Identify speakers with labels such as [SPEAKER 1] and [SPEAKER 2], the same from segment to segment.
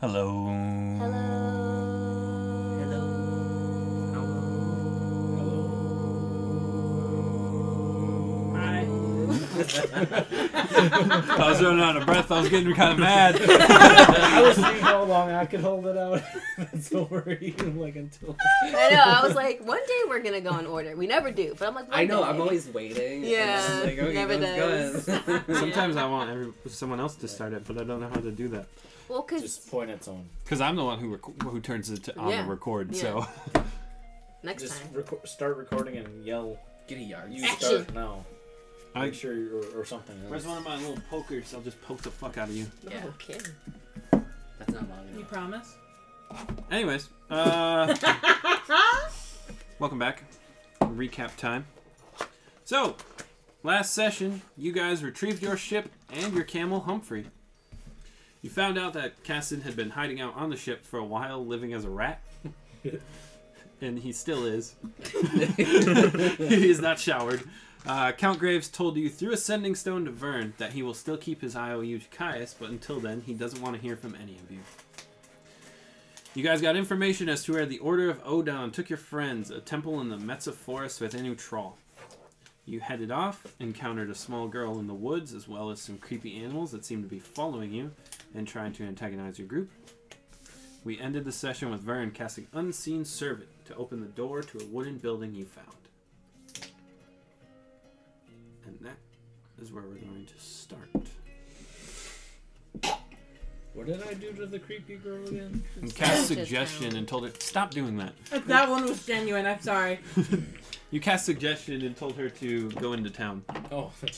[SPEAKER 1] Hello.
[SPEAKER 2] Hello.
[SPEAKER 3] Hi.
[SPEAKER 1] I was running out of breath. I was getting kind of mad.
[SPEAKER 3] I was seeing how long I could hold it out. That's over even like until.
[SPEAKER 2] I know. I was like, one day we're gonna go in order. We never do, but I'm like, one
[SPEAKER 4] I know.
[SPEAKER 2] day.
[SPEAKER 4] I'm always waiting.
[SPEAKER 2] Yeah,
[SPEAKER 4] I'm just like, okay,
[SPEAKER 2] never
[SPEAKER 4] let's
[SPEAKER 2] does.
[SPEAKER 4] go.
[SPEAKER 5] Sometimes I want every, someone else to start it, but I don't know how to do that.
[SPEAKER 2] Well, cause
[SPEAKER 3] Just point its own.
[SPEAKER 1] Because I'm the one who rec- who turns it to, on
[SPEAKER 2] Yeah.
[SPEAKER 1] the record.
[SPEAKER 2] Yeah.
[SPEAKER 1] So
[SPEAKER 2] next
[SPEAKER 3] Just
[SPEAKER 2] time.
[SPEAKER 3] reco- start recording and yell.
[SPEAKER 4] Get a yard.
[SPEAKER 3] You
[SPEAKER 4] You
[SPEAKER 2] Action.
[SPEAKER 3] start now.
[SPEAKER 5] I-
[SPEAKER 3] Make sure you or, or something. Else.
[SPEAKER 5] Where's one of my little pokers? I'll just poke the fuck out of you.
[SPEAKER 2] Yeah. Okay.
[SPEAKER 4] That's not long
[SPEAKER 6] You
[SPEAKER 4] enough.
[SPEAKER 6] promise?
[SPEAKER 5] Anyways, uh, welcome back. Recap time. So, last session, you guys retrieved your ship and your camel Humphrey. You found out that Cassid had been hiding out on the ship for a while, living as a rat. and he still is. he is not showered. Uh, Count Graves told you through a sending stone to Vern that he will still keep his IOU to Caius, but until then, he doesn't want to hear from any of you. You guys got information as to where the Order of Odon took your friends, a temple in the Metza Forest with Inu Troll. You headed off, encountered a small girl in the woods, as well as some creepy animals that seemed to be following you and trying to antagonize your group. We ended the session with Vern casting Unseen Servant to open the door to a wooden building you found. And that is where we're going to start.
[SPEAKER 3] What did I do to the creepy girl again?
[SPEAKER 1] and cast
[SPEAKER 2] Just
[SPEAKER 1] suggestion
[SPEAKER 2] now.
[SPEAKER 1] and told her stop doing that.
[SPEAKER 6] That one was genuine. I'm sorry.
[SPEAKER 5] You cast suggestion and told her to go into town.
[SPEAKER 3] Oh.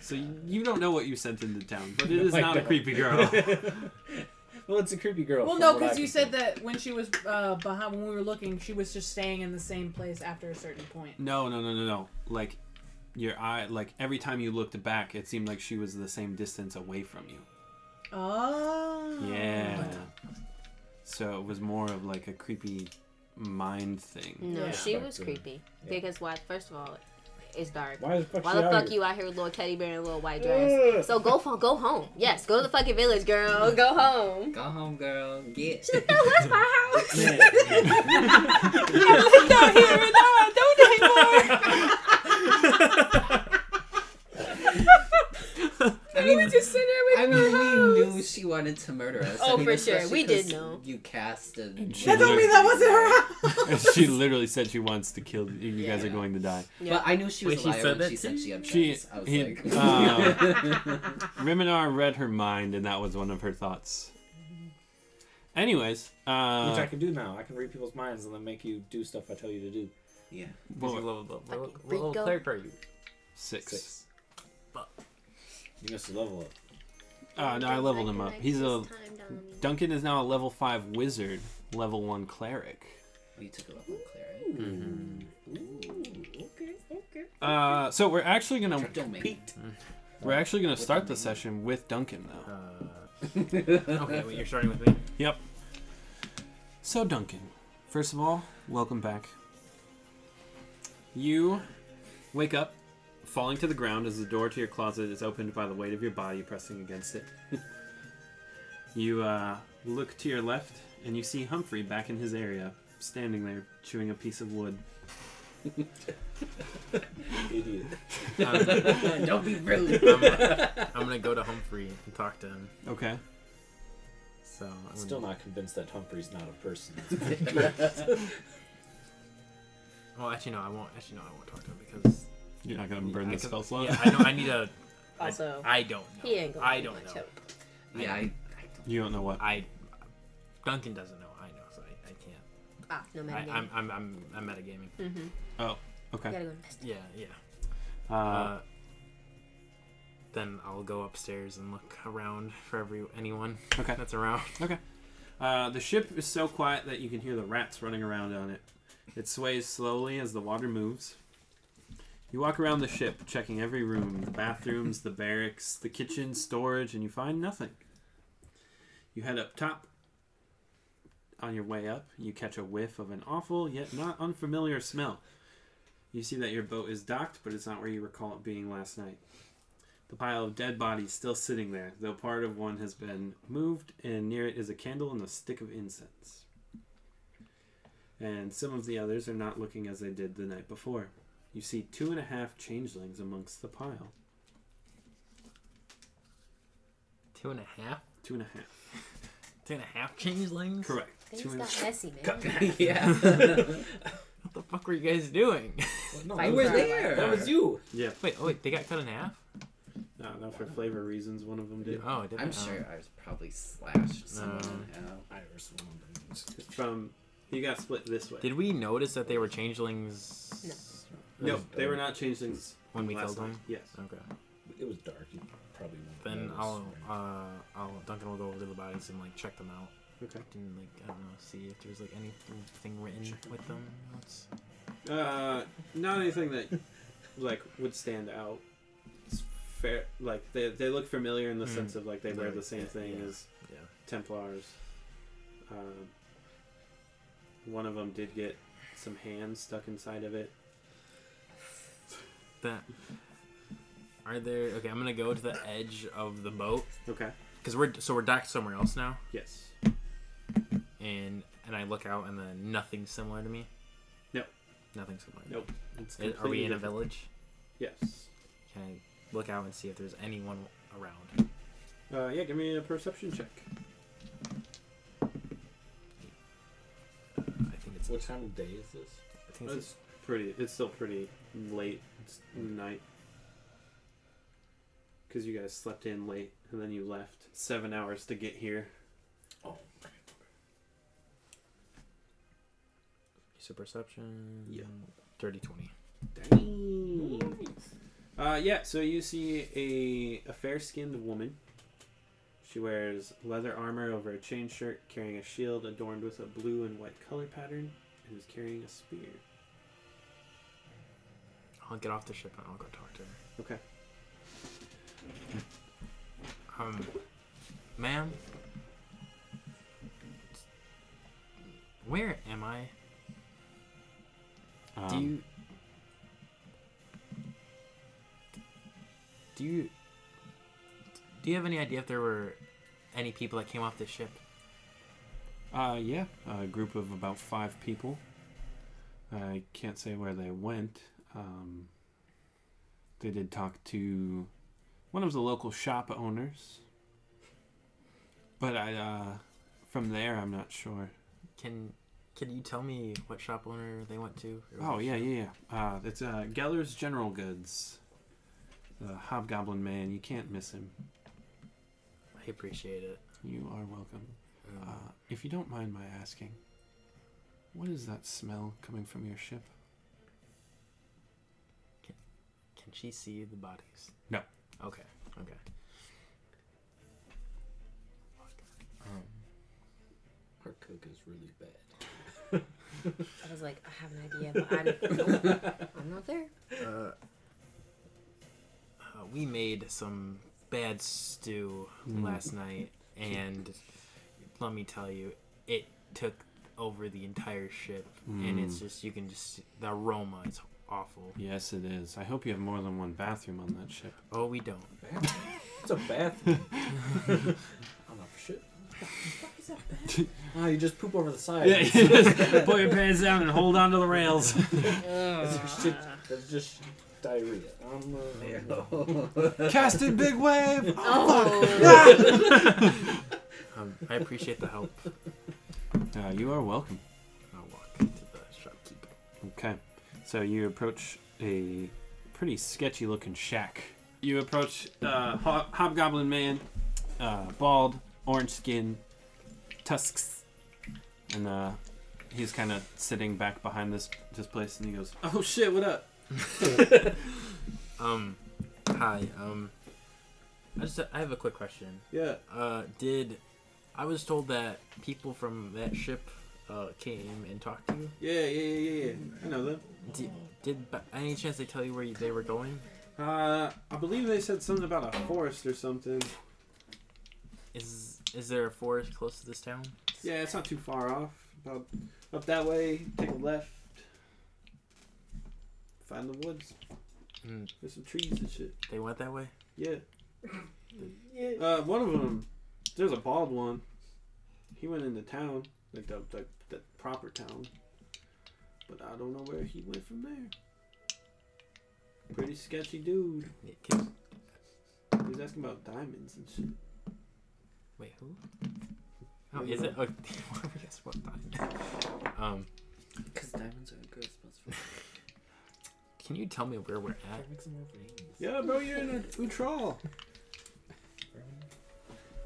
[SPEAKER 5] So you, you don't know what you sent into town, but it is
[SPEAKER 3] I
[SPEAKER 5] not a
[SPEAKER 3] don't.
[SPEAKER 5] creepy girl.
[SPEAKER 3] well, it's a creepy girl.
[SPEAKER 6] Well,
[SPEAKER 3] from
[SPEAKER 6] no,
[SPEAKER 3] what I
[SPEAKER 6] because you
[SPEAKER 3] can
[SPEAKER 6] said
[SPEAKER 3] tell.
[SPEAKER 6] that when she was uh, behind, when we were looking, she was just staying in the same place after a certain point.
[SPEAKER 5] no, no, no, no, no. Like your eye, like every time you looked back, it seemed like she was the same distance away from you.
[SPEAKER 6] Oh.
[SPEAKER 5] Yeah. So it was more of like a creepy mind thing.
[SPEAKER 2] No,
[SPEAKER 6] Yeah.
[SPEAKER 2] she was
[SPEAKER 3] Back to-
[SPEAKER 2] creepy
[SPEAKER 3] yeah.
[SPEAKER 2] because why? First of all, it's dark.
[SPEAKER 3] Why the fuck?
[SPEAKER 2] Why
[SPEAKER 3] she
[SPEAKER 2] the
[SPEAKER 3] out
[SPEAKER 2] fuck
[SPEAKER 3] here?
[SPEAKER 2] you out here with little teddy bear and a little white
[SPEAKER 3] Ugh.
[SPEAKER 2] dress? so go for go home. Yes, go to the fucking village, girl. Go home.
[SPEAKER 4] Go home, girl. Get.
[SPEAKER 2] She's like, no, that's my house.
[SPEAKER 3] Man.
[SPEAKER 2] I lived out here and now I don't anymore.
[SPEAKER 4] I mean,
[SPEAKER 2] Just sit
[SPEAKER 4] I
[SPEAKER 2] there with
[SPEAKER 4] mean,
[SPEAKER 2] my
[SPEAKER 4] we
[SPEAKER 2] house.
[SPEAKER 4] knew she wanted to murder us. I
[SPEAKER 2] Oh,
[SPEAKER 4] mean,
[SPEAKER 2] for sure.
[SPEAKER 4] especially
[SPEAKER 2] We did
[SPEAKER 4] 'cause
[SPEAKER 2] know.
[SPEAKER 4] You cast a.
[SPEAKER 1] she
[SPEAKER 6] That don't mean that wasn't her house.
[SPEAKER 5] she literally said she wants to kill you. You guys are
[SPEAKER 4] Mm. Yeah.
[SPEAKER 5] going to die.
[SPEAKER 2] Yeah.
[SPEAKER 4] But I knew she was
[SPEAKER 1] Wait,
[SPEAKER 4] a
[SPEAKER 1] he
[SPEAKER 4] liar
[SPEAKER 1] said
[SPEAKER 4] when
[SPEAKER 1] that
[SPEAKER 4] she
[SPEAKER 1] to
[SPEAKER 4] said
[SPEAKER 1] you?
[SPEAKER 4] she had
[SPEAKER 5] She-
[SPEAKER 4] friends. I was
[SPEAKER 5] he-
[SPEAKER 4] like,
[SPEAKER 5] uh, Riminar read her mind, and that was one of her thoughts. Anyways,
[SPEAKER 3] Which I
[SPEAKER 5] uh,
[SPEAKER 3] can do now. I can read people's minds and then make you do stuff I tell you to do.
[SPEAKER 4] yeah.
[SPEAKER 5] what-
[SPEAKER 2] Fucking freako.
[SPEAKER 7] are you?
[SPEAKER 5] six.
[SPEAKER 3] Six. You missed a level up.
[SPEAKER 5] Uh, no, I leveled him up. He's a Duncan is now a level five wizard, level one cleric.
[SPEAKER 4] We took a level cleric.
[SPEAKER 5] Uh, so we're actually gonna
[SPEAKER 4] Don't make it.
[SPEAKER 5] we're actually gonna start the session with Duncan though.
[SPEAKER 7] Okay, wait, you're starting with me.
[SPEAKER 5] So Duncan, first of all, welcome back. You wake up, falling to the ground as the door to your closet is opened by the weight of your body pressing against it. you uh, look to your left and you see Humphrey back in his area, standing there chewing a piece of wood.
[SPEAKER 3] Idiot.
[SPEAKER 4] Don't be rude.
[SPEAKER 7] I'm gonna, I'm gonna go to Humphrey and talk to him.
[SPEAKER 5] Okay.
[SPEAKER 7] So I'm
[SPEAKER 3] Still not convinced that Humphrey's not a person.
[SPEAKER 7] Well, actually no, I won't. Actually no, I won't talk to him because
[SPEAKER 5] You're not gonna burn the
[SPEAKER 7] because-
[SPEAKER 5] spell slot.
[SPEAKER 7] Yeah, I know. I need a. I-
[SPEAKER 2] Also,
[SPEAKER 7] I don't know.
[SPEAKER 2] he ain't gonna
[SPEAKER 7] I
[SPEAKER 2] do
[SPEAKER 7] don't
[SPEAKER 2] much
[SPEAKER 7] know.
[SPEAKER 2] help.
[SPEAKER 4] yeah, I,
[SPEAKER 5] You don't know what.
[SPEAKER 7] I. Duncan doesn't know. I know, so I, I can't.
[SPEAKER 2] Ah, no matter.
[SPEAKER 7] I, I'm, I'm I'm I'm metagaming.
[SPEAKER 5] Okay.
[SPEAKER 2] gotta go investigate.
[SPEAKER 7] Yeah, yeah.
[SPEAKER 5] Uh,
[SPEAKER 7] Uh, then I'll go upstairs and look around for every anyone
[SPEAKER 5] okay.
[SPEAKER 7] that's around.
[SPEAKER 5] Uh, the ship is so quiet that you can hear the rats running around on it. It sways slowly as the water moves. You walk around the ship, checking every room the bathrooms, the barracks, the kitchen, storage, and you find nothing. You head up top. On your way up, you catch a whiff of an awful yet not unfamiliar smell. You see that your boat is docked, but it's not where you recall it being last night. The pile of dead bodies still sitting there, though part of one has been moved, and near it is a candle and a stick of incense. And some of the others are not looking as they did the night before. You see two and a half changelings amongst the pile.
[SPEAKER 7] Two and a half?
[SPEAKER 5] Two and a half.
[SPEAKER 7] Two and a half changelings?
[SPEAKER 5] Correct.
[SPEAKER 2] Things
[SPEAKER 5] two and a
[SPEAKER 2] got messy, man.
[SPEAKER 4] yeah.
[SPEAKER 7] What the fuck were you guys doing?
[SPEAKER 3] No,
[SPEAKER 4] I
[SPEAKER 3] that
[SPEAKER 4] were
[SPEAKER 3] was-
[SPEAKER 4] there.
[SPEAKER 3] That was you.
[SPEAKER 7] wait, oh wait, they got cut in half?
[SPEAKER 5] No, no, for flavor reasons, one of them did.
[SPEAKER 7] Oh, did
[SPEAKER 4] I'm
[SPEAKER 7] they? Oh.
[SPEAKER 4] sure I was probably slashed someone.
[SPEAKER 3] Iris
[SPEAKER 5] From he got split this way.
[SPEAKER 7] Did we notice that they were changelings?
[SPEAKER 5] No, they were not changelings
[SPEAKER 7] When we
[SPEAKER 5] last
[SPEAKER 7] killed
[SPEAKER 5] night.
[SPEAKER 7] them?
[SPEAKER 5] Yes.
[SPEAKER 7] Okay.
[SPEAKER 3] It was dark. You probably won't
[SPEAKER 7] Then
[SPEAKER 3] notice.
[SPEAKER 7] I'll, uh, I'll, Duncan will go over to the bodies and like check them out.
[SPEAKER 5] Okay.
[SPEAKER 7] Didn't like, I don't know, see if there's like anything written with them. What's...
[SPEAKER 5] Uh, not anything that like would stand out. It's fair, like they they look familiar in the
[SPEAKER 7] Mm.
[SPEAKER 5] sense of like they wear
[SPEAKER 3] Like,
[SPEAKER 5] the same
[SPEAKER 3] yeah,
[SPEAKER 5] thing
[SPEAKER 3] yeah,
[SPEAKER 5] as
[SPEAKER 7] yeah.
[SPEAKER 5] Templars. Um, one of them did get some hands stuck inside of it.
[SPEAKER 7] That. Are there? Okay, I'm gonna go to the edge of the boat
[SPEAKER 5] Okay.
[SPEAKER 7] because we're so we're docked somewhere else now,
[SPEAKER 5] Yes.
[SPEAKER 7] and and I look out and then nothing similar to me.
[SPEAKER 5] No.
[SPEAKER 7] Nothing similar.
[SPEAKER 5] Nope. It's
[SPEAKER 7] I- Are we
[SPEAKER 5] completely
[SPEAKER 7] in a
[SPEAKER 5] different.
[SPEAKER 7] village?
[SPEAKER 5] Yes.
[SPEAKER 7] Can I look out and see if there's anyone around?
[SPEAKER 5] Uh, yeah. Give me a perception check.
[SPEAKER 7] I think it's.
[SPEAKER 3] What time of day is this?
[SPEAKER 7] I think it's
[SPEAKER 5] It's pretty. It's still pretty late s- night. Because you guys slept in late and then you left seven hours to get here.
[SPEAKER 3] Oh,
[SPEAKER 7] so perception.
[SPEAKER 5] Yeah.
[SPEAKER 7] Dirty twenty.
[SPEAKER 5] Uh, yeah, so you see a, a fair skinned woman. She wears leather armor over a chain shirt, carrying a shield adorned with a blue and white color pattern, and is carrying a spear.
[SPEAKER 7] I'll get off the ship and I'll go talk to her.
[SPEAKER 5] Okay.
[SPEAKER 7] Um, ma'am. Where am I?
[SPEAKER 5] Um,
[SPEAKER 7] Do you do you do you have any idea if there were any people that came off this ship?
[SPEAKER 5] Uh, yeah, a group of about five people. I can't say where they went. Um, they did talk to one of the local shop owners, but I, uh, from there, I'm not sure.
[SPEAKER 7] Can can you tell me what shop owner they went to? Or-
[SPEAKER 5] Oh yeah, yeah, yeah. Uh, it's uh, Geller's General Goods. The Hobgoblin man, you can't miss him.
[SPEAKER 7] I appreciate it.
[SPEAKER 5] You are welcome.
[SPEAKER 7] Um,
[SPEAKER 5] Uh, if you don't mind my asking, what is that smell coming from your ship?
[SPEAKER 7] can she see the bodies?
[SPEAKER 5] No.
[SPEAKER 7] Okay. Okay. Um,
[SPEAKER 3] her cook is really bad.
[SPEAKER 2] I was like, I have an idea, but I'm, I'm not there.
[SPEAKER 7] uh, we made some bad stew last night, and let me tell you, it took over the entire ship, and it's just you can just the aroma is awful.
[SPEAKER 5] Yes, it is. I hope you have more than one bathroom on that ship.
[SPEAKER 7] Oh, we don't.
[SPEAKER 3] It's a bathroom. I'm not for shit. Oh, you just poop over the side.
[SPEAKER 5] Put your pants down and hold on to the rails.
[SPEAKER 3] That's shit- that's just diarrhea. I'm, uh,
[SPEAKER 5] Casting big wave.
[SPEAKER 2] Oh,
[SPEAKER 7] Um, I appreciate the help.
[SPEAKER 5] Uh, you are welcome.
[SPEAKER 7] I'll walk to the shopkeeper.
[SPEAKER 5] Okay, so you approach a pretty sketchy looking shack. You approach uh, Ho- Hobgoblin Man, uh, bald, orange skin, tusks, and uh, he's kind of sitting back behind this this place, and he goes, "Oh shit, what up?"
[SPEAKER 7] Um, hi. Um, I just I have a quick question.
[SPEAKER 5] Yeah.
[SPEAKER 7] Uh, did I was told that people from that ship uh, came and talked to you?
[SPEAKER 5] Yeah, yeah, yeah, yeah, yeah. I know them.
[SPEAKER 7] Did, did by any chance they tell you where you, they were going?
[SPEAKER 5] Uh, I believe they said something about a forest or something.
[SPEAKER 7] Is is there a forest close to this town?
[SPEAKER 5] Yeah, it's not too far off. About up that way, take a left, find the woods.
[SPEAKER 7] Mm.
[SPEAKER 5] There's some trees and shit.
[SPEAKER 7] They went that way.
[SPEAKER 5] Yeah. Uh, one of them, there's a bald one. He went into town, like the, the, the proper town. But I don't know where he went from there. Pretty sketchy dude.
[SPEAKER 7] It keeps-
[SPEAKER 5] He was asking about diamonds and shit.
[SPEAKER 7] Wait, who? Oh, is it? Oh, what we guess what time? Um,
[SPEAKER 4] Because diamonds are a girl's best friend.
[SPEAKER 7] can you tell me where we're at?
[SPEAKER 4] That makes them Wolverines.
[SPEAKER 5] Yeah, bro, you're in a Utral.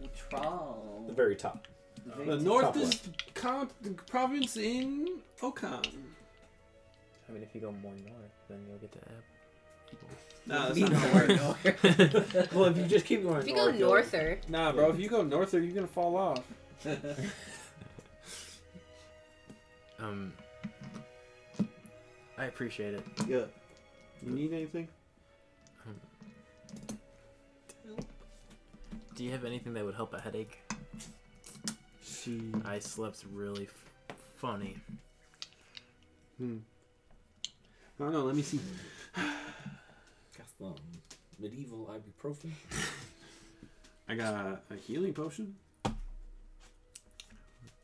[SPEAKER 4] We trawl.
[SPEAKER 8] The very top.
[SPEAKER 5] The
[SPEAKER 4] Very-
[SPEAKER 5] north
[SPEAKER 8] Top
[SPEAKER 5] is count, the province in Okan.
[SPEAKER 7] I mean, if you go more north, then you'll get to Ab.
[SPEAKER 5] Nah, that's
[SPEAKER 4] We
[SPEAKER 5] not how
[SPEAKER 4] know
[SPEAKER 5] it
[SPEAKER 4] where
[SPEAKER 5] works.
[SPEAKER 4] we go.
[SPEAKER 8] well, if you just keep going
[SPEAKER 2] If you go
[SPEAKER 8] you'll-
[SPEAKER 2] norther,
[SPEAKER 5] Nah, bro, if you go north there, you're gonna fall off.
[SPEAKER 7] Um, I appreciate it.
[SPEAKER 5] Yeah. You need anything?
[SPEAKER 7] Do you have anything that would help a headache?
[SPEAKER 5] She.
[SPEAKER 7] I slept really f- funny.
[SPEAKER 5] Hmm. I don't know, let me see.
[SPEAKER 4] Got
[SPEAKER 3] um,
[SPEAKER 4] some medieval ibuprofen.
[SPEAKER 5] I got a healing potion.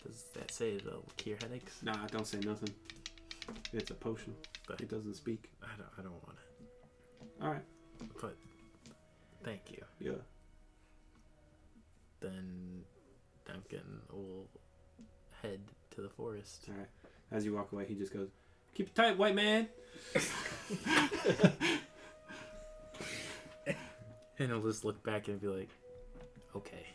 [SPEAKER 7] Does that say it'll cure headaches?
[SPEAKER 5] Nah, don't say nothing. It's a potion.
[SPEAKER 7] But-
[SPEAKER 5] It doesn't speak.
[SPEAKER 7] I don't. I don't want it.
[SPEAKER 5] All right.
[SPEAKER 7] But thank you.
[SPEAKER 5] Yeah.
[SPEAKER 7] Then Duncan will head to the forest.
[SPEAKER 5] All right. As you walk away, he just goes, "Keep it tight, white man."
[SPEAKER 7] And he'll just look back and be like, okay.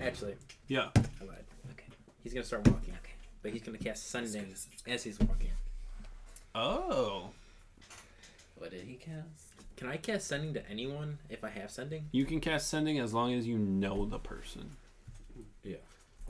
[SPEAKER 8] Actually,
[SPEAKER 5] Yeah.
[SPEAKER 8] I lied. Okay. He's gonna start walking. Okay. But he's gonna cast Sundance as he's walking.
[SPEAKER 5] Oh.
[SPEAKER 4] What did he cast?
[SPEAKER 8] Can I cast sending to anyone if I have sending?
[SPEAKER 5] You can cast sending as long as you know the person.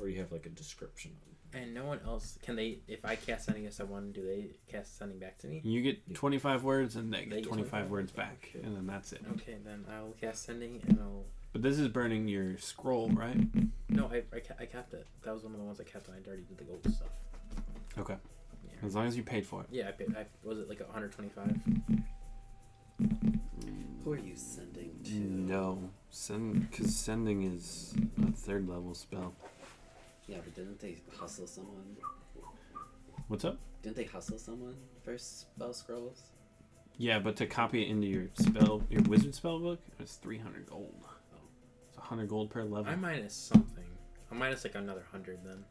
[SPEAKER 8] Or you have like a description of it.
[SPEAKER 7] And no one else can they if I cast sending at someone, do they cast sending back to me?
[SPEAKER 5] You get 25 words and they
[SPEAKER 8] They
[SPEAKER 5] get
[SPEAKER 8] get
[SPEAKER 5] 25
[SPEAKER 8] 25
[SPEAKER 5] words back, and then that's it.
[SPEAKER 7] Okay, then I'll cast sending and I'll
[SPEAKER 5] But this is burning your scroll, right?
[SPEAKER 7] No, I I, ca- I kept it. That was one of the ones I kept and I already did the gold stuff.
[SPEAKER 5] Okay. As long as you paid for it.
[SPEAKER 7] Yeah, I paid I was it like 125?
[SPEAKER 4] Who are you sending to?
[SPEAKER 5] No, send because sending is a third level spell.
[SPEAKER 4] Yeah, but didn't they hustle someone?
[SPEAKER 5] What's up?
[SPEAKER 4] Didn't they hustle someone for spell scrolls?
[SPEAKER 5] Yeah, but to copy it into your spell, your wizard spell book, it's 300 gold. It's 100 gold per level.
[SPEAKER 7] I'm minus something. I'm minus like another 100 then.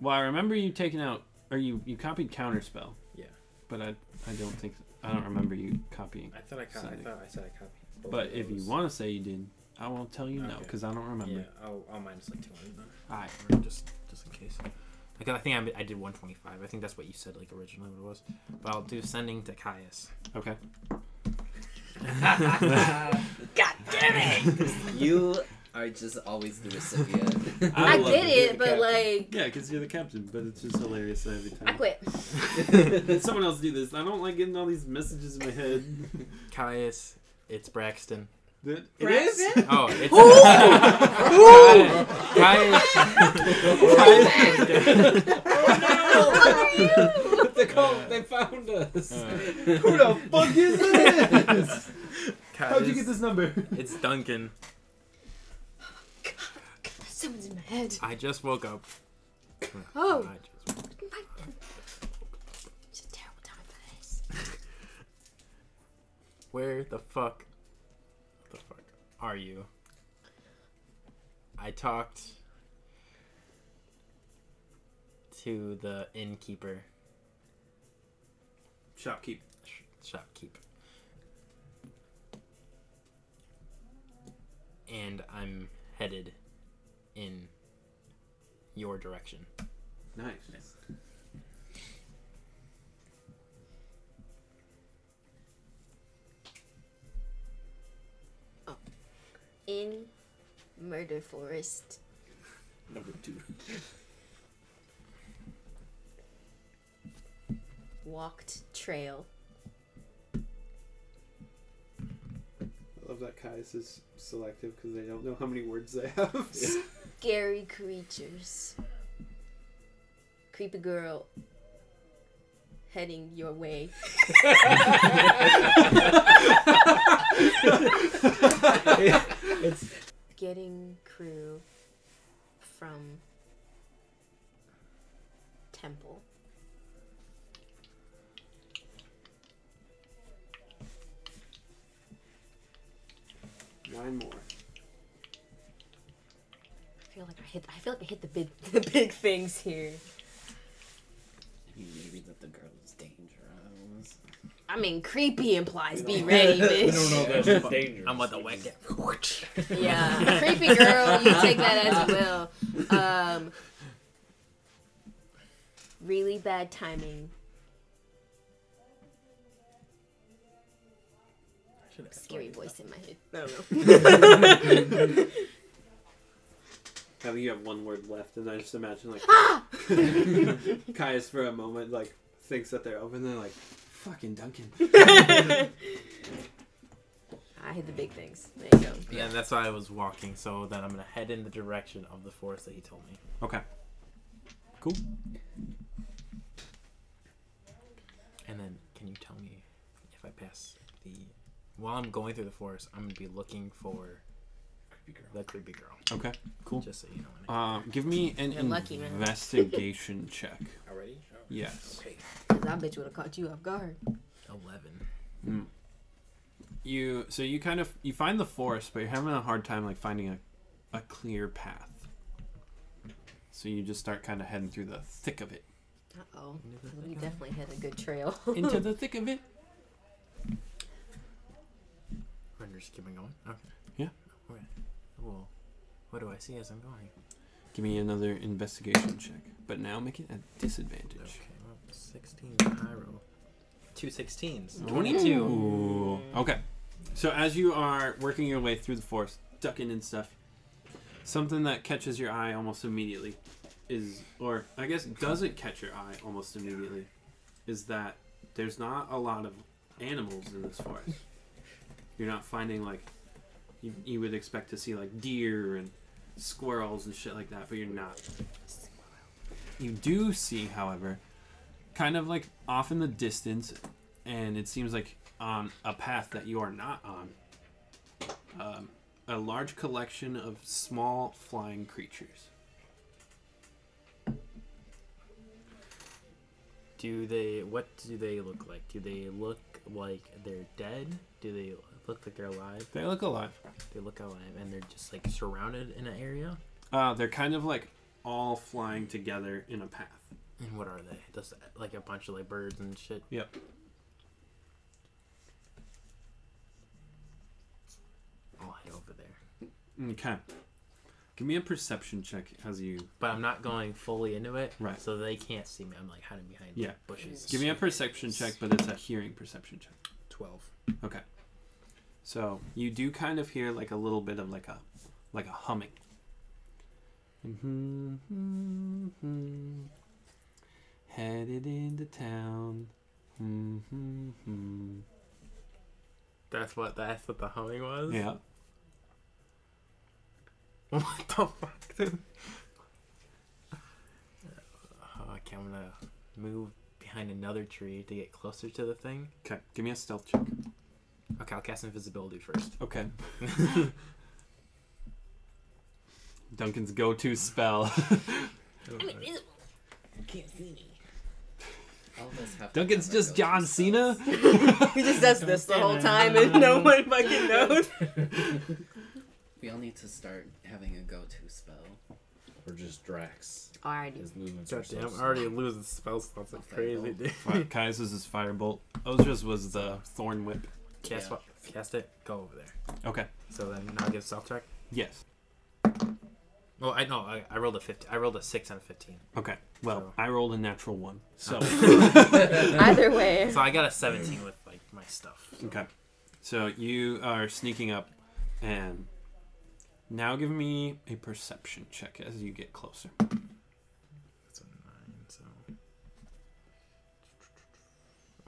[SPEAKER 5] Well, I remember you taking out, or you you copied counterspell.
[SPEAKER 7] Yeah.
[SPEAKER 5] But I I don't think I don't remember you copying.
[SPEAKER 7] I thought I co- I
[SPEAKER 5] Sending.
[SPEAKER 7] thought I said I copied. both
[SPEAKER 5] But
[SPEAKER 7] of
[SPEAKER 5] if you
[SPEAKER 7] those.
[SPEAKER 5] want to say you did, I won't tell you no
[SPEAKER 7] Okay.
[SPEAKER 5] because I don't remember.
[SPEAKER 7] Yeah, I'll, I'll minus like 200 then.
[SPEAKER 5] All right.
[SPEAKER 7] or just just in case. Like I think I, I did 125. I think that's what you said like originally what it was. But I'll do sending to Caius.
[SPEAKER 5] Okay.
[SPEAKER 2] God damn it!
[SPEAKER 4] You are just always the recipient.
[SPEAKER 2] I
[SPEAKER 5] love
[SPEAKER 2] did
[SPEAKER 5] it.
[SPEAKER 2] it, but like,
[SPEAKER 5] Yeah, because you're the captain, but it's just hilarious every time.
[SPEAKER 2] I quit.
[SPEAKER 5] Someone else do this. I don't like getting all these messages in my head.
[SPEAKER 7] Caius, it's Braxton.
[SPEAKER 5] That- It
[SPEAKER 2] Braxton?
[SPEAKER 5] is?
[SPEAKER 7] Oh, it's
[SPEAKER 8] they call they found us.
[SPEAKER 5] Who the fuck is this? How'd you get
[SPEAKER 7] Caius,
[SPEAKER 5] this number?
[SPEAKER 7] it's Duncan.
[SPEAKER 2] Someone's in my head.
[SPEAKER 7] I just woke up.
[SPEAKER 2] Oh.
[SPEAKER 7] I just-
[SPEAKER 2] It's a terrible time for this.
[SPEAKER 7] where the fuck the fuck are you? I talked to the innkeeper.
[SPEAKER 5] Shopkeep.
[SPEAKER 7] sh- shopkeep. And I'm headed in your direction.
[SPEAKER 5] Nice.
[SPEAKER 2] In Murder Forest.
[SPEAKER 4] Number two.
[SPEAKER 2] Walked trail.
[SPEAKER 5] I love that Caius is selective because they don't know how many words they have.
[SPEAKER 2] Scary creatures. Creepy girl.
[SPEAKER 9] heading your way.
[SPEAKER 3] it's
[SPEAKER 9] Getting crew from temple.
[SPEAKER 5] Nine more.
[SPEAKER 9] I feel like I hit. I feel like I hit the big the big things here.
[SPEAKER 4] You maybe that the girl is dangerous.
[SPEAKER 9] I mean, creepy implies be ready,
[SPEAKER 3] I don't
[SPEAKER 9] bitch.
[SPEAKER 3] know if Oh, that's dangerous.
[SPEAKER 8] I'm about to whack that.
[SPEAKER 9] Yeah, creepy girl. You take that as you will. Um, really bad timing. Scary voice in my head. I don't know.
[SPEAKER 5] I think you have one word left, and I just imagine like Caius for a moment like thinks that they're open, and they're like, "Fucking Duncan."
[SPEAKER 9] I hit the big things. There you go.
[SPEAKER 7] Yeah, and that's why I was walking, so that I'm gonna head in the direction of the forest that he told me.
[SPEAKER 5] Okay. Cool.
[SPEAKER 7] And then, can you tell me if I pass the? While I'm going through the forest, I'm gonna be looking for the creepy girl.
[SPEAKER 5] Okay. Cool.
[SPEAKER 7] Just so you know. what
[SPEAKER 5] Uh, give me an
[SPEAKER 9] You're lucky, man.
[SPEAKER 5] investigation check.
[SPEAKER 8] Already? Oh.
[SPEAKER 5] Yes.
[SPEAKER 9] Cause I bet you would have caught you off guard.
[SPEAKER 7] I mean. Eleven.
[SPEAKER 5] You so you kind of you find the forest, but you're having a hard time like finding a, a clear path. So you just start kind of heading through the thick of it.
[SPEAKER 9] Uh oh. We definitely had a good trail.
[SPEAKER 5] Into the thick of it.
[SPEAKER 7] We're just keeping going. Okay.
[SPEAKER 5] Yeah.
[SPEAKER 7] Okay. Well, what do I see as I'm going?
[SPEAKER 5] Give me another investigation check, but now make it a disadvantage.
[SPEAKER 7] Okay. Well, Sixteen. I roll. Two sixteens. Twenty-two.
[SPEAKER 5] Ooh. Okay. So as you are working your way through the forest, ducking and stuff, something that catches your eye almost immediately is, or I guess doesn't catch your eye almost immediately, is that there's not a lot of animals in this forest. You're not finding like you, you would expect to see like deer and squirrels and shit like that, but you're not. You do see, however, kind of like off in the distance, and it seems like on a path that you are not on. Um, a large collection of small flying creatures.
[SPEAKER 7] Do they? What do they look like? Do they look like they're dead? Do they look like they're alive?
[SPEAKER 5] They look alive.
[SPEAKER 7] They look alive, and they're just like surrounded in an area.
[SPEAKER 5] Uh, they're kind of like all flying together in a path.
[SPEAKER 7] And what are they? Just like a bunch of like birds and shit.
[SPEAKER 5] Yep.
[SPEAKER 7] I'll head over there,
[SPEAKER 5] Okay. Give me a perception check as you.
[SPEAKER 7] but I'm not going fully into it,
[SPEAKER 5] Right.
[SPEAKER 7] So they can't see me. I'm like hiding behind
[SPEAKER 5] Yeah.
[SPEAKER 7] bushes.
[SPEAKER 5] Give me a perception check, but it's a hearing perception check.
[SPEAKER 8] Twelve.
[SPEAKER 5] Okay. So you do kind of hear like a little bit of like a like a humming. Mm-hmm. Headed into town. Mm-hmm.
[SPEAKER 7] That's what that's what the humming was.
[SPEAKER 5] Yeah.
[SPEAKER 7] What the fuck? Dude? Uh, okay, I'm gonna move behind another tree to get closer to the thing.
[SPEAKER 5] Okay. Give me a stealth check.
[SPEAKER 7] Okay, I'll cast invisibility first.
[SPEAKER 5] Okay. Duncan's go-to spell.
[SPEAKER 9] I'm invisible.
[SPEAKER 4] Can't see me. All of us have.
[SPEAKER 5] Duncan's just John Cena.
[SPEAKER 9] He just does this the whole time and no one fucking knows.
[SPEAKER 4] We all need to start having a go-to spell.
[SPEAKER 3] Or just Drax.
[SPEAKER 9] Alright.
[SPEAKER 3] His movements are so
[SPEAKER 7] Goddamn, I'm
[SPEAKER 3] slow.
[SPEAKER 7] already losing spell slots. That's crazy,
[SPEAKER 4] Fireball.
[SPEAKER 7] dude.
[SPEAKER 5] Fi- Kai's was his firebolt. Ozra's was the thorn whip.
[SPEAKER 7] Cast,
[SPEAKER 4] Yeah.
[SPEAKER 7] what- cast it. Go over there.
[SPEAKER 5] Okay.
[SPEAKER 7] So then now get a self check.
[SPEAKER 5] Yes.
[SPEAKER 7] Oh, I know. I, I rolled a fifty. I rolled a six on a fifteen.
[SPEAKER 5] Okay. Well, I rolled a natural one. So.
[SPEAKER 9] Either way.
[SPEAKER 7] So I got a seventeen with like my stuff.
[SPEAKER 5] Okay. So you are sneaking up, and now give me a perception check as you get closer.
[SPEAKER 7] That's a nine. So.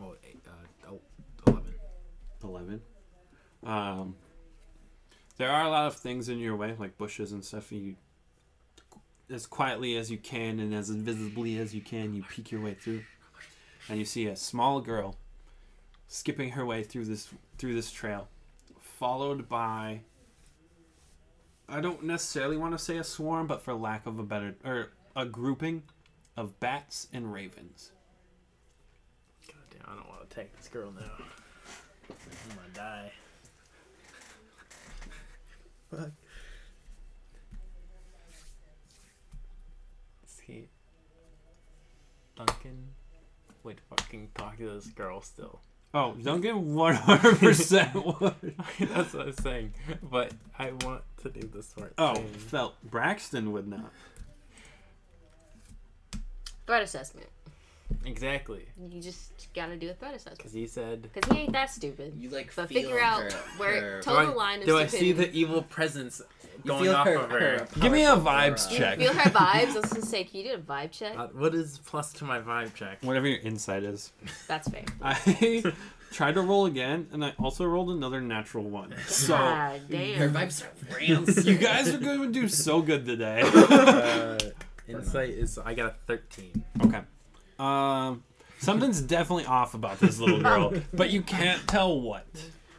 [SPEAKER 7] Oh, eight, uh, oh, 11.
[SPEAKER 5] 11. Um, there are a lot of things in your way, like bushes and stuff. You, as quietly as you can and as invisibly as you can, you peek your way through. and you see a small girl skipping her way through this through this trail, followed by. I don't necessarily want to say a swarm, but for lack of a better or a grouping of bats and ravens.
[SPEAKER 7] Goddamn, Oh, I don't want to attack this girl now. I'm gonna die. See, Duncan would fucking talk to this girl still.
[SPEAKER 5] Oh, don't get one hundred percent.
[SPEAKER 7] That's what I was saying. But I want to do the smart
[SPEAKER 5] Oh,
[SPEAKER 7] thing.
[SPEAKER 5] felt Braxton would not.
[SPEAKER 9] Threat assessment.
[SPEAKER 7] Exactly.
[SPEAKER 9] You just gotta do a threat assessment.
[SPEAKER 7] Because he said.
[SPEAKER 9] Because he ain't that stupid.
[SPEAKER 4] You like
[SPEAKER 9] But
[SPEAKER 4] feel
[SPEAKER 9] figure out
[SPEAKER 4] her-
[SPEAKER 9] where
[SPEAKER 4] her-
[SPEAKER 9] total line of
[SPEAKER 7] do I
[SPEAKER 9] stupidity.
[SPEAKER 7] see the evil presence
[SPEAKER 4] you
[SPEAKER 7] going
[SPEAKER 4] feel
[SPEAKER 7] off
[SPEAKER 4] her-
[SPEAKER 7] of her?
[SPEAKER 4] her
[SPEAKER 5] Give me a
[SPEAKER 4] powerful
[SPEAKER 5] vibes
[SPEAKER 4] aura.
[SPEAKER 5] check.
[SPEAKER 9] Feel her vibes. I was gonna say, can you do a vibe check?
[SPEAKER 7] Uh, what is plus to my vibe check?
[SPEAKER 5] Whatever your insight is.
[SPEAKER 9] That's fair.
[SPEAKER 5] I tried to roll again, and I also rolled another natural one. So
[SPEAKER 9] God
[SPEAKER 4] Her
[SPEAKER 9] damn.
[SPEAKER 4] vibes are rancid.
[SPEAKER 5] you guys are going to do so good today.
[SPEAKER 7] Uh, insight is I got a thirteen.
[SPEAKER 5] okay. Um, something's definitely off about this little girl, but you can't tell what.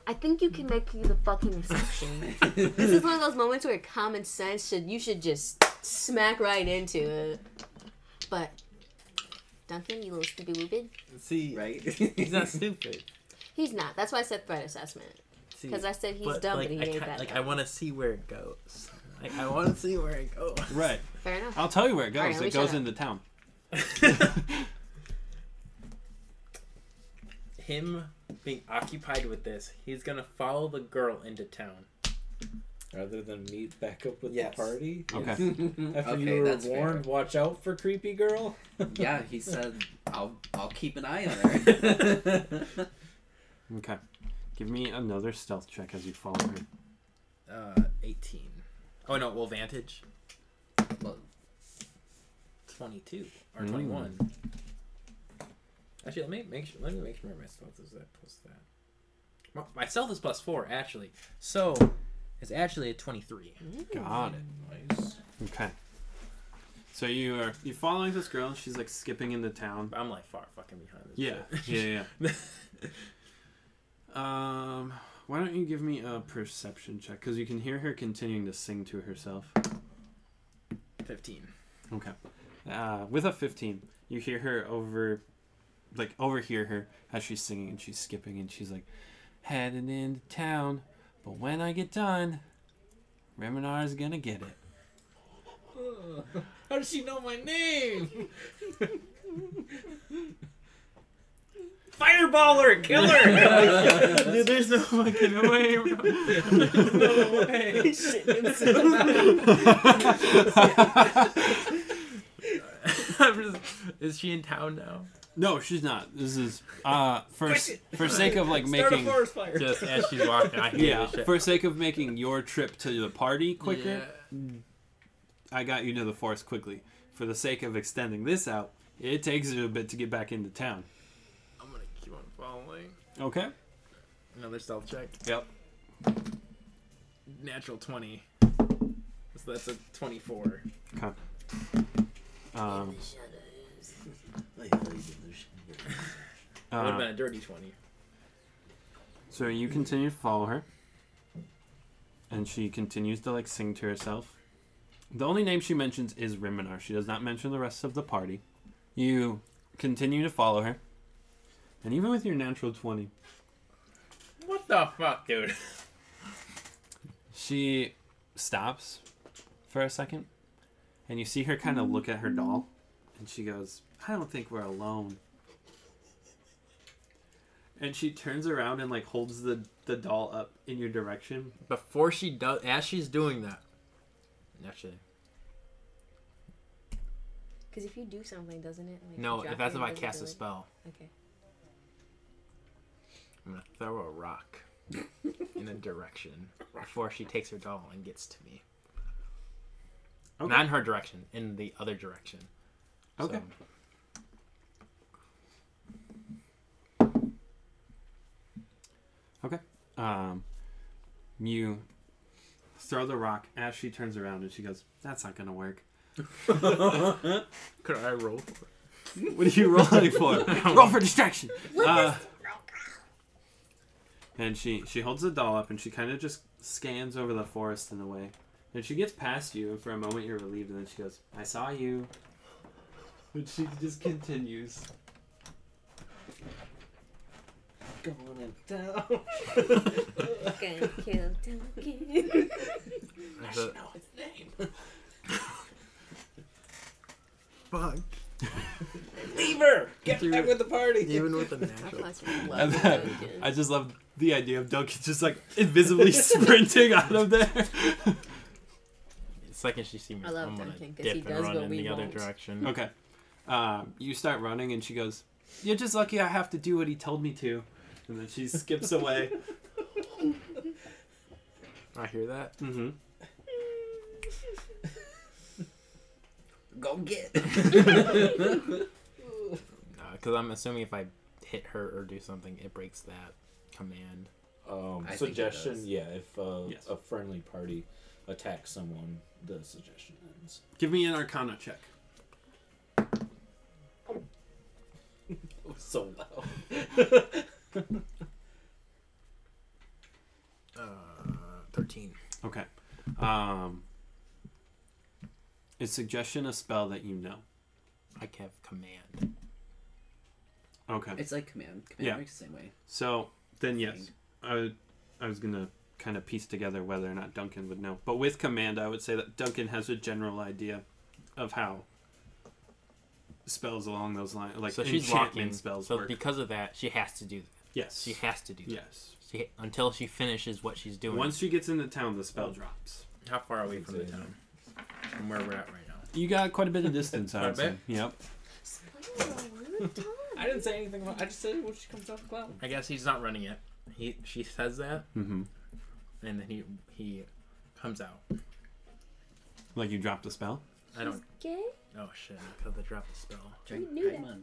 [SPEAKER 9] I think you can make the fucking assumption. this is one of those moments where common sense should you should just smack right into it. But Duncan, you little stupid woobid.
[SPEAKER 7] See,
[SPEAKER 4] right?
[SPEAKER 7] he's not stupid.
[SPEAKER 9] He's not. That's why I said threat assessment.
[SPEAKER 7] See,
[SPEAKER 9] Because I said he's
[SPEAKER 7] Mm. but,
[SPEAKER 9] dumb,
[SPEAKER 7] like,
[SPEAKER 9] but he
[SPEAKER 7] I
[SPEAKER 9] ain't
[SPEAKER 7] ca-
[SPEAKER 9] that
[SPEAKER 7] Like I
[SPEAKER 9] dumb.
[SPEAKER 7] want to see where it goes. Like I want to see where it goes.
[SPEAKER 5] Right.
[SPEAKER 9] Fair enough.
[SPEAKER 5] I'll tell you where it
[SPEAKER 9] Alright,
[SPEAKER 5] goes.
[SPEAKER 9] we
[SPEAKER 5] it goes
[SPEAKER 9] shut up.
[SPEAKER 5] into town.
[SPEAKER 8] Him being occupied with this, he's gonna follow the girl into town.
[SPEAKER 3] Rather than meet back up with
[SPEAKER 4] Yes.
[SPEAKER 3] the party
[SPEAKER 5] Okay.
[SPEAKER 3] after
[SPEAKER 4] Okay,
[SPEAKER 3] you were
[SPEAKER 4] that's
[SPEAKER 3] warned, watch out for creepy girl.
[SPEAKER 4] yeah, he said, "I'll I'll keep an eye on her."
[SPEAKER 5] Okay. Give me another stealth check as you follow her.
[SPEAKER 8] Uh, 18. Oh no, well, vantage.
[SPEAKER 4] well,
[SPEAKER 8] 22 or
[SPEAKER 7] Hmm.
[SPEAKER 5] Mm.
[SPEAKER 8] 21. Actually, let me make sure. Let me make sure my stealth is that plus that. My, my stealth is plus four actually, so it's actually a 23.
[SPEAKER 9] Mm-hmm.
[SPEAKER 5] Got it.
[SPEAKER 4] nice.
[SPEAKER 5] Okay. So you are you following this girl? and She's like skipping into town.
[SPEAKER 8] But I'm like far fucking behind this.
[SPEAKER 5] Yeah, yeah, yeah. um, why don't you give me a perception check? Because you can hear her continuing to sing to herself.
[SPEAKER 8] 15.
[SPEAKER 5] Okay. Uh, with a 15, you hear her over, like, overhear her as she's singing and she's skipping and she's like, heading into town, but when I get done, Reminar's gonna get it.
[SPEAKER 8] How does she know my name? Fireballer, killer.
[SPEAKER 7] Dude, there's no fucking way. Bro.
[SPEAKER 8] no way.
[SPEAKER 7] I'm just, is she in town now?
[SPEAKER 5] No, she's not. This is, uh, for, s- for sake of, like,
[SPEAKER 8] Start a
[SPEAKER 5] making.
[SPEAKER 8] forest fire.
[SPEAKER 7] Just as she's walking, I hear
[SPEAKER 5] Yeah,
[SPEAKER 7] this shit.
[SPEAKER 5] for sake of making your trip to the party quicker, I got you to the forest quickly. For the sake of extending this out, it takes you a bit to get back into town.
[SPEAKER 7] I'm gonna keep on following.
[SPEAKER 5] Okay.
[SPEAKER 7] Another stealth check.
[SPEAKER 5] Yep.
[SPEAKER 7] Natural twenty.
[SPEAKER 8] So that's a 24.
[SPEAKER 5] Um,
[SPEAKER 8] It would have
[SPEAKER 5] uh,
[SPEAKER 8] been a dirty 20.
[SPEAKER 5] so you continue to follow her, and she continues to like sing to herself. The only name she mentions is Riminar. She does not mention the rest of the party. You continue to follow her, and even with your natural twenty,
[SPEAKER 8] What the fuck, dude?
[SPEAKER 5] She stops for a second, and you see her kind of look at her doll, and she goes, I don't think we're alone. And she turns around and like holds the, the doll up in your direction.
[SPEAKER 7] Before she does, as she's doing that, actually,
[SPEAKER 9] Because if you do something, doesn't it? Like,
[SPEAKER 7] no.
[SPEAKER 9] drop
[SPEAKER 7] If that's
[SPEAKER 9] your
[SPEAKER 7] if I cast a
[SPEAKER 9] invisibility?
[SPEAKER 7] spell,
[SPEAKER 9] Okay.
[SPEAKER 7] I'm gonna throw a rock in a direction before she takes her doll and gets to me.
[SPEAKER 5] Okay.
[SPEAKER 7] Not in her direction, in the other direction.
[SPEAKER 5] Okay. Um, you throw the rock as she turns around, and she goes, That's not gonna work.
[SPEAKER 7] could I roll? for it?
[SPEAKER 1] What are you rolling for? Roll for distraction.
[SPEAKER 5] Uh, and she she holds the doll up and she kind of just scans over the forest in a way. And she gets past you, and for a moment you're relieved, and then she goes, "I saw you." And she just continues.
[SPEAKER 4] Going down.
[SPEAKER 9] Gonna kill Duncan.
[SPEAKER 7] I should know his name. Fuck.
[SPEAKER 4] Leave her. Get
[SPEAKER 7] Dude.
[SPEAKER 4] back with the party.
[SPEAKER 7] Even with the
[SPEAKER 9] I
[SPEAKER 7] natural.
[SPEAKER 9] fucking
[SPEAKER 1] And
[SPEAKER 9] love
[SPEAKER 1] then,
[SPEAKER 9] Duncan.
[SPEAKER 1] I just love the idea of Duncan just like invisibly sprinting out of there.
[SPEAKER 7] The second she sees me,
[SPEAKER 9] I love
[SPEAKER 7] I'm gonna
[SPEAKER 9] Duncan 'cause he
[SPEAKER 7] dip and
[SPEAKER 9] does
[SPEAKER 7] run
[SPEAKER 9] what
[SPEAKER 7] in
[SPEAKER 9] we
[SPEAKER 7] the other
[SPEAKER 9] won't.
[SPEAKER 7] direction.
[SPEAKER 5] Okay. Um, you start running, and she goes, You're just lucky I have to do what he told me to. And then she skips away.
[SPEAKER 7] I hear that.
[SPEAKER 5] mm-hmm.
[SPEAKER 4] Go get.
[SPEAKER 7] Because uh, I'm assuming if I hit her or do something, it breaks that command.
[SPEAKER 3] Um,
[SPEAKER 4] I think it
[SPEAKER 3] suggestion,
[SPEAKER 4] does.
[SPEAKER 3] yeah. If uh,
[SPEAKER 5] Yes.
[SPEAKER 3] a friendly party attacks someone, the suggestion ends.
[SPEAKER 5] Give me an arcana check.
[SPEAKER 4] Oh, so loud.
[SPEAKER 7] Uh, 13.
[SPEAKER 5] Okay. Um, is suggestion a spell that you know?
[SPEAKER 7] I have command.
[SPEAKER 5] Okay.
[SPEAKER 4] It's like command. Command
[SPEAKER 5] Yeah.
[SPEAKER 4] works the same way.
[SPEAKER 5] So then, yes, I would, I was gonna kind of piece together whether or not Duncan would know, but with command, I would say that Duncan has a general idea of how spells along those lines, like
[SPEAKER 7] so she's
[SPEAKER 5] enchantment
[SPEAKER 7] locking.
[SPEAKER 5] spells
[SPEAKER 7] so
[SPEAKER 5] work.
[SPEAKER 7] because of that, she has to do that.
[SPEAKER 5] yes,
[SPEAKER 7] She has to do that.
[SPEAKER 5] yes.
[SPEAKER 7] She, until she finishes what she's doing.
[SPEAKER 5] Once she gets into town, the
[SPEAKER 1] Oh.
[SPEAKER 5] spell drops.
[SPEAKER 8] How far are we from the town? From where we're at right now.
[SPEAKER 1] You got quite a bit of distance, I would
[SPEAKER 8] Quite a
[SPEAKER 1] say. Yep.
[SPEAKER 4] I didn't say anything. Wrong. I just said when she comes off the cloud.
[SPEAKER 8] I guess he's not running it. He she says that,
[SPEAKER 1] Mm-hmm.
[SPEAKER 8] and then he he comes out.
[SPEAKER 1] Like you dropped a spell.
[SPEAKER 8] I don't.
[SPEAKER 9] Gay?
[SPEAKER 8] Oh shit! Because I dropped the spell.
[SPEAKER 4] Drink
[SPEAKER 9] knew that.
[SPEAKER 4] Paimon.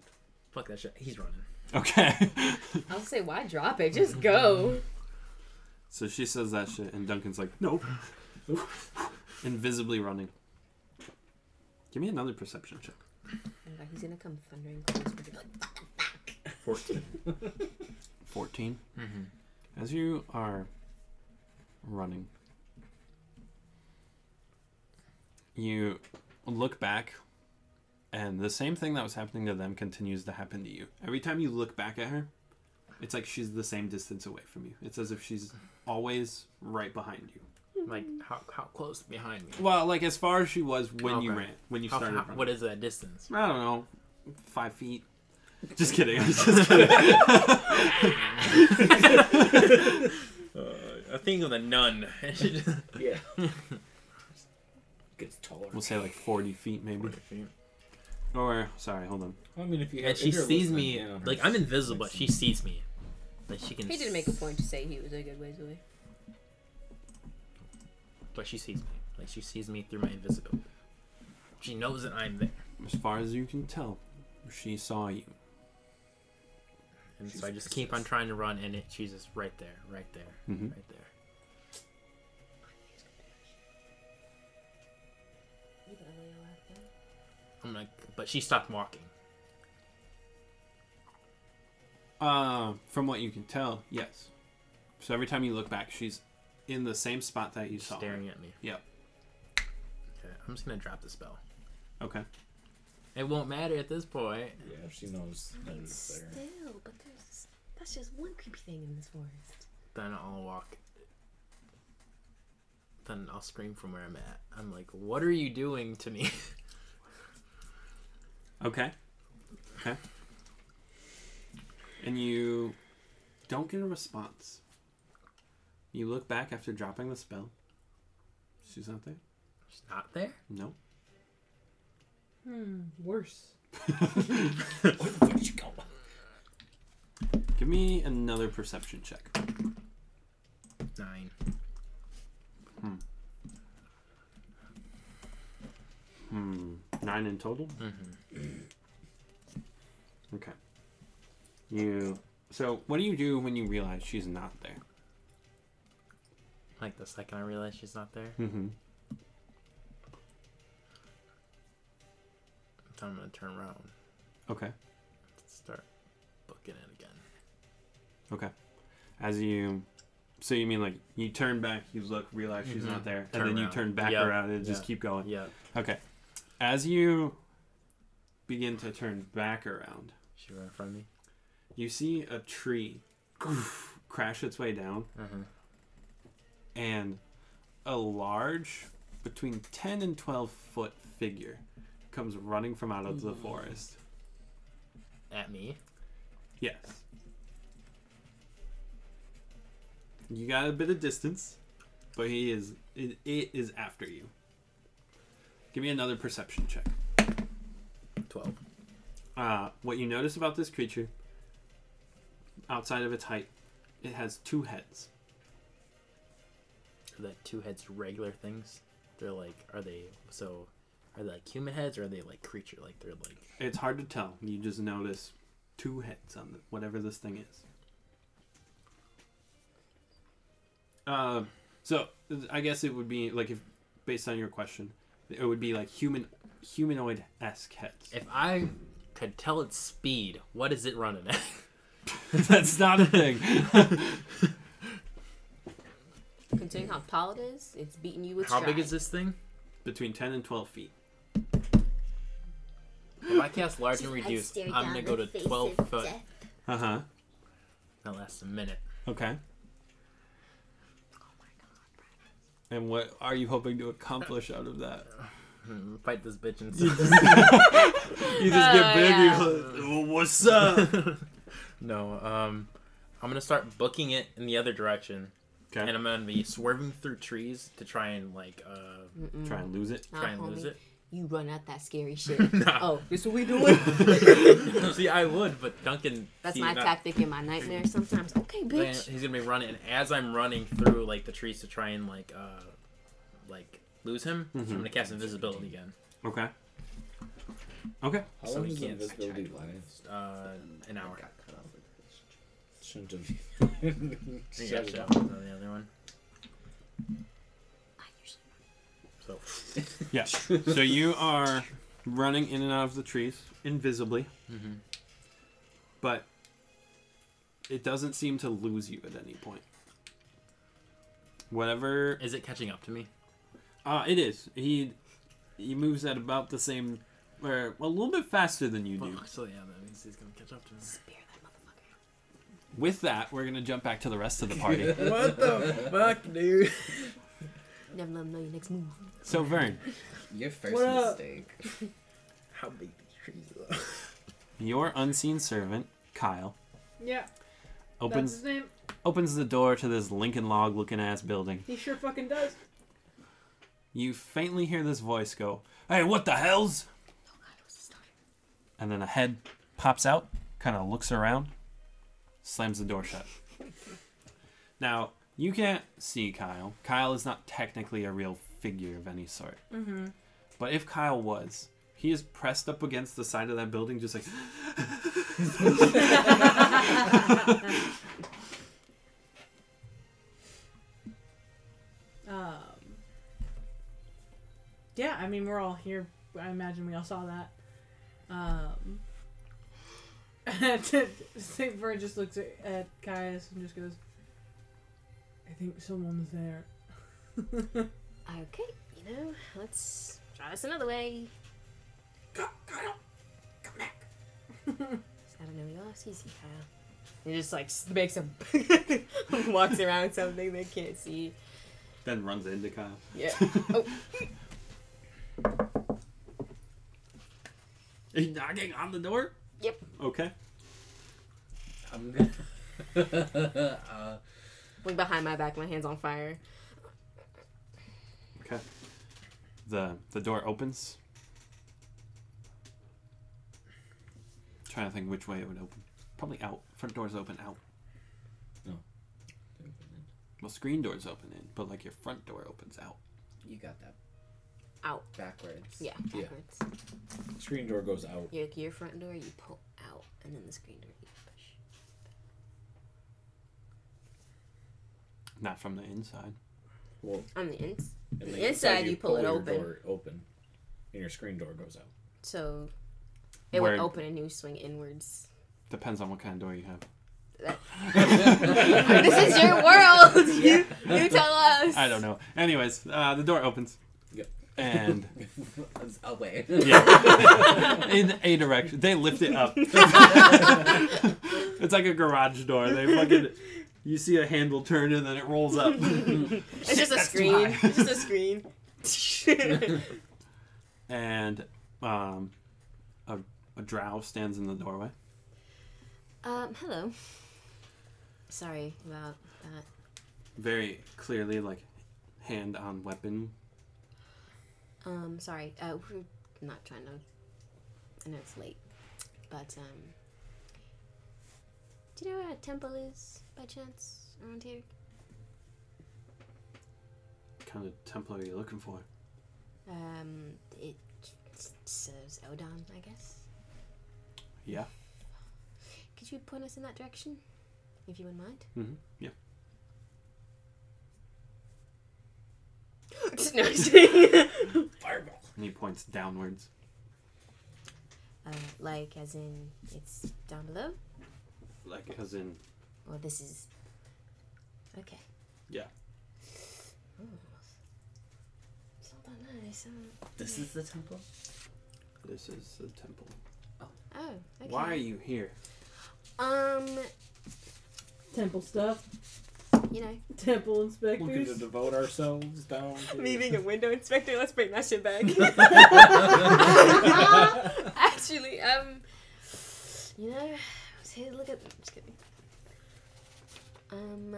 [SPEAKER 8] Fuck that shit. He's running.
[SPEAKER 1] Okay.
[SPEAKER 9] I'll say, why drop it? Just go.
[SPEAKER 5] So she says that shit, and Duncan's like, nope. Invisibly running. Give me another perception check.
[SPEAKER 9] Oh my God, he's gonna come thundering close. We're gonna be like,
[SPEAKER 8] Fourteen.
[SPEAKER 5] 14.
[SPEAKER 7] Mm-hmm.
[SPEAKER 5] As you are running, you look back, and the same thing that was happening to them continues to happen to you. Every time you look back at her, it's like she's the same distance away from you. It's as if she's always right behind you.
[SPEAKER 7] like, how, how close behind me?
[SPEAKER 5] Well, like as far as she was when you
[SPEAKER 7] Okay.
[SPEAKER 5] ran, when you
[SPEAKER 7] How,
[SPEAKER 5] started.
[SPEAKER 7] how-
[SPEAKER 5] running.
[SPEAKER 7] what is that distance?
[SPEAKER 5] I don't know, five feet. Just kidding. I'm just kidding. Uh,
[SPEAKER 8] A thing with a nun.
[SPEAKER 4] Yeah. Gets taller.
[SPEAKER 5] We'll say like 40 feet, maybe. Or sorry, hold on.
[SPEAKER 3] I mean, if you
[SPEAKER 7] And
[SPEAKER 3] if
[SPEAKER 7] she
[SPEAKER 3] you're
[SPEAKER 7] sees
[SPEAKER 3] listening
[SPEAKER 7] me.
[SPEAKER 3] in on her,
[SPEAKER 7] Like, I'm invisible, but she sees me. Like, she can.
[SPEAKER 9] he did
[SPEAKER 7] s-
[SPEAKER 9] make a point to say he was a good ways away.
[SPEAKER 7] But she sees me. Like, she sees me through my invisibility. She knows that I'm there.
[SPEAKER 5] As far as you can tell, she saw you.
[SPEAKER 7] And
[SPEAKER 4] She's
[SPEAKER 7] so I just keep on trying to run, and it she's just right there, right there,
[SPEAKER 5] Mhm.
[SPEAKER 7] right there. I'm like, but she stopped walking.
[SPEAKER 5] Uh, from what you can tell, yes. So every time you look back, she's in the same spot that you
[SPEAKER 7] She's
[SPEAKER 5] saw. her.
[SPEAKER 7] staring at me.
[SPEAKER 5] Yep.
[SPEAKER 7] Okay, I'm just gonna drop the spell.
[SPEAKER 5] Okay.
[SPEAKER 7] It won't matter at this point.
[SPEAKER 3] Yeah, she knows that it's there.
[SPEAKER 9] Still, but there's that's just one creepy thing in this forest.
[SPEAKER 7] Then I'll walk. Then I'll scream from where I'm at. I'm like, what are you doing to me?
[SPEAKER 5] Okay. Okay. And you don't get a response. You look back after dropping the spell. She's not there.
[SPEAKER 7] she's not there.
[SPEAKER 5] No.
[SPEAKER 6] Worse.
[SPEAKER 4] Where the fuck did she go?
[SPEAKER 5] Give me another perception check.
[SPEAKER 7] Nine.
[SPEAKER 5] Hmm. Nine in total? okay. You. So, what do you do when you realize she's not there?
[SPEAKER 7] Like the second I realize she's not there,
[SPEAKER 5] Mm-hmm.
[SPEAKER 7] then I'm gonna turn around.
[SPEAKER 5] Okay.
[SPEAKER 7] Start booking it again.
[SPEAKER 5] Okay. As you, so you mean like you turn back, you look, realize she's not there,
[SPEAKER 7] Mm-hmm. Turn
[SPEAKER 5] and then you
[SPEAKER 7] around.
[SPEAKER 5] turn back
[SPEAKER 7] Yeah.
[SPEAKER 5] around and just
[SPEAKER 7] Yeah.
[SPEAKER 5] keep going.
[SPEAKER 7] Yeah.
[SPEAKER 5] Okay. As you begin to turn back around,
[SPEAKER 7] She ran from me.
[SPEAKER 5] you see a tree crash its way down,
[SPEAKER 7] Mm-hmm.
[SPEAKER 5] and a large, between ten and twelve foot figure comes running from out of the
[SPEAKER 7] Mm.
[SPEAKER 5] forest.
[SPEAKER 7] At me.
[SPEAKER 5] Yes. You got a bit of distance, but he is it, it is after you. Give me another perception check.
[SPEAKER 7] 12.
[SPEAKER 5] Uh, what you notice about this creature, outside of its height, it has two heads.
[SPEAKER 7] Are that two heads regular things? They're like, are they, so, are they like human heads or are they like creature? Like, they're like,
[SPEAKER 5] It's hard to tell. You just notice two heads on the, whatever this thing is. Uh, so I guess it would be like if based on your question, it would be like human humanoid esque heads.
[SPEAKER 7] if I could tell its speed, what is it running at?
[SPEAKER 5] That's not a thing.
[SPEAKER 9] Considering how tall it is, it's beating you with
[SPEAKER 7] How big
[SPEAKER 9] stride.
[SPEAKER 7] is this thing?
[SPEAKER 5] Between ten and twelve feet.
[SPEAKER 7] If I cast large and
[SPEAKER 9] I
[SPEAKER 7] reduced,
[SPEAKER 9] stare
[SPEAKER 7] I'm
[SPEAKER 9] down
[SPEAKER 7] gonna go
[SPEAKER 9] the
[SPEAKER 7] to
[SPEAKER 9] face
[SPEAKER 7] 12
[SPEAKER 9] of
[SPEAKER 7] foot.
[SPEAKER 9] death.
[SPEAKER 5] Uh huh.
[SPEAKER 7] That lasts a minute.
[SPEAKER 5] Okay. Oh And what are you hoping to accomplish out of that?
[SPEAKER 7] Hmm, Fight this bitch and
[SPEAKER 5] You just get
[SPEAKER 9] Oh,
[SPEAKER 5] big.
[SPEAKER 9] yeah.
[SPEAKER 5] You, "Oh, what's up?
[SPEAKER 7] No, um, I'm gonna start booking it in the other direction,
[SPEAKER 5] Okay.
[SPEAKER 7] and I'm gonna be swerving through trees to try and like uh
[SPEAKER 5] Try and lose it.
[SPEAKER 9] Nah,
[SPEAKER 7] try and lose
[SPEAKER 9] homie,
[SPEAKER 7] it.
[SPEAKER 9] You run out that scary shit.
[SPEAKER 7] Nah.
[SPEAKER 9] Oh, this what we doing?
[SPEAKER 7] See, I would, but Duncan.
[SPEAKER 9] That's
[SPEAKER 7] he-
[SPEAKER 9] my
[SPEAKER 7] not-
[SPEAKER 9] tactic in my nightmares sometimes. Okay,
[SPEAKER 7] Then
[SPEAKER 9] bitch.
[SPEAKER 7] He's gonna be running, and as I'm running through like the trees to try and like uh like lose him, I'm gonna cast invisibility again,
[SPEAKER 5] Okay. Okay.
[SPEAKER 4] How
[SPEAKER 7] So
[SPEAKER 4] long
[SPEAKER 7] we
[SPEAKER 4] does
[SPEAKER 7] can't-
[SPEAKER 4] invisibility last?
[SPEAKER 7] uh, an
[SPEAKER 4] I
[SPEAKER 7] hour.
[SPEAKER 4] got cut off with this.
[SPEAKER 3] Shouldn't have.
[SPEAKER 7] Yeah,
[SPEAKER 3] Shut it
[SPEAKER 7] so
[SPEAKER 3] up.
[SPEAKER 7] the other one.
[SPEAKER 9] I usually-
[SPEAKER 7] So
[SPEAKER 5] Yeah. so you are running in and out of the trees invisibly, but it doesn't seem to lose you at any point. Whatever
[SPEAKER 7] is it catching up to me?
[SPEAKER 5] uh, it is, he he moves at about the same, or a little bit faster than you do.
[SPEAKER 7] Fuck, Oh, so yeah, that means he's gonna catch up to me.
[SPEAKER 9] Spear that motherfucker.
[SPEAKER 5] With that, we're gonna jump back to the rest of the party.
[SPEAKER 7] What the fuck, dude?
[SPEAKER 9] Never let him know your next move.
[SPEAKER 5] so Vern,
[SPEAKER 4] Your first
[SPEAKER 3] What up?
[SPEAKER 4] mistake.
[SPEAKER 7] How big these trees are?
[SPEAKER 5] your unseen servant Kyle
[SPEAKER 6] Yeah, that's
[SPEAKER 5] opens
[SPEAKER 6] his name.
[SPEAKER 5] opens the door to this Lincoln log looking ass building.
[SPEAKER 6] He sure fucking does.
[SPEAKER 5] You faintly hear this voice go, Hey, what the hell's? And then a head pops out, kind of looks around, slams the door shut. Now, you can't see Kyle. Kyle is not technically a real figure of any sort. Mm-hmm. But if Kyle was, he is pressed up against the side of that building, just like.
[SPEAKER 6] Um, yeah, I mean, we're all here. I imagine we all saw that. Um, St. Bird just looks at, at Caius and just goes, I think someone's there.
[SPEAKER 9] Okay, you know, let's try this another way. Go, Kyle, come back. I don't know you are, Susie Kyle. He just like s- makes a walks around something they can't see.
[SPEAKER 5] Then runs into Kyle.
[SPEAKER 9] Yeah.
[SPEAKER 5] Are you knocking on the door?
[SPEAKER 9] Yep.
[SPEAKER 5] Okay.
[SPEAKER 4] I'm gonna. uh,
[SPEAKER 9] Look behind my back, my hands on fire.
[SPEAKER 5] Okay. The the door opens. trying to think which way it would open. Probably out. Front door's open out. Well, screen door's open in, but like your front door opens out.
[SPEAKER 4] you got that
[SPEAKER 9] Out.
[SPEAKER 4] backwards.
[SPEAKER 9] Yeah,
[SPEAKER 4] Yeah.
[SPEAKER 9] backwards.
[SPEAKER 3] Screen door goes out.
[SPEAKER 9] Your, your front door, you pull out, and then the screen door, you push.
[SPEAKER 5] Not from the inside.
[SPEAKER 3] Well,
[SPEAKER 9] On the ins.
[SPEAKER 3] and
[SPEAKER 9] The
[SPEAKER 3] then you
[SPEAKER 9] inside,
[SPEAKER 3] say
[SPEAKER 9] you pull it
[SPEAKER 3] your
[SPEAKER 9] open.
[SPEAKER 3] Door open, and your screen door goes out.
[SPEAKER 9] So It
[SPEAKER 5] Word.
[SPEAKER 9] would open a new swing inwards.
[SPEAKER 5] Depends on what kind of door you have.
[SPEAKER 9] this is your world. You, you tell us.
[SPEAKER 5] I don't know. Anyways, uh, the door opens.
[SPEAKER 4] Yep.
[SPEAKER 5] And
[SPEAKER 4] Away.
[SPEAKER 5] yeah, in a direction. They lift it up. it's like a garage door. They fucking. You see a handle turn and then it rolls up.
[SPEAKER 9] It's just a screen. It's just a screen.
[SPEAKER 5] and um, a, a drow stands in the doorway.
[SPEAKER 9] um, hello. Sorry about that.
[SPEAKER 5] Very clearly, like, hand on weapon.
[SPEAKER 9] Um, sorry. Uh, we're not trying to. I know it's late, but um, do you know where a temple is by chance around here?
[SPEAKER 5] kind of temple are you looking for?
[SPEAKER 9] Um, it s- serves Odon, I guess.
[SPEAKER 5] Yeah.
[SPEAKER 9] Could you point us in that direction, if you wouldn't mind?
[SPEAKER 5] Mm-hmm. Yeah.
[SPEAKER 9] Just no, just kidding.
[SPEAKER 5] And he points downwards.
[SPEAKER 9] uh, like, as in, it's down below,
[SPEAKER 5] Like, as in,
[SPEAKER 9] or this is. Okay.
[SPEAKER 5] Yeah.
[SPEAKER 9] Ooh. So don't know, so-
[SPEAKER 4] this is the temple?
[SPEAKER 5] this is the temple.
[SPEAKER 9] Oh, okay.
[SPEAKER 5] Why are you here?
[SPEAKER 9] Um,
[SPEAKER 6] Temple stuff.
[SPEAKER 9] you know,
[SPEAKER 6] Temple
[SPEAKER 3] We're going to
[SPEAKER 6] inspectors.
[SPEAKER 3] devote ourselves down to
[SPEAKER 9] me being a window inspector. Let's bring that shit back. Actually, um, you know, I was here to look at. Just kidding. Um.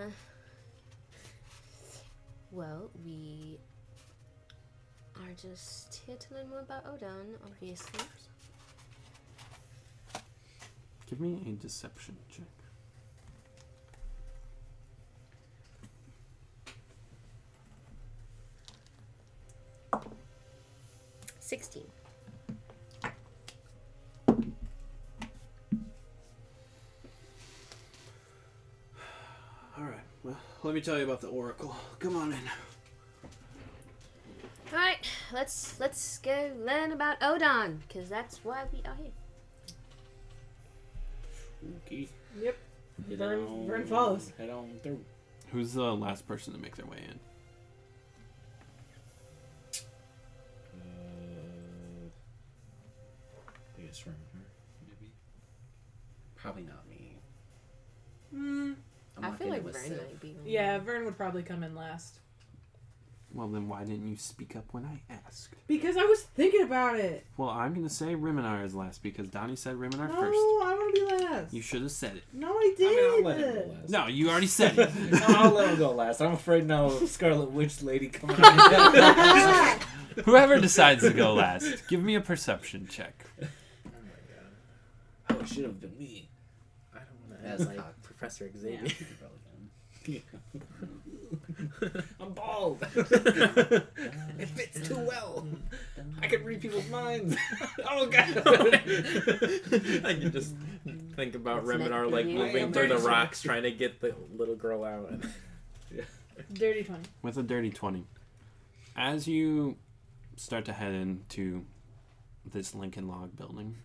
[SPEAKER 9] Well, we are just here to learn more about Odon, obviously.
[SPEAKER 5] Give me a deception check.
[SPEAKER 9] Sixteen.
[SPEAKER 5] All right. Well, let me tell you about the oracle. Come on in.
[SPEAKER 9] All right, let's let's go learn about Odon, cause that's why we are here.
[SPEAKER 3] Spooky.
[SPEAKER 6] Yep.
[SPEAKER 3] Head
[SPEAKER 6] Vern-
[SPEAKER 3] on-
[SPEAKER 6] Vern follows.
[SPEAKER 3] Head on through.
[SPEAKER 5] Who's the last person to make their way in?
[SPEAKER 4] Uh, I guess remember, maybe. Probably not me.
[SPEAKER 6] Mm,
[SPEAKER 4] I'm
[SPEAKER 9] I
[SPEAKER 4] not
[SPEAKER 9] feel
[SPEAKER 4] gonna
[SPEAKER 9] like
[SPEAKER 4] listen.
[SPEAKER 9] Vern might be. one.
[SPEAKER 6] yeah, Vern would probably come in last
[SPEAKER 5] Well, then why didn't you speak up when I asked?
[SPEAKER 6] because I was thinking about it.
[SPEAKER 5] Well, I'm gonna say Riminar is last because Donnie said Riminar
[SPEAKER 6] No,
[SPEAKER 5] first.
[SPEAKER 6] I want to be last.
[SPEAKER 5] You should have said it.
[SPEAKER 6] no, I
[SPEAKER 3] I mean, I'll
[SPEAKER 6] didn't.
[SPEAKER 3] let him go last.
[SPEAKER 5] No, you already said it.
[SPEAKER 3] I'll let him go last. I'm afraid no Scarlet Witch lady coming Oh, out.
[SPEAKER 5] Whoever decides to go last, give me a perception check.
[SPEAKER 8] Oh my
[SPEAKER 4] Oh, it should have been me.
[SPEAKER 8] god. I don't want to
[SPEAKER 4] That's
[SPEAKER 8] act like
[SPEAKER 4] cocked.
[SPEAKER 8] Professor
[SPEAKER 4] Maybe.
[SPEAKER 8] Xavier.
[SPEAKER 4] Probably him.
[SPEAKER 3] I'm bald.
[SPEAKER 4] Uh,
[SPEAKER 3] It fits too well. I can read people's minds. oh god.
[SPEAKER 8] I can just think about
[SPEAKER 9] Let's
[SPEAKER 8] Reminar
[SPEAKER 9] make
[SPEAKER 8] like
[SPEAKER 9] the-
[SPEAKER 8] moving
[SPEAKER 3] I'm
[SPEAKER 8] through the
[SPEAKER 3] very
[SPEAKER 8] rocks trying to get the little girl out.
[SPEAKER 6] Dirty twenty.
[SPEAKER 5] with a dirty 20 as you start to head into this lincoln log building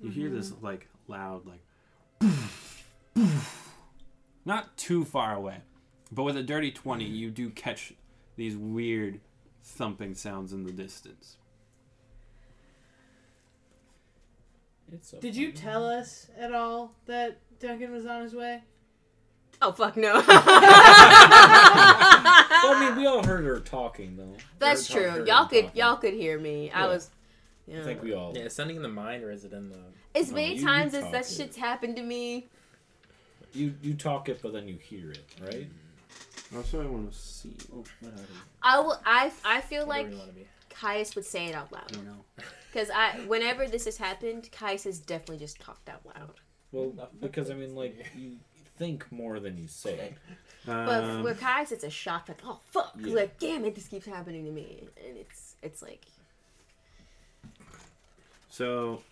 [SPEAKER 5] you hear this
[SPEAKER 9] Mm-hmm.
[SPEAKER 5] like loud like not too far away but with a dirty 20 you do catch these weird thumping sounds in the distance
[SPEAKER 3] It's so
[SPEAKER 6] Did you tell us at all that Duncan was on his way?
[SPEAKER 9] Oh fuck no.
[SPEAKER 3] Well, I mean, we all heard her talking though.
[SPEAKER 9] That's
[SPEAKER 3] Heard her
[SPEAKER 9] true.
[SPEAKER 3] talking
[SPEAKER 9] Y'all
[SPEAKER 3] and
[SPEAKER 9] could
[SPEAKER 3] talking.
[SPEAKER 9] y'all could hear me. I
[SPEAKER 3] Yeah.
[SPEAKER 9] was. Yeah.
[SPEAKER 3] I think we all.
[SPEAKER 8] Yeah, is sending in the mind or is it in the
[SPEAKER 9] as
[SPEAKER 3] No,
[SPEAKER 9] many
[SPEAKER 3] you- you
[SPEAKER 9] times as
[SPEAKER 3] talk
[SPEAKER 9] that
[SPEAKER 3] it.
[SPEAKER 9] shit's happened to me.
[SPEAKER 3] You you talk it, but then you hear it, right?
[SPEAKER 5] also i want to see
[SPEAKER 4] oh, what are we?
[SPEAKER 9] I will. I I feel
[SPEAKER 8] whatever
[SPEAKER 9] like
[SPEAKER 8] you want to be?
[SPEAKER 9] Caius would say it out loud.
[SPEAKER 3] Mm.
[SPEAKER 5] don't know
[SPEAKER 9] Because I, whenever this has happened, Kais has definitely just talked out loud.
[SPEAKER 3] Well, because I mean, like you think more than you say.
[SPEAKER 9] But
[SPEAKER 5] Um,
[SPEAKER 9] with Kais, it's a shock. Like, oh fuck!
[SPEAKER 3] Yeah.
[SPEAKER 9] Like, damn it, this keeps happening to me, and it's it's like,
[SPEAKER 5] So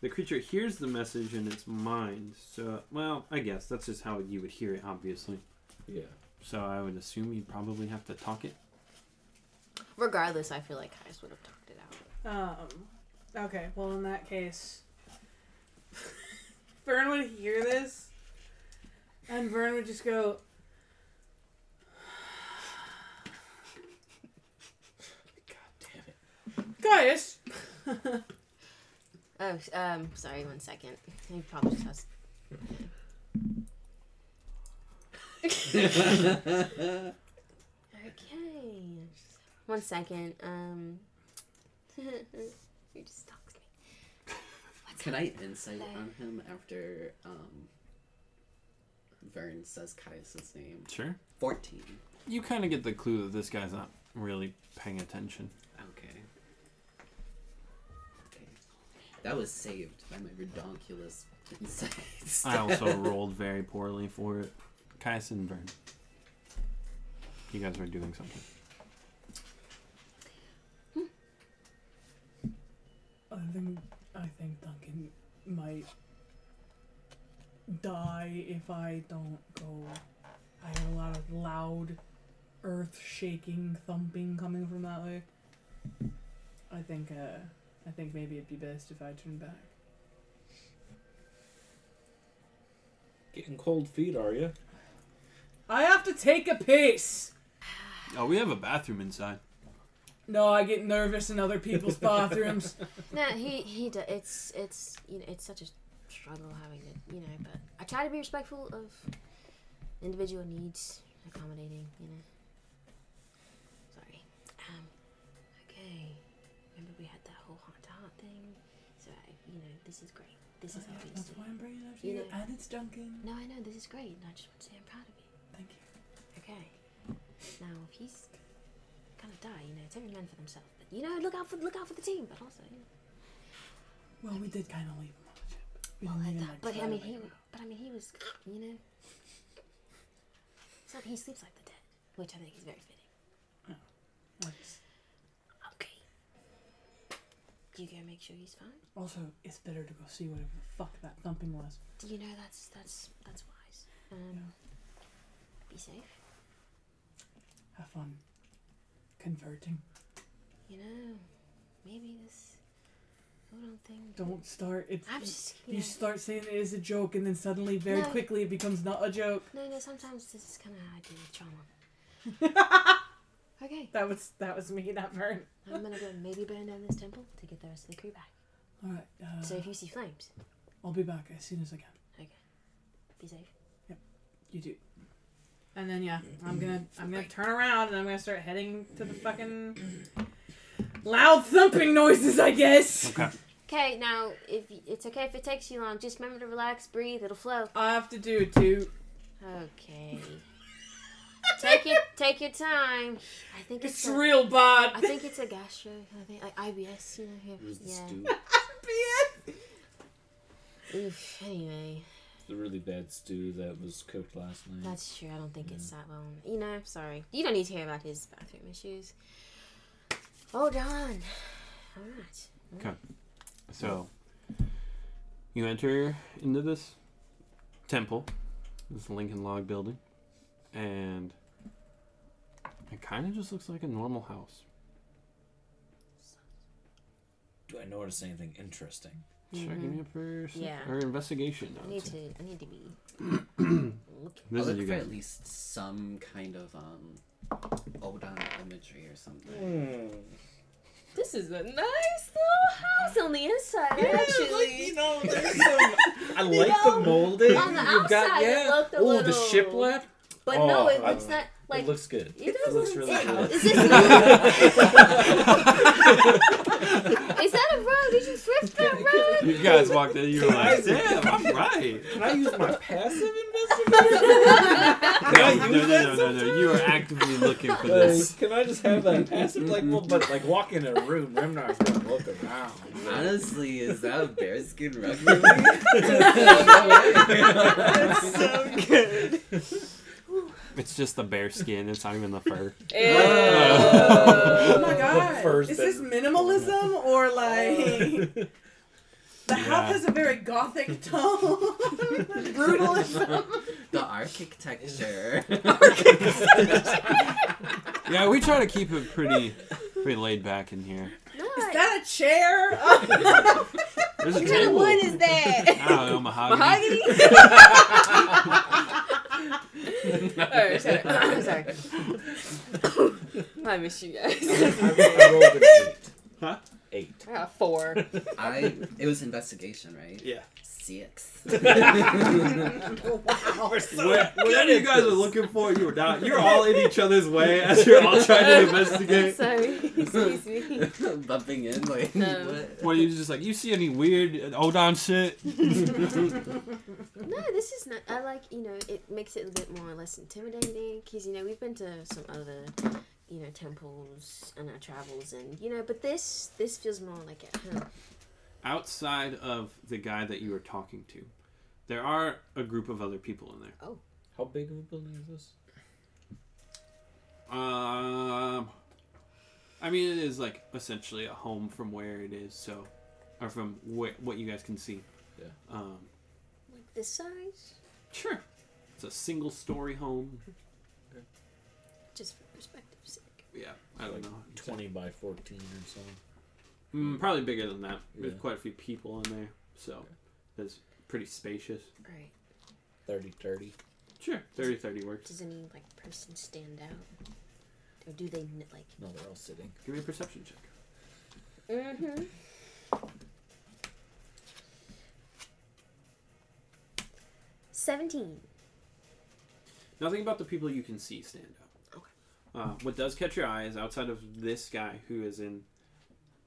[SPEAKER 5] the creature hears the message in its mind. So, well, I guess that's just how you would hear it, obviously.
[SPEAKER 3] Yeah.
[SPEAKER 5] So I would assume you'd probably have to talk it.
[SPEAKER 9] regardless, I feel like Kais would have talked it out.
[SPEAKER 6] Um, Okay, well, in that case, Vern would hear this, and Vern would just go, Gaius!
[SPEAKER 9] Oh, um, sorry, one second. He probably just has. okay. One second. Um. he just talks to me.
[SPEAKER 4] Could I insight on him after um, Vern says Caius's name?
[SPEAKER 5] Sure.
[SPEAKER 4] 14.
[SPEAKER 5] You kind of get the clue that this guy's not really paying attention.
[SPEAKER 4] Okay. Okay. That was saved by my redonkulous insights.
[SPEAKER 5] I also rolled very poorly for it. Caius and Vern. You guys are doing something.
[SPEAKER 6] I think, I think Duncan might die if I don't go. I hear a lot of loud, earth shaking thumping coming from that way. I think, uh, I think maybe it'd be best if I turn back.
[SPEAKER 3] Getting cold feet, are you?
[SPEAKER 6] I have to take a piss!
[SPEAKER 5] Oh, we have a bathroom inside.
[SPEAKER 6] No, I get nervous in other people's bathrooms.
[SPEAKER 9] No, he he. Do, it's it's you know it's such a struggle having to you know. But I try to be respectful of individual needs, accommodating. You know. Sorry. Um. Okay. Remember we had that whole haunt to haunt thing. So I, you know, this is great. This is how we used
[SPEAKER 6] Oh, That's
[SPEAKER 9] to do
[SPEAKER 6] why
[SPEAKER 9] it.
[SPEAKER 6] I'm bringing it up to
[SPEAKER 9] You
[SPEAKER 6] you.
[SPEAKER 9] know-
[SPEAKER 6] And it's Duncan.
[SPEAKER 9] No, I know this is great, and I just want to say I'm proud of you.
[SPEAKER 6] Thank you.
[SPEAKER 9] Okay. Now if he's gonna die, you know, it's every man for themselves. But you know, look out for look out for the team, but also. You know,
[SPEAKER 6] Well, we did kind of leave him on the
[SPEAKER 9] Well, I
[SPEAKER 6] ship. We didn't leave him
[SPEAKER 9] thought,
[SPEAKER 6] like
[SPEAKER 9] but I
[SPEAKER 6] that
[SPEAKER 9] mean,
[SPEAKER 6] way.
[SPEAKER 9] he, w- but I mean, he was, you know, so he sleeps like the dead, which I think is very fitting.
[SPEAKER 6] Nice.
[SPEAKER 9] Okay, do you go make sure he's fine?
[SPEAKER 6] Also, it's better to go see whatever the fuck that thumping was.
[SPEAKER 9] Do you know that's that's that's wise? Um, be safe.
[SPEAKER 6] Have fun converting.
[SPEAKER 9] You know, maybe this hold on thing.
[SPEAKER 6] Don't start. It's,
[SPEAKER 9] I'm just.
[SPEAKER 6] You
[SPEAKER 9] You know,
[SPEAKER 6] start saying it is a joke, and then suddenly, very
[SPEAKER 9] No.
[SPEAKER 6] quickly, it becomes not a joke.
[SPEAKER 9] no, no. Sometimes this is kind of how I deal with trauma. okay,
[SPEAKER 6] That was that was me, not Vern.
[SPEAKER 9] I'm gonna go maybe burn down this temple to get the rest of the crew back.
[SPEAKER 6] All right. Uh,
[SPEAKER 9] So if you see flames,
[SPEAKER 6] I'll be back as soon as I can.
[SPEAKER 9] be safe.
[SPEAKER 6] You do. And then yeah, I'm gonna I'm gonna turn around and I'm gonna start heading to the fucking loud thumping noises, I guess.
[SPEAKER 5] Okay.
[SPEAKER 9] Okay, now if y- it's okay if it takes you long, just remember to relax, breathe, it'll flow.
[SPEAKER 6] I have to do it too.
[SPEAKER 9] Okay. take your take your time. I think it's,
[SPEAKER 6] It's
[SPEAKER 9] a-
[SPEAKER 6] real bad.
[SPEAKER 9] I think it's a gastro. I think like IBS. You know, here.
[SPEAKER 4] It was the
[SPEAKER 9] yeah.
[SPEAKER 4] stew.
[SPEAKER 9] Oof. Anyway,
[SPEAKER 3] It's a really bad stew that was cooked last night.
[SPEAKER 9] that's true. I don't think it's that well. You know, sorry. You don't need to hear about his bathroom issues. Hold on. All right.
[SPEAKER 5] So, you enter into this temple, this Lincoln log building, and it kind of just looks like a normal house.
[SPEAKER 3] Do I notice anything interesting?
[SPEAKER 5] Should I give me a perception
[SPEAKER 9] Yeah.
[SPEAKER 5] or investigation? I
[SPEAKER 9] I
[SPEAKER 5] would
[SPEAKER 9] need
[SPEAKER 5] say.
[SPEAKER 9] to. I need to be. looking.
[SPEAKER 4] I'll
[SPEAKER 5] This is
[SPEAKER 4] look
[SPEAKER 5] you
[SPEAKER 4] for
[SPEAKER 5] guys.
[SPEAKER 4] at least some kind of um, Odon imagery or something.
[SPEAKER 3] Hmm.
[SPEAKER 2] This is a nice little house on the inside, actually.
[SPEAKER 3] know, there's some. I like the molding.
[SPEAKER 9] on the
[SPEAKER 3] You've got
[SPEAKER 9] outside, it
[SPEAKER 3] yeah.
[SPEAKER 9] looked a
[SPEAKER 3] Ooh, the
[SPEAKER 9] little-
[SPEAKER 3] shiplap.
[SPEAKER 9] But
[SPEAKER 3] Oh,
[SPEAKER 9] no, it
[SPEAKER 3] I-
[SPEAKER 9] looks not like.
[SPEAKER 3] it looks good.
[SPEAKER 9] It
[SPEAKER 3] It looks really good.
[SPEAKER 9] Is this not? Is that a road? Did you thrift that road?
[SPEAKER 5] You guys walked in, you were like, damn, I'm right.
[SPEAKER 3] Can I use my passive?
[SPEAKER 5] No,
[SPEAKER 3] I
[SPEAKER 5] no, no,
[SPEAKER 3] use that
[SPEAKER 5] no, no, no. You are actively looking for this.
[SPEAKER 3] Like, can I just have that passive? Like, well, but like walk in a room, Remnar's gonna look around.
[SPEAKER 4] Honestly, is that a bearskin rug?
[SPEAKER 5] It's just the bear skin, it's not even the fur.
[SPEAKER 6] Oh my
[SPEAKER 3] The
[SPEAKER 6] god!
[SPEAKER 3] first
[SPEAKER 6] Is this
[SPEAKER 3] bedroom.
[SPEAKER 6] minimalism or like the
[SPEAKER 5] Yeah.
[SPEAKER 6] house has a very gothic tone? Brutalism.
[SPEAKER 4] the architecture.
[SPEAKER 5] Yeah, we try to keep it pretty pretty laid back in here.
[SPEAKER 9] No,
[SPEAKER 6] Is that a chair?
[SPEAKER 5] There's a
[SPEAKER 9] What kind of
[SPEAKER 5] table.
[SPEAKER 9] wood is
[SPEAKER 5] I
[SPEAKER 9] that?
[SPEAKER 5] don't know, mahogany.
[SPEAKER 9] Mahogany?
[SPEAKER 2] Alright, sorry.
[SPEAKER 9] I'm sorry. I miss you guys.
[SPEAKER 3] I, I rolled an eight.
[SPEAKER 1] Huh?
[SPEAKER 3] Eight.
[SPEAKER 2] I got four.
[SPEAKER 4] I it was investigation, right?
[SPEAKER 1] Yeah.
[SPEAKER 4] Six.
[SPEAKER 1] What- whatever you guys were looking for, you were not. You're all in each other's way as you're all trying to
[SPEAKER 9] I'm
[SPEAKER 1] investigate.
[SPEAKER 9] sorry. Excuse me.
[SPEAKER 4] Bumping in like
[SPEAKER 9] Um,
[SPEAKER 4] what?
[SPEAKER 5] What are you just like? You see any weird uh, Odon shit?
[SPEAKER 9] No, this is not. I like, you know, it makes it a bit more or less intimidating because, you know, we've been to some other, you know, temples on our travels and, you know, but this, this feels more like at home.
[SPEAKER 5] Outside of the guy that you were talking to, there are a group of other people in there.
[SPEAKER 3] How big of a building is this?
[SPEAKER 5] Um, I mean, it is like essentially a home from where it is, so or from wh- what you guys can see.
[SPEAKER 3] Yeah.
[SPEAKER 5] Um,
[SPEAKER 9] Like this size?
[SPEAKER 5] sure. It's a single-story home.
[SPEAKER 9] Just for perspective's sake.
[SPEAKER 5] Yeah, I don't
[SPEAKER 3] Like
[SPEAKER 5] know.
[SPEAKER 3] Twenty by fourteen or something.
[SPEAKER 5] Mm, probably bigger than that. There's
[SPEAKER 3] Yeah.
[SPEAKER 5] quite a few people in there, so it's pretty spacious.
[SPEAKER 9] Right.
[SPEAKER 3] 30, 30.
[SPEAKER 5] Sure, 30 30 works.
[SPEAKER 9] Does any, like, person stand out? Or do they, kn- like,
[SPEAKER 3] No, they're all sitting.
[SPEAKER 5] Give me a perception check.
[SPEAKER 9] Mm-hmm. Seventeen.
[SPEAKER 5] Nothing about the people you can see stand out.
[SPEAKER 9] Okay.
[SPEAKER 5] Uh, what does catch your eye is outside of this guy who is in,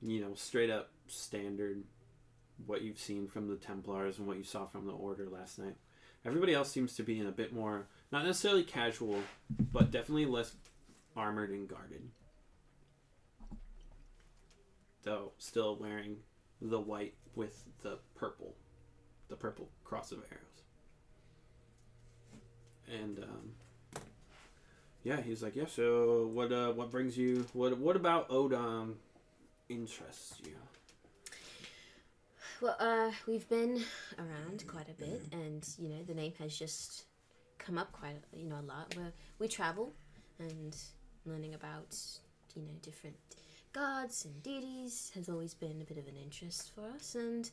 [SPEAKER 5] you know, straight up standard, what you've seen from the Templars and what you saw from the Order last night. Everybody else seems to be in a bit more, not necessarily casual, but definitely less armored and guarded. Though still wearing the white with the purple, the purple cross of arrows and um, yeah, he's like, yeah. So what? Uh, what brings you? What? What about Odom interests you?
[SPEAKER 9] Well, uh, we've been around quite a bit, and you know the name has just come up quite, a- you know, a lot. Where we travel and learning about, you know, different gods and deities has always been a bit of an interest for us, and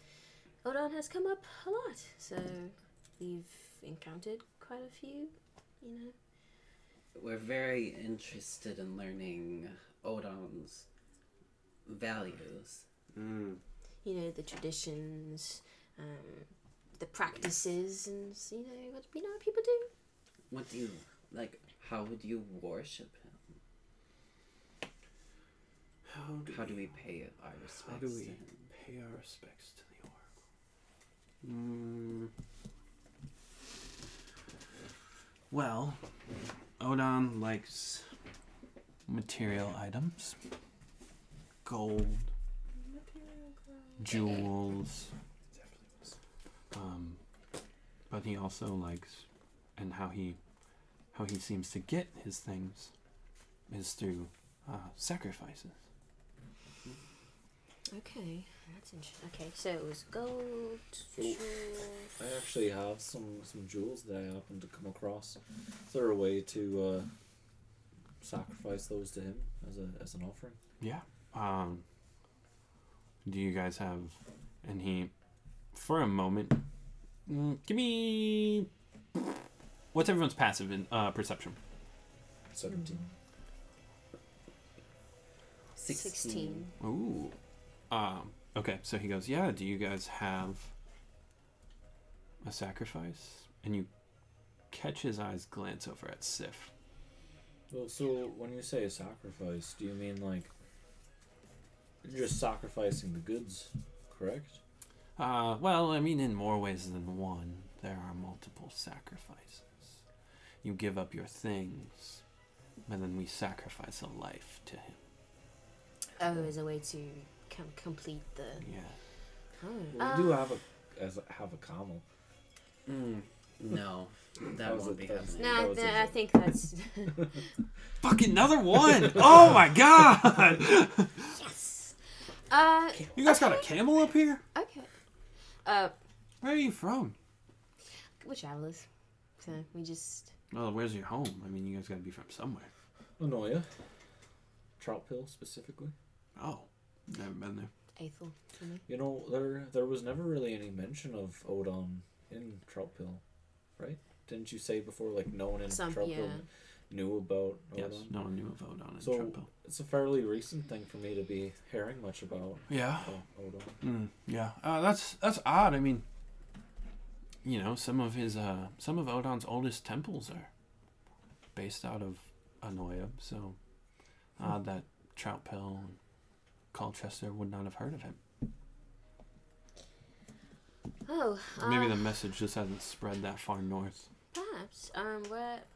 [SPEAKER 9] Odon has come up a lot. So we've encountered quite a few, you know.
[SPEAKER 4] We're very interested in learning Odon's values.
[SPEAKER 5] Mm.
[SPEAKER 9] you know the traditions um, the practices and s- you know what you know what people do
[SPEAKER 4] What do you like? How would you worship him?
[SPEAKER 5] How do,
[SPEAKER 4] How do
[SPEAKER 5] we
[SPEAKER 4] we pay our respects?
[SPEAKER 5] do
[SPEAKER 4] to
[SPEAKER 5] we-
[SPEAKER 4] him?
[SPEAKER 5] pay our respects to the oracle? Mm. Well, Odon likes material items, gold, jewels. Um, but he also likes, and how he, how he seems to get his things, is through uh, sacrifices.
[SPEAKER 9] okay that's interesting okay so it was gold
[SPEAKER 3] So-
[SPEAKER 9] jewels.
[SPEAKER 3] I actually have some some jewels that I happened to come across. Is there a way to uh, sacrifice those to him as a as an offering?
[SPEAKER 5] Yeah. Um, do you guys have? And he, for a moment, mm, give me. What's everyone's passive in uh, perception?
[SPEAKER 3] 17
[SPEAKER 4] Sixteen.
[SPEAKER 5] Ooh. Um, okay, so he goes, Yeah, do you guys have a sacrifice? And you catch his eyes glance over at Sif.
[SPEAKER 3] Well, so when you say sacrifice, do you mean like you're just sacrificing the goods, correct?
[SPEAKER 5] Uh, well, I mean, in more ways than one, there are multiple sacrifices. You give up your things, and then we sacrifice a life to him.
[SPEAKER 9] oh as a way to com- complete the
[SPEAKER 5] Yeah.
[SPEAKER 9] oh
[SPEAKER 3] Well, we do have a as a, have a camel.
[SPEAKER 4] No, that,
[SPEAKER 3] That was
[SPEAKER 4] won't
[SPEAKER 3] a-
[SPEAKER 4] be
[SPEAKER 3] that was-
[SPEAKER 4] happening.
[SPEAKER 9] no,
[SPEAKER 3] that was
[SPEAKER 9] no,
[SPEAKER 3] a-
[SPEAKER 9] I think that's
[SPEAKER 5] Fuck another one! oh my god!
[SPEAKER 9] yes. Uh,
[SPEAKER 5] You guys got a camel up here?
[SPEAKER 9] okay. Uh,
[SPEAKER 5] Where are you from?
[SPEAKER 9] we're travelers, so we just
[SPEAKER 5] Well, Oh, where's your home? I mean, you guys gotta be from somewhere.
[SPEAKER 3] Anoya. Trout Hill specifically.
[SPEAKER 5] Oh, I haven't been there.
[SPEAKER 9] Aethel. you know?
[SPEAKER 3] You know, there there was never really any mention of Odon in Trout Hill, right? Didn't you say before, like no one in
[SPEAKER 9] Some,
[SPEAKER 3] Trout
[SPEAKER 9] yeah.
[SPEAKER 3] Hill knew about
[SPEAKER 5] Yes,
[SPEAKER 3] Odon?
[SPEAKER 5] no one knew about Odon in
[SPEAKER 3] So-
[SPEAKER 5] Trumpo.
[SPEAKER 3] It's a fairly recent thing for me to be hearing much about
[SPEAKER 5] Yeah,
[SPEAKER 3] uh, Odon.
[SPEAKER 5] mm, yeah. Uh, that's that's odd. I mean, you know, some of his uh, some of Odon's oldest temples are based out of Anoia, so odd that Troutpill and Colchester would not have heard of him.
[SPEAKER 9] Oh, uh,
[SPEAKER 5] Maybe the message just hasn't spread that far north.
[SPEAKER 9] perhaps. Um, what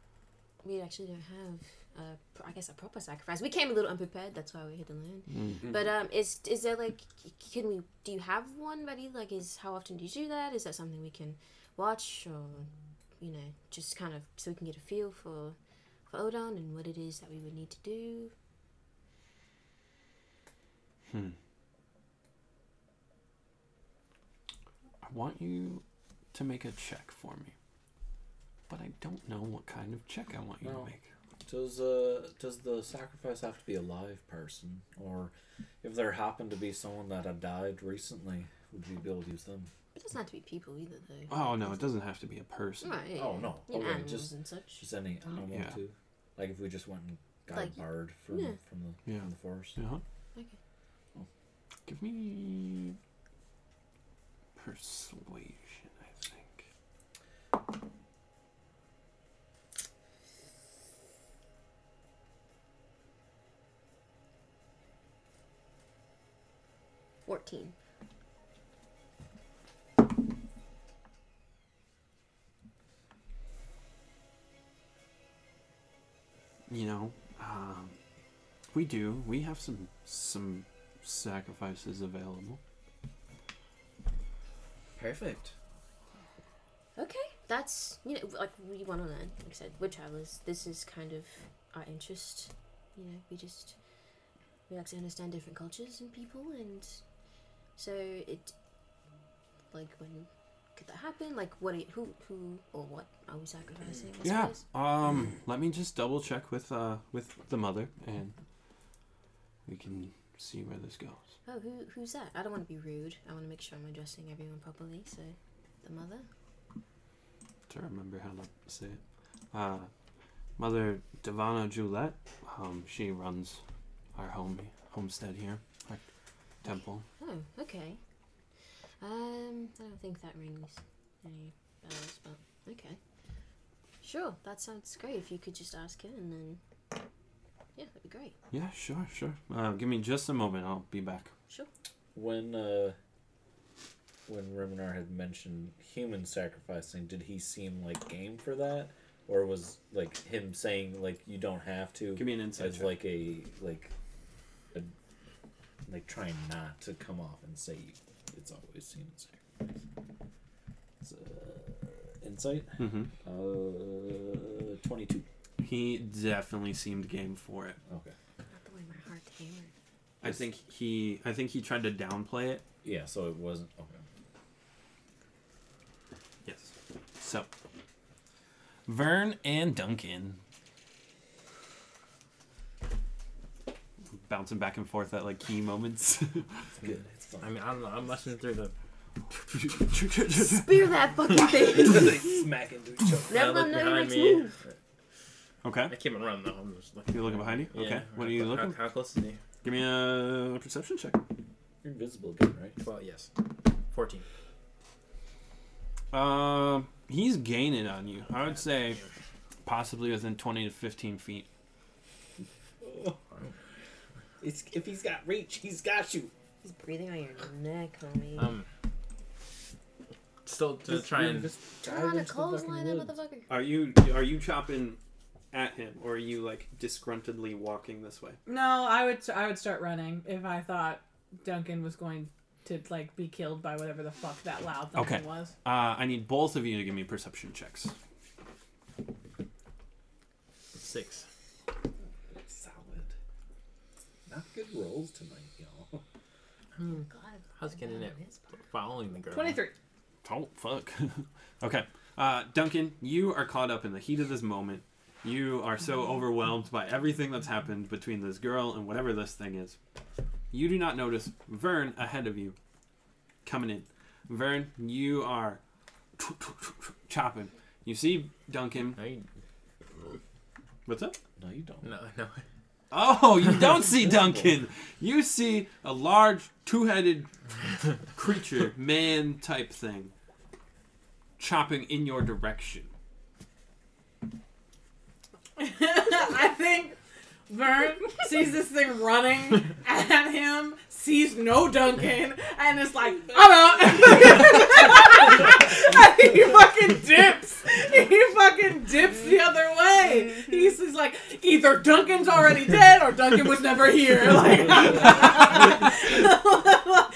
[SPEAKER 9] we actually don't have. Uh, pro- I guess a proper sacrifice. We came a little unprepared. That's why we're here to learn.
[SPEAKER 3] Mm-hmm.
[SPEAKER 9] But um, is is there like, c- can we? Do you have one ready? Like, is how often do you do that? Is that something we can watch, or you know, just kind of so we can get a feel for for Odon and what it is that we would need to do?
[SPEAKER 5] I want you to make a check for me, but I don't know what kind of check I want you
[SPEAKER 3] No.
[SPEAKER 5] to make.
[SPEAKER 3] Does uh does the sacrifice have to be a live person, or if there happened to be someone that had died recently, would you be able to use them?
[SPEAKER 9] It doesn't have to be people either, though.
[SPEAKER 5] Oh no, it doesn't have to be a person.
[SPEAKER 9] Right, yeah,
[SPEAKER 3] Oh,
[SPEAKER 9] yeah.
[SPEAKER 3] no.
[SPEAKER 9] You know,
[SPEAKER 3] Okay,
[SPEAKER 9] animals
[SPEAKER 3] just-
[SPEAKER 9] and such.
[SPEAKER 3] Just any animal
[SPEAKER 5] Yeah.
[SPEAKER 3] too. Like if we just went and got
[SPEAKER 9] Oh, Like-
[SPEAKER 3] a bird from
[SPEAKER 9] yeah.
[SPEAKER 3] from the
[SPEAKER 5] Yeah.
[SPEAKER 3] from the forest.
[SPEAKER 5] Uh huh.
[SPEAKER 9] Okay.
[SPEAKER 5] Oh. Give me persuasion, I think.
[SPEAKER 9] Fourteen.
[SPEAKER 5] You know, um, we do. We have some some sacrifices available.
[SPEAKER 4] Perfect.
[SPEAKER 9] Okay, that's you know like we want to learn. Like I said, we're travelers. This is kind of our interest. You know, we just we like to understand different cultures and people, and so it like when could that happen? Like what? Are you, who? Who? Or what are we sacrificing? I
[SPEAKER 5] Yeah.
[SPEAKER 9] suppose?
[SPEAKER 5] Um, let me just double check with uh with the mother, and we can see where this goes.
[SPEAKER 9] Oh, who? Who's that? I don't want to be rude. I want to make sure I'm addressing everyone properly. So, the mother.
[SPEAKER 5] To remember how to say it. Uh, Mother Devana Julette. Um, she runs our home homestead here, our temple.
[SPEAKER 9] Oh, okay. Um, I don't think that rings any bells, but okay. Sure, that sounds great. If you could just ask her and then. Yeah, that'd be great.
[SPEAKER 5] Yeah, sure, sure. Uh, give me just a moment. I'll be back.
[SPEAKER 9] Sure.
[SPEAKER 3] When uh when Riminar had mentioned human sacrificing, did he seem like game for that? Or was like him saying like you don't have to
[SPEAKER 5] Give me an insight
[SPEAKER 3] as
[SPEAKER 5] check.
[SPEAKER 3] like a like a, like trying not to come off and say it's always human sacrifice. It's, uh, insight?
[SPEAKER 5] Mm-hmm.
[SPEAKER 3] Uh twenty two.
[SPEAKER 5] He definitely seemed game for it.
[SPEAKER 3] Okay.
[SPEAKER 9] Not the way my heart hammered.
[SPEAKER 5] I think he I think he tried to downplay it.
[SPEAKER 3] Yeah, so it wasn't okay.
[SPEAKER 5] Yes. So Vern and Duncan bouncing back and forth at like key moments.
[SPEAKER 3] It's good. It's fine.
[SPEAKER 7] I mean, I don't know. I'm listening through the.
[SPEAKER 9] Spear that fucking thing!
[SPEAKER 3] they smack into each other.
[SPEAKER 7] I
[SPEAKER 9] Never
[SPEAKER 7] look
[SPEAKER 9] let him know
[SPEAKER 7] behind
[SPEAKER 9] next
[SPEAKER 7] me.
[SPEAKER 9] move!
[SPEAKER 5] okay.
[SPEAKER 7] I can't even run though. I'm just looking.
[SPEAKER 5] You looking behind you?
[SPEAKER 7] Yeah.
[SPEAKER 5] Okay. What are you
[SPEAKER 7] How-
[SPEAKER 5] looking?
[SPEAKER 7] How, close is he?
[SPEAKER 5] Give me a perception check.
[SPEAKER 3] You're invisible again, right?
[SPEAKER 7] Twelve. Yes. Fourteen.
[SPEAKER 5] Um, he's gaining on you. I would say possibly within 20 to 15 feet.
[SPEAKER 3] It's, if he's got reach, he's got you.
[SPEAKER 9] He's breathing on your neck, homie.
[SPEAKER 7] Um. Still to try and.
[SPEAKER 9] Turn on a clothesline, that motherfucker!
[SPEAKER 5] Are you are you chopping at him, or are you like disgruntledly walking this way?
[SPEAKER 6] No, I would I would start running if I thought Duncan was going to like be killed by whatever the fuck that loud thing
[SPEAKER 5] Okay.
[SPEAKER 6] was.
[SPEAKER 5] Uh, I need both of you to give me perception checks.
[SPEAKER 7] Six.
[SPEAKER 3] Solid. Not good rolls tonight, y'all.
[SPEAKER 9] God,
[SPEAKER 7] How's getting it?
[SPEAKER 9] his part.
[SPEAKER 7] Following the girl.
[SPEAKER 6] Twenty three.
[SPEAKER 5] Oh fuck. okay, uh, Duncan, you are caught up in the heat of this moment. You are so overwhelmed by everything that's happened between this girl and whatever this thing is. You do not notice Vern ahead of you coming in. Vern, you are chopping. You see Duncan.
[SPEAKER 7] No, you,
[SPEAKER 5] What's up?
[SPEAKER 3] No, you don't.
[SPEAKER 7] no, no.
[SPEAKER 5] Oh, you don't see Duncan. You see a large two-headed creature, man type thing, chopping in your direction.
[SPEAKER 6] I think Vern sees this thing running at him, sees no Duncan, and is like, I'm out. and he fucking dips. He fucking dips the other way. He's, he's like, either Duncan's already dead or Duncan was never here. Like,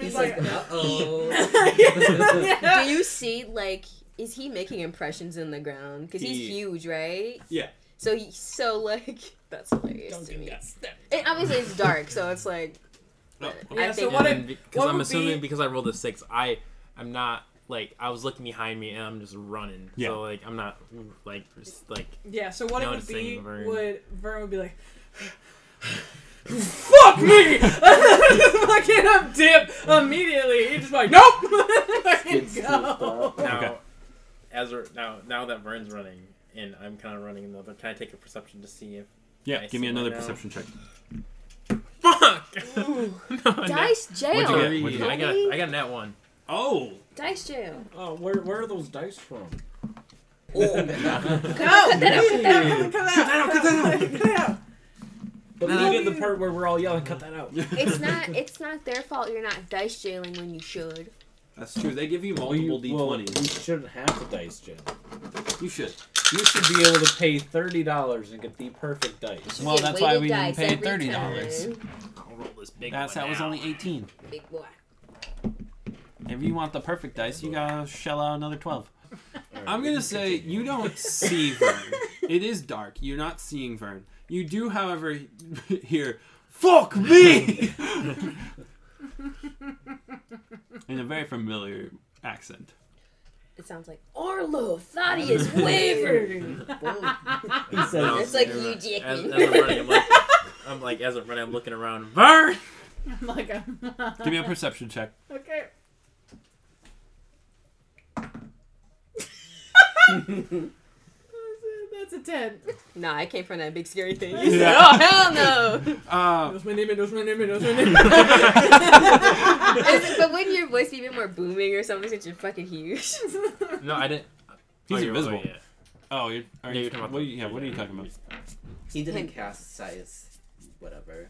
[SPEAKER 4] He's
[SPEAKER 6] he's
[SPEAKER 4] like,
[SPEAKER 6] like,
[SPEAKER 4] uh oh.
[SPEAKER 6] yeah.
[SPEAKER 9] Do you see like is he making impressions in the ground? Because he's
[SPEAKER 5] He-
[SPEAKER 9] huge, right?
[SPEAKER 5] Yeah.
[SPEAKER 9] So he, so like that's hilarious to
[SPEAKER 2] Duncan
[SPEAKER 9] me.
[SPEAKER 2] got stepped.
[SPEAKER 9] And obviously it's dark, so it's like
[SPEAKER 5] Oh,
[SPEAKER 9] I
[SPEAKER 6] Yeah, so
[SPEAKER 9] think
[SPEAKER 6] what
[SPEAKER 9] I'm-
[SPEAKER 6] if-
[SPEAKER 7] And because
[SPEAKER 6] what
[SPEAKER 7] I'm
[SPEAKER 6] would
[SPEAKER 7] assuming
[SPEAKER 6] be-
[SPEAKER 7] because I rolled a six, I I'm not like I was looking behind me and I'm just running.
[SPEAKER 5] Yeah.
[SPEAKER 7] So like I'm not like just, like
[SPEAKER 6] Yeah, so what it would
[SPEAKER 7] Noticing
[SPEAKER 6] be
[SPEAKER 7] Vern.
[SPEAKER 6] would Vern would be like Fuck me! Fucking up dip immediately. He's just like, Nope Fucking
[SPEAKER 3] Skid
[SPEAKER 6] go.
[SPEAKER 3] stuff.
[SPEAKER 7] now.
[SPEAKER 5] Okay.
[SPEAKER 8] As we're, now, now that Vern's running and I'm kind of running another, can I take a perception to see if?
[SPEAKER 5] yeah.
[SPEAKER 8] I
[SPEAKER 5] give me
[SPEAKER 8] see
[SPEAKER 5] another
[SPEAKER 8] one now.
[SPEAKER 5] perception check.
[SPEAKER 7] Fuck. no, no.
[SPEAKER 9] dice jail.
[SPEAKER 5] What'd you get?
[SPEAKER 7] I got I got that one.
[SPEAKER 5] Oh,
[SPEAKER 9] Dice jail.
[SPEAKER 3] Oh, where where are those dice from? Oh,
[SPEAKER 6] Cut that
[SPEAKER 3] out, cut that out.
[SPEAKER 6] Cut that out, cut that out. Cut that out.
[SPEAKER 3] But
[SPEAKER 7] Nah.
[SPEAKER 3] we get the part where we're all yelling, cut that out.
[SPEAKER 9] It's not it's not their fault you're not dice jailing when you should.
[SPEAKER 5] that's true. They give you
[SPEAKER 3] Well, you,
[SPEAKER 5] multiple
[SPEAKER 3] well, you
[SPEAKER 5] d20s.
[SPEAKER 3] shouldn't have the dice, Jim.
[SPEAKER 5] You should.
[SPEAKER 3] You should be able to pay thirty dollars and get the perfect dice.
[SPEAKER 9] You
[SPEAKER 5] Well,
[SPEAKER 9] get
[SPEAKER 5] that's why
[SPEAKER 9] weighted
[SPEAKER 5] we didn't
[SPEAKER 9] dice
[SPEAKER 5] pay
[SPEAKER 9] every
[SPEAKER 5] $30.
[SPEAKER 9] time.
[SPEAKER 7] I'll roll this big
[SPEAKER 5] That's
[SPEAKER 7] one
[SPEAKER 5] that was
[SPEAKER 7] now.
[SPEAKER 5] only 18.
[SPEAKER 9] Big boy.
[SPEAKER 5] If you want the perfect dice, you gotta shell out another 12. I'm gonna say you don't see Vern. It is dark. You're not seeing Vern. You do, however, hear "fuck me" in a very familiar accent.
[SPEAKER 9] It sounds like Orlo thought he is wavered.
[SPEAKER 3] He says,
[SPEAKER 9] it's like you
[SPEAKER 7] As,
[SPEAKER 9] Jackman.
[SPEAKER 7] as I'm running, I'm like, I'm like, as I'm running, I'm looking around. Vern.
[SPEAKER 6] I'm like I'm
[SPEAKER 5] Give me a perception check.
[SPEAKER 6] Okay. That's a ten.
[SPEAKER 9] nah, I came from that big scary thing.
[SPEAKER 5] Yeah.
[SPEAKER 9] Oh hell no!
[SPEAKER 7] Oh,
[SPEAKER 5] Uh,
[SPEAKER 6] That's my name. That's my name. That's my name.
[SPEAKER 9] It's- but wouldn't your voice be even more booming or something since you're fucking huge?
[SPEAKER 7] No, I didn't.
[SPEAKER 5] He's
[SPEAKER 7] oh, you're-
[SPEAKER 5] invisible.
[SPEAKER 7] Oh, yeah.
[SPEAKER 5] oh, you're, are
[SPEAKER 7] Yeah,
[SPEAKER 5] you,
[SPEAKER 7] you're talking about
[SPEAKER 5] what
[SPEAKER 7] the-
[SPEAKER 5] are you- yeah, what are you talking about?
[SPEAKER 4] He didn't cast size, whatever.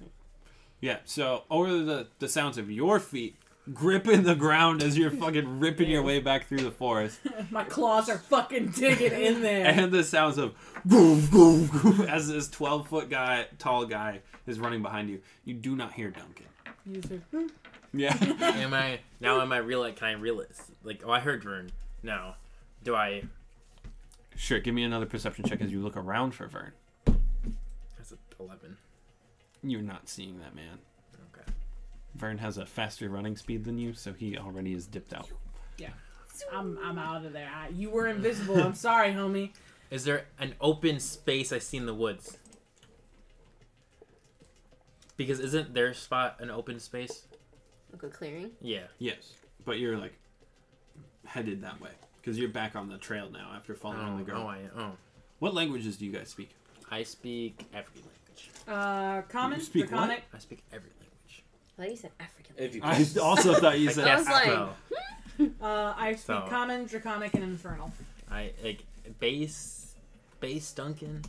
[SPEAKER 5] Yeah. So over the the sounds of your feet gripping the ground as you're fucking ripping your way back through the forest.
[SPEAKER 6] My claws are fucking digging in there.
[SPEAKER 5] and the sounds of boom, boom, boom as this 12 foot guy, tall guy is running behind you. You do not hear Duncan. Yeah.
[SPEAKER 7] Oh, Am I now? Am I real? Like, can I realize? Like, oh, I heard Vern. Now, do I?
[SPEAKER 5] sure, give me another perception check as you look around for Vern.
[SPEAKER 7] That's an eleven.
[SPEAKER 5] You're not seeing that man.
[SPEAKER 7] Okay.
[SPEAKER 5] Vern has a faster running speed than you, so he already is dipped out.
[SPEAKER 6] I'm I'm out of there. I, you were invisible. I'm sorry, homie.
[SPEAKER 7] Is there an open space I see in the woods? Because isn't their spot an open space?
[SPEAKER 9] Like a clearing.
[SPEAKER 7] Yeah.
[SPEAKER 5] Yes, but you're like headed that way because you're back on the trail now after following
[SPEAKER 7] Oh,
[SPEAKER 5] the girl.
[SPEAKER 7] oh, I, oh.
[SPEAKER 5] What languages do you guys speak?
[SPEAKER 7] I speak every language.
[SPEAKER 6] Uh, common,
[SPEAKER 5] You speak
[SPEAKER 6] draconic.
[SPEAKER 7] I speak every language.
[SPEAKER 9] I thought you said African.
[SPEAKER 3] if you
[SPEAKER 5] I also thought you
[SPEAKER 7] I
[SPEAKER 5] said.
[SPEAKER 9] guess-
[SPEAKER 7] cast
[SPEAKER 9] like-
[SPEAKER 7] spell.
[SPEAKER 6] Uh, I speak
[SPEAKER 7] So-
[SPEAKER 6] common, draconic, and infernal.
[SPEAKER 7] I like base, base Duncan.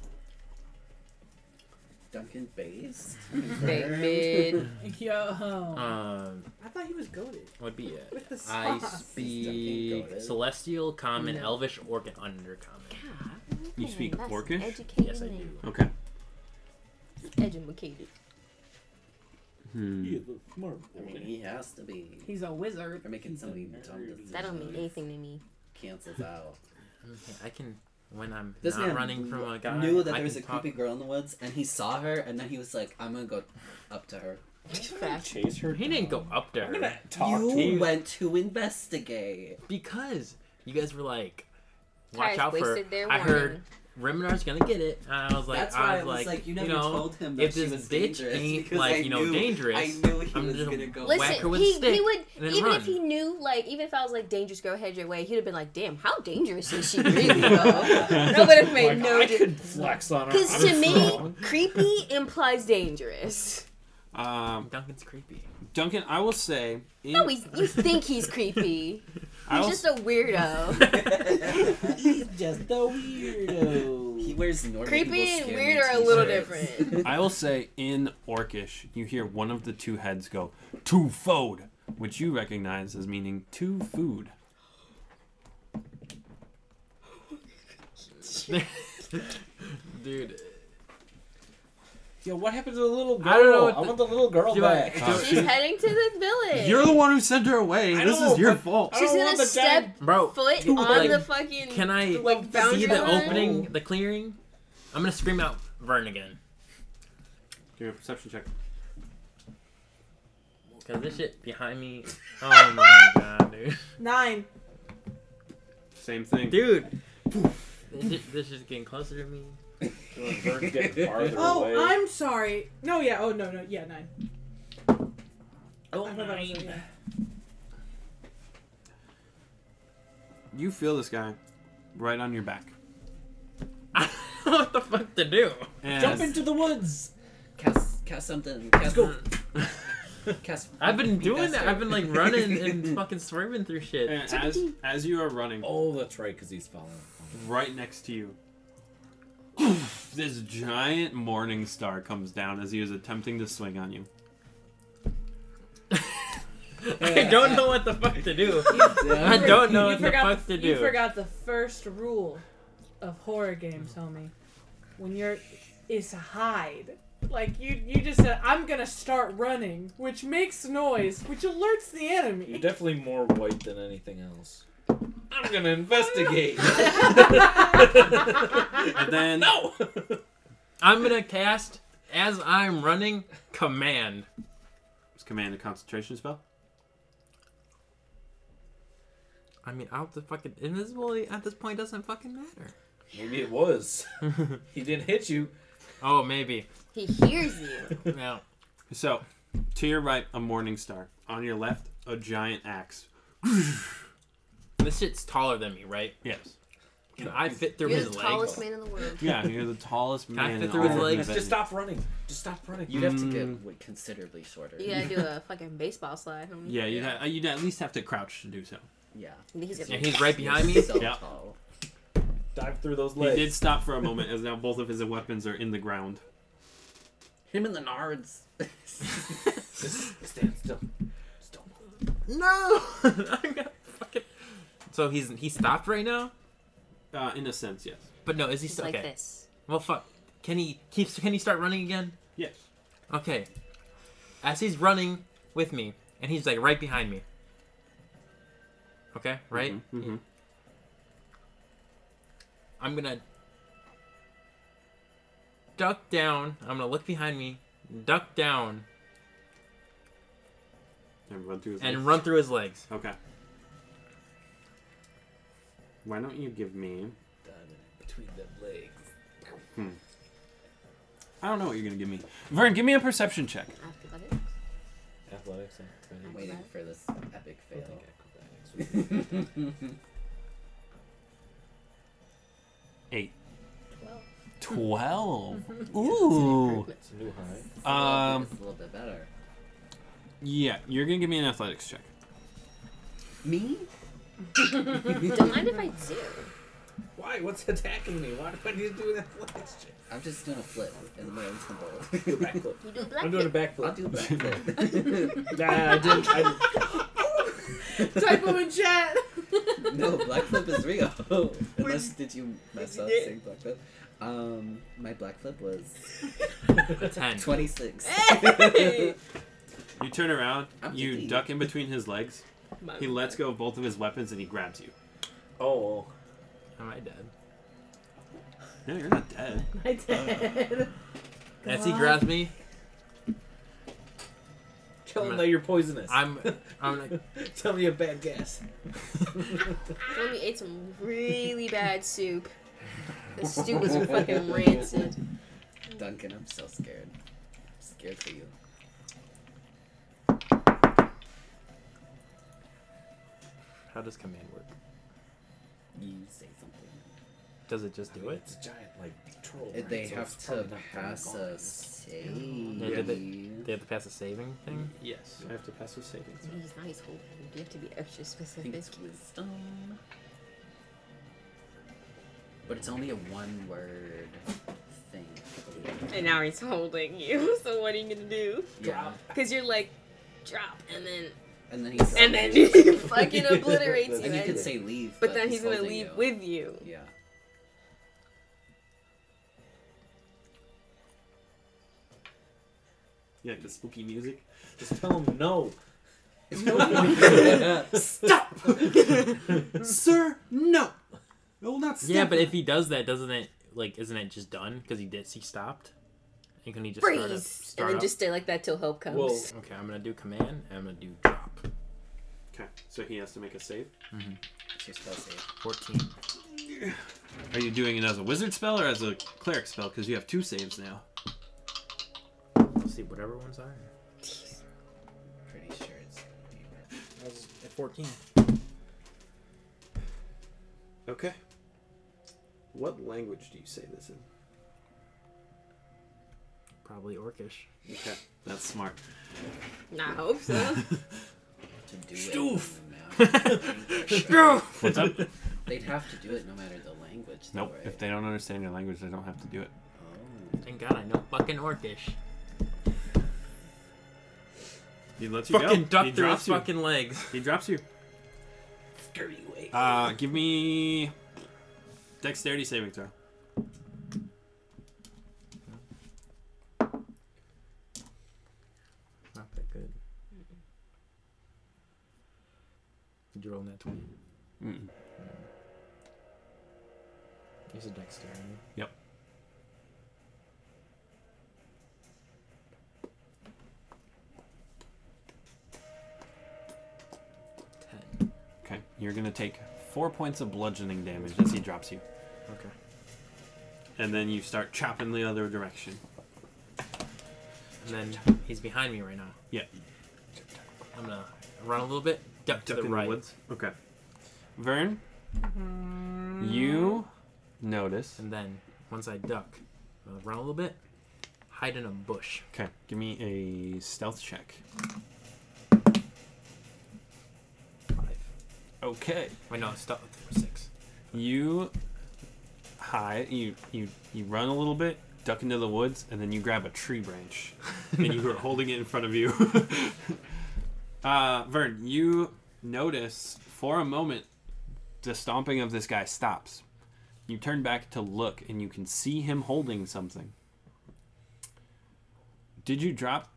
[SPEAKER 4] Duncan Bays?
[SPEAKER 9] Baby.
[SPEAKER 5] Mm-hmm.
[SPEAKER 6] Yo,
[SPEAKER 7] Um,
[SPEAKER 6] I thought he was goaded
[SPEAKER 7] would be it.
[SPEAKER 6] with the
[SPEAKER 7] I
[SPEAKER 6] sauce.
[SPEAKER 4] Duncan
[SPEAKER 7] speak
[SPEAKER 4] goaded.
[SPEAKER 7] celestial, common, elvish, orc, and undercommon.
[SPEAKER 5] You speak
[SPEAKER 9] That's
[SPEAKER 5] Orcish?
[SPEAKER 9] Educated.
[SPEAKER 7] Yes, I
[SPEAKER 9] man.
[SPEAKER 7] do.
[SPEAKER 5] Okay.
[SPEAKER 9] Educated.
[SPEAKER 5] Hmm.
[SPEAKER 4] I mean, he has to be.
[SPEAKER 6] He's a wizard.
[SPEAKER 4] They're making so many dumb decisions.
[SPEAKER 9] That don't mean anything to me.
[SPEAKER 4] Cancels out.
[SPEAKER 7] Okay, I can when I'm
[SPEAKER 4] This
[SPEAKER 7] not
[SPEAKER 4] man
[SPEAKER 7] running from a guy.
[SPEAKER 4] knew that
[SPEAKER 7] I
[SPEAKER 4] there was a
[SPEAKER 7] can talk-
[SPEAKER 4] creepy girl in the woods, and he saw her, and then he was like, "I'm gonna go up to her."
[SPEAKER 9] Fact.
[SPEAKER 3] chase her,
[SPEAKER 7] He didn't go up to her
[SPEAKER 3] talk
[SPEAKER 4] you
[SPEAKER 3] to you.
[SPEAKER 4] went to investigate.
[SPEAKER 7] because you guys were like, "Watch
[SPEAKER 9] Ty's
[SPEAKER 7] out for."
[SPEAKER 9] wasted their
[SPEAKER 7] I heard
[SPEAKER 9] warning.
[SPEAKER 7] Reminar's gonna get it. And I was like,
[SPEAKER 4] That's why
[SPEAKER 7] I was, like,
[SPEAKER 4] you never
[SPEAKER 7] know,
[SPEAKER 4] told him that
[SPEAKER 7] if
[SPEAKER 4] she
[SPEAKER 7] this
[SPEAKER 4] was
[SPEAKER 7] bitch
[SPEAKER 4] dangerous
[SPEAKER 7] ain't,
[SPEAKER 4] because
[SPEAKER 7] like,
[SPEAKER 4] I
[SPEAKER 7] you know,
[SPEAKER 4] knew- I
[SPEAKER 7] dangerous,
[SPEAKER 4] knew he
[SPEAKER 7] I'm
[SPEAKER 4] was
[SPEAKER 7] just
[SPEAKER 4] gonna go.
[SPEAKER 7] whack
[SPEAKER 9] Listen,
[SPEAKER 7] her with a
[SPEAKER 9] he,
[SPEAKER 7] stick
[SPEAKER 9] he would
[SPEAKER 7] and then
[SPEAKER 9] even
[SPEAKER 7] run.
[SPEAKER 9] if he knew like even if I was like dangerous girl head your way, he'd have been like, damn, how dangerous is she really? though? that would have made
[SPEAKER 3] Like,
[SPEAKER 9] no
[SPEAKER 3] I
[SPEAKER 9] difference.
[SPEAKER 3] could flex on her.
[SPEAKER 9] Because
[SPEAKER 3] I'm
[SPEAKER 9] to me,
[SPEAKER 3] strong.
[SPEAKER 9] creepy implies dangerous.
[SPEAKER 5] Um,
[SPEAKER 7] Duncan's creepy.
[SPEAKER 5] Duncan, I will say. In,
[SPEAKER 9] No, he's, you think he's creepy.
[SPEAKER 5] I
[SPEAKER 9] He's
[SPEAKER 5] will,
[SPEAKER 9] just a weirdo.
[SPEAKER 4] He's
[SPEAKER 7] just a weirdo.
[SPEAKER 4] He wears normal
[SPEAKER 9] creepy
[SPEAKER 4] people's
[SPEAKER 9] and
[SPEAKER 4] scary
[SPEAKER 9] weird are a little
[SPEAKER 4] t-shirts.
[SPEAKER 9] different.
[SPEAKER 5] I will say in Orcish, you hear one of the two heads go two-fold, which you recognize as meaning two food.
[SPEAKER 7] Dude,
[SPEAKER 3] Yo, what happened to the little girl?
[SPEAKER 7] I don't know what
[SPEAKER 3] I
[SPEAKER 7] the-
[SPEAKER 3] want the little
[SPEAKER 4] Oh,
[SPEAKER 3] girl
[SPEAKER 7] Do I-
[SPEAKER 3] back.
[SPEAKER 7] do I-
[SPEAKER 9] She's heading to the village.
[SPEAKER 5] You're the one who sent her away.
[SPEAKER 3] I
[SPEAKER 5] This
[SPEAKER 3] know,
[SPEAKER 5] is your
[SPEAKER 3] but-
[SPEAKER 5] fault.
[SPEAKER 3] I
[SPEAKER 9] She's
[SPEAKER 3] don't
[SPEAKER 9] gonna
[SPEAKER 3] want the
[SPEAKER 9] step
[SPEAKER 3] dang-
[SPEAKER 7] bro,
[SPEAKER 9] foot
[SPEAKER 7] Dude,
[SPEAKER 9] on
[SPEAKER 7] like,
[SPEAKER 9] the fucking.
[SPEAKER 7] can I
[SPEAKER 9] like
[SPEAKER 7] see
[SPEAKER 9] boundary
[SPEAKER 7] the
[SPEAKER 9] line?
[SPEAKER 7] opening, the clearing? I'm gonna scream out Vern again.
[SPEAKER 5] Give me a perception check.
[SPEAKER 7] Cause this shit behind me. Oh my god, dude.
[SPEAKER 6] Nine.
[SPEAKER 5] Same thing.
[SPEAKER 7] Dude. This, this is getting closer to me.
[SPEAKER 3] Vern's getting farther
[SPEAKER 6] Oh,
[SPEAKER 3] away.
[SPEAKER 6] I'm sorry. No, yeah. Oh, no, no. Yeah, nine.
[SPEAKER 7] Oh,
[SPEAKER 6] I thought that was yeah.
[SPEAKER 5] You feel this guy right on your back.
[SPEAKER 7] I don't know what the fuck to do.
[SPEAKER 5] And
[SPEAKER 3] Jump into the woods.
[SPEAKER 4] Cast, cast something. Cast, Cast,
[SPEAKER 7] I've been doing that.
[SPEAKER 4] faster.
[SPEAKER 7] I've been like running and fucking swerving through shit.
[SPEAKER 5] And as as you are running,
[SPEAKER 3] Oh, that's right, because he's following.
[SPEAKER 5] right next to you, this giant morning star comes down as he is attempting to swing on you.
[SPEAKER 7] I don't know what the fuck to do. I
[SPEAKER 6] You
[SPEAKER 7] don't
[SPEAKER 6] for-
[SPEAKER 7] know
[SPEAKER 6] you
[SPEAKER 7] what the
[SPEAKER 6] forgot
[SPEAKER 7] fuck to
[SPEAKER 6] You
[SPEAKER 7] do.
[SPEAKER 6] forgot the first rule of horror games, homie. When you're is hide. Like you, you just said, I'm gonna start running, which makes noise, which alerts the
[SPEAKER 3] You're
[SPEAKER 6] enemy.
[SPEAKER 3] definitely more white than anything else. I'm gonna investigate.
[SPEAKER 5] And then
[SPEAKER 3] no.
[SPEAKER 7] I'm gonna cast as I'm running command.
[SPEAKER 5] It's command a concentration spell.
[SPEAKER 7] I mean, out the fucking invisibility at this point doesn't fucking matter.
[SPEAKER 3] Maybe it was. He didn't hit you.
[SPEAKER 7] Oh, maybe.
[SPEAKER 9] He hears you.
[SPEAKER 7] No.
[SPEAKER 5] So, to your right, a morning star. On your left, a giant axe.
[SPEAKER 7] This shit's taller than me, right?
[SPEAKER 5] Yes.
[SPEAKER 7] Can I fit through
[SPEAKER 9] You're
[SPEAKER 7] his
[SPEAKER 9] the
[SPEAKER 7] legs?
[SPEAKER 9] tallest man in the world.
[SPEAKER 5] Yeah, you're the tallest
[SPEAKER 7] Can I
[SPEAKER 5] man.
[SPEAKER 7] fit
[SPEAKER 5] in
[SPEAKER 7] through
[SPEAKER 5] all
[SPEAKER 7] his
[SPEAKER 5] of
[SPEAKER 7] legs?
[SPEAKER 5] Navenna.
[SPEAKER 3] Just stop running. Just stop running.
[SPEAKER 4] You'd have to
[SPEAKER 5] Mm.
[SPEAKER 4] get like, considerably shorter.
[SPEAKER 9] You gotta do a fucking baseball slide, homie.
[SPEAKER 5] Yeah, you'd, ha- you'd at least have to crouch to do so.
[SPEAKER 4] Yeah.
[SPEAKER 9] He's gonna
[SPEAKER 7] Yeah, he's right behind me.
[SPEAKER 4] He's so
[SPEAKER 5] Yeah.
[SPEAKER 4] tall.
[SPEAKER 3] Dive through those
[SPEAKER 5] He
[SPEAKER 3] legs.
[SPEAKER 5] did stop for a moment, as now both of his weapons are in the ground.
[SPEAKER 4] Him and the Nards.
[SPEAKER 3] Stand still. Still.
[SPEAKER 7] No. I got fucking. So he's he stopped right now.
[SPEAKER 5] Uh, in a sense, yes.
[SPEAKER 7] But no, is he
[SPEAKER 9] He's
[SPEAKER 7] still
[SPEAKER 9] like
[SPEAKER 7] okay?
[SPEAKER 9] this.
[SPEAKER 7] Well, fuck. Can he keeps? Can he start running again?
[SPEAKER 5] Yes.
[SPEAKER 7] Okay. As he's running with me, and he's like right behind me. Okay, right?
[SPEAKER 5] Mm-hmm.
[SPEAKER 7] I'm gonna duck down. I'm gonna look behind me, duck down,
[SPEAKER 5] And run through his
[SPEAKER 7] and
[SPEAKER 5] legs.
[SPEAKER 7] run through his legs.
[SPEAKER 5] Okay. Why don't you give me.
[SPEAKER 3] Dive in between the legs.
[SPEAKER 5] I don't know what you're going to give me. Vern, give me a perception check.
[SPEAKER 9] Athletics.
[SPEAKER 3] Athletics.
[SPEAKER 4] I'm
[SPEAKER 3] athletics.
[SPEAKER 4] waiting for this epic
[SPEAKER 3] I
[SPEAKER 4] fail.
[SPEAKER 3] think acrobatics.
[SPEAKER 5] Eight.
[SPEAKER 9] Twelve.
[SPEAKER 5] Twelve. Ooh.
[SPEAKER 3] It's a new high.
[SPEAKER 5] Um,
[SPEAKER 4] It's a little bit better.
[SPEAKER 5] yeah, you're going to give me an athletics check.
[SPEAKER 4] Me?
[SPEAKER 9] Don't mind if I do.
[SPEAKER 8] Why? What's attacking me? Why do I need to do an athletics check?
[SPEAKER 4] I'm just doing a flip in my own
[SPEAKER 3] Do a
[SPEAKER 4] temple.
[SPEAKER 3] backflip.
[SPEAKER 9] You do black.
[SPEAKER 3] I'm doing a
[SPEAKER 4] I'll
[SPEAKER 3] backflip.
[SPEAKER 4] do a back flip.
[SPEAKER 3] Nah, I didn't. I didn't.
[SPEAKER 6] Typo in chat.
[SPEAKER 4] no, black flip is real. Unless did you mess up saying black flip? Um, my black flip was
[SPEAKER 7] A ten.
[SPEAKER 4] 26.
[SPEAKER 9] Hey!
[SPEAKER 5] You turn around,
[SPEAKER 4] I'm
[SPEAKER 5] you
[SPEAKER 4] thinking-
[SPEAKER 5] duck in between his legs. He lets go of both of his weapons and he grabs you.
[SPEAKER 3] Oh.
[SPEAKER 7] Am I dead?
[SPEAKER 5] No, you're not dead.
[SPEAKER 6] I did.
[SPEAKER 7] As he grabs me,
[SPEAKER 3] Tell
[SPEAKER 7] I'm
[SPEAKER 3] him
[SPEAKER 7] a-
[SPEAKER 3] that you're poisonous.
[SPEAKER 7] I'm I'm like
[SPEAKER 3] Tell me a bad guess.
[SPEAKER 9] Tommy ate some really bad soup. The stew was fucking rancid.
[SPEAKER 4] Duncan, I'm so scared. I'm scared for you.
[SPEAKER 7] How does command work?
[SPEAKER 4] You say something.
[SPEAKER 7] Does it just do it?
[SPEAKER 3] It's a giant like troll.
[SPEAKER 4] If they
[SPEAKER 3] right? So
[SPEAKER 4] have
[SPEAKER 3] it's
[SPEAKER 4] to
[SPEAKER 3] probably not gonna
[SPEAKER 4] pass
[SPEAKER 3] go.
[SPEAKER 4] a save.
[SPEAKER 7] Yeah, did They have to pass a saving thing.
[SPEAKER 5] Yes, I have to pass a saving throw.
[SPEAKER 9] He's not his whole. You have to be extra
[SPEAKER 4] I
[SPEAKER 9] specific.
[SPEAKER 4] think it's wisdom. But it's only a one word thing.
[SPEAKER 2] And now he's holding you. So what are you gonna do?
[SPEAKER 4] Yeah.
[SPEAKER 2] Because you're like, drop, and then
[SPEAKER 4] And then he's
[SPEAKER 2] and then he fucking obliterates you.
[SPEAKER 4] and you
[SPEAKER 2] and-
[SPEAKER 4] could say leave.
[SPEAKER 2] but then he's, gonna
[SPEAKER 4] holding
[SPEAKER 2] leave
[SPEAKER 4] you.
[SPEAKER 2] with you.
[SPEAKER 4] Yeah.
[SPEAKER 1] You like the spooky music?
[SPEAKER 3] Just tell him no.
[SPEAKER 1] Stop! Sir, no! I will not stop.
[SPEAKER 7] Yeah, but if he does that, doesn't it like isn't it just done? Because he did he stopped. And can he just start, up,
[SPEAKER 9] Freeze!
[SPEAKER 7] start
[SPEAKER 9] and
[SPEAKER 7] up?
[SPEAKER 9] then just stay like that till help comes.
[SPEAKER 7] Well, okay, I'm gonna do command. and I'm gonna do drop.
[SPEAKER 5] Okay, so he has to make a save.
[SPEAKER 4] It's your spell save.
[SPEAKER 7] Fourteen.
[SPEAKER 5] Are you doing it as a wizard spell or as a cleric spell? Because you have two saves now.
[SPEAKER 7] Let's see whatever one's are.
[SPEAKER 4] Pretty sure it's.
[SPEAKER 8] I was at 14.
[SPEAKER 5] Okay. What language do you say this in?
[SPEAKER 7] Probably orcish.
[SPEAKER 5] Okay, that's smart.
[SPEAKER 2] I hope so.
[SPEAKER 4] To do
[SPEAKER 5] Stoof.
[SPEAKER 4] it. no
[SPEAKER 5] What's up?
[SPEAKER 4] matter- They'd have to do it no matter the language. Though,
[SPEAKER 5] nope.
[SPEAKER 4] Right?
[SPEAKER 5] If they don't understand your language, they don't have to do it.
[SPEAKER 4] Oh.
[SPEAKER 7] Thank God I know fucking orcish.
[SPEAKER 5] He lets
[SPEAKER 7] Fucking
[SPEAKER 5] you go.
[SPEAKER 7] duck
[SPEAKER 5] he
[SPEAKER 7] through his
[SPEAKER 5] drops you.
[SPEAKER 7] fucking legs.
[SPEAKER 5] He drops you.
[SPEAKER 4] Scurry away.
[SPEAKER 5] Uh, give me dexterity saving throw.
[SPEAKER 7] Not that good. Did you roll that twenty?
[SPEAKER 5] Mm-mm.
[SPEAKER 7] Use a dexterity.
[SPEAKER 5] Yep.
[SPEAKER 7] Ten.
[SPEAKER 5] Okay, you're gonna take four points of bludgeoning damage as he drops you,
[SPEAKER 7] Okay.
[SPEAKER 5] and then you start chopping the other direction.
[SPEAKER 7] And then he's behind me right now.
[SPEAKER 5] Yeah.
[SPEAKER 7] I'm gonna run a little bit, duck to
[SPEAKER 5] Duck
[SPEAKER 7] the
[SPEAKER 5] in
[SPEAKER 7] right.
[SPEAKER 5] woods. Okay. Vern, you notice.
[SPEAKER 7] And then once I duck, I'm gonna run a little bit, hide in a bush.
[SPEAKER 5] Okay, give me a stealth check.
[SPEAKER 7] Five.
[SPEAKER 5] Okay.
[SPEAKER 7] Wait, no, stop. Six.
[SPEAKER 5] You hide. You you you run a little bit, duck into the woods, and then you grab a tree branch, and you are holding it in front of you. uh, Vern, you notice for a moment the stomping of this guy stops. You turn back to look, and you can see him holding something. Did you drop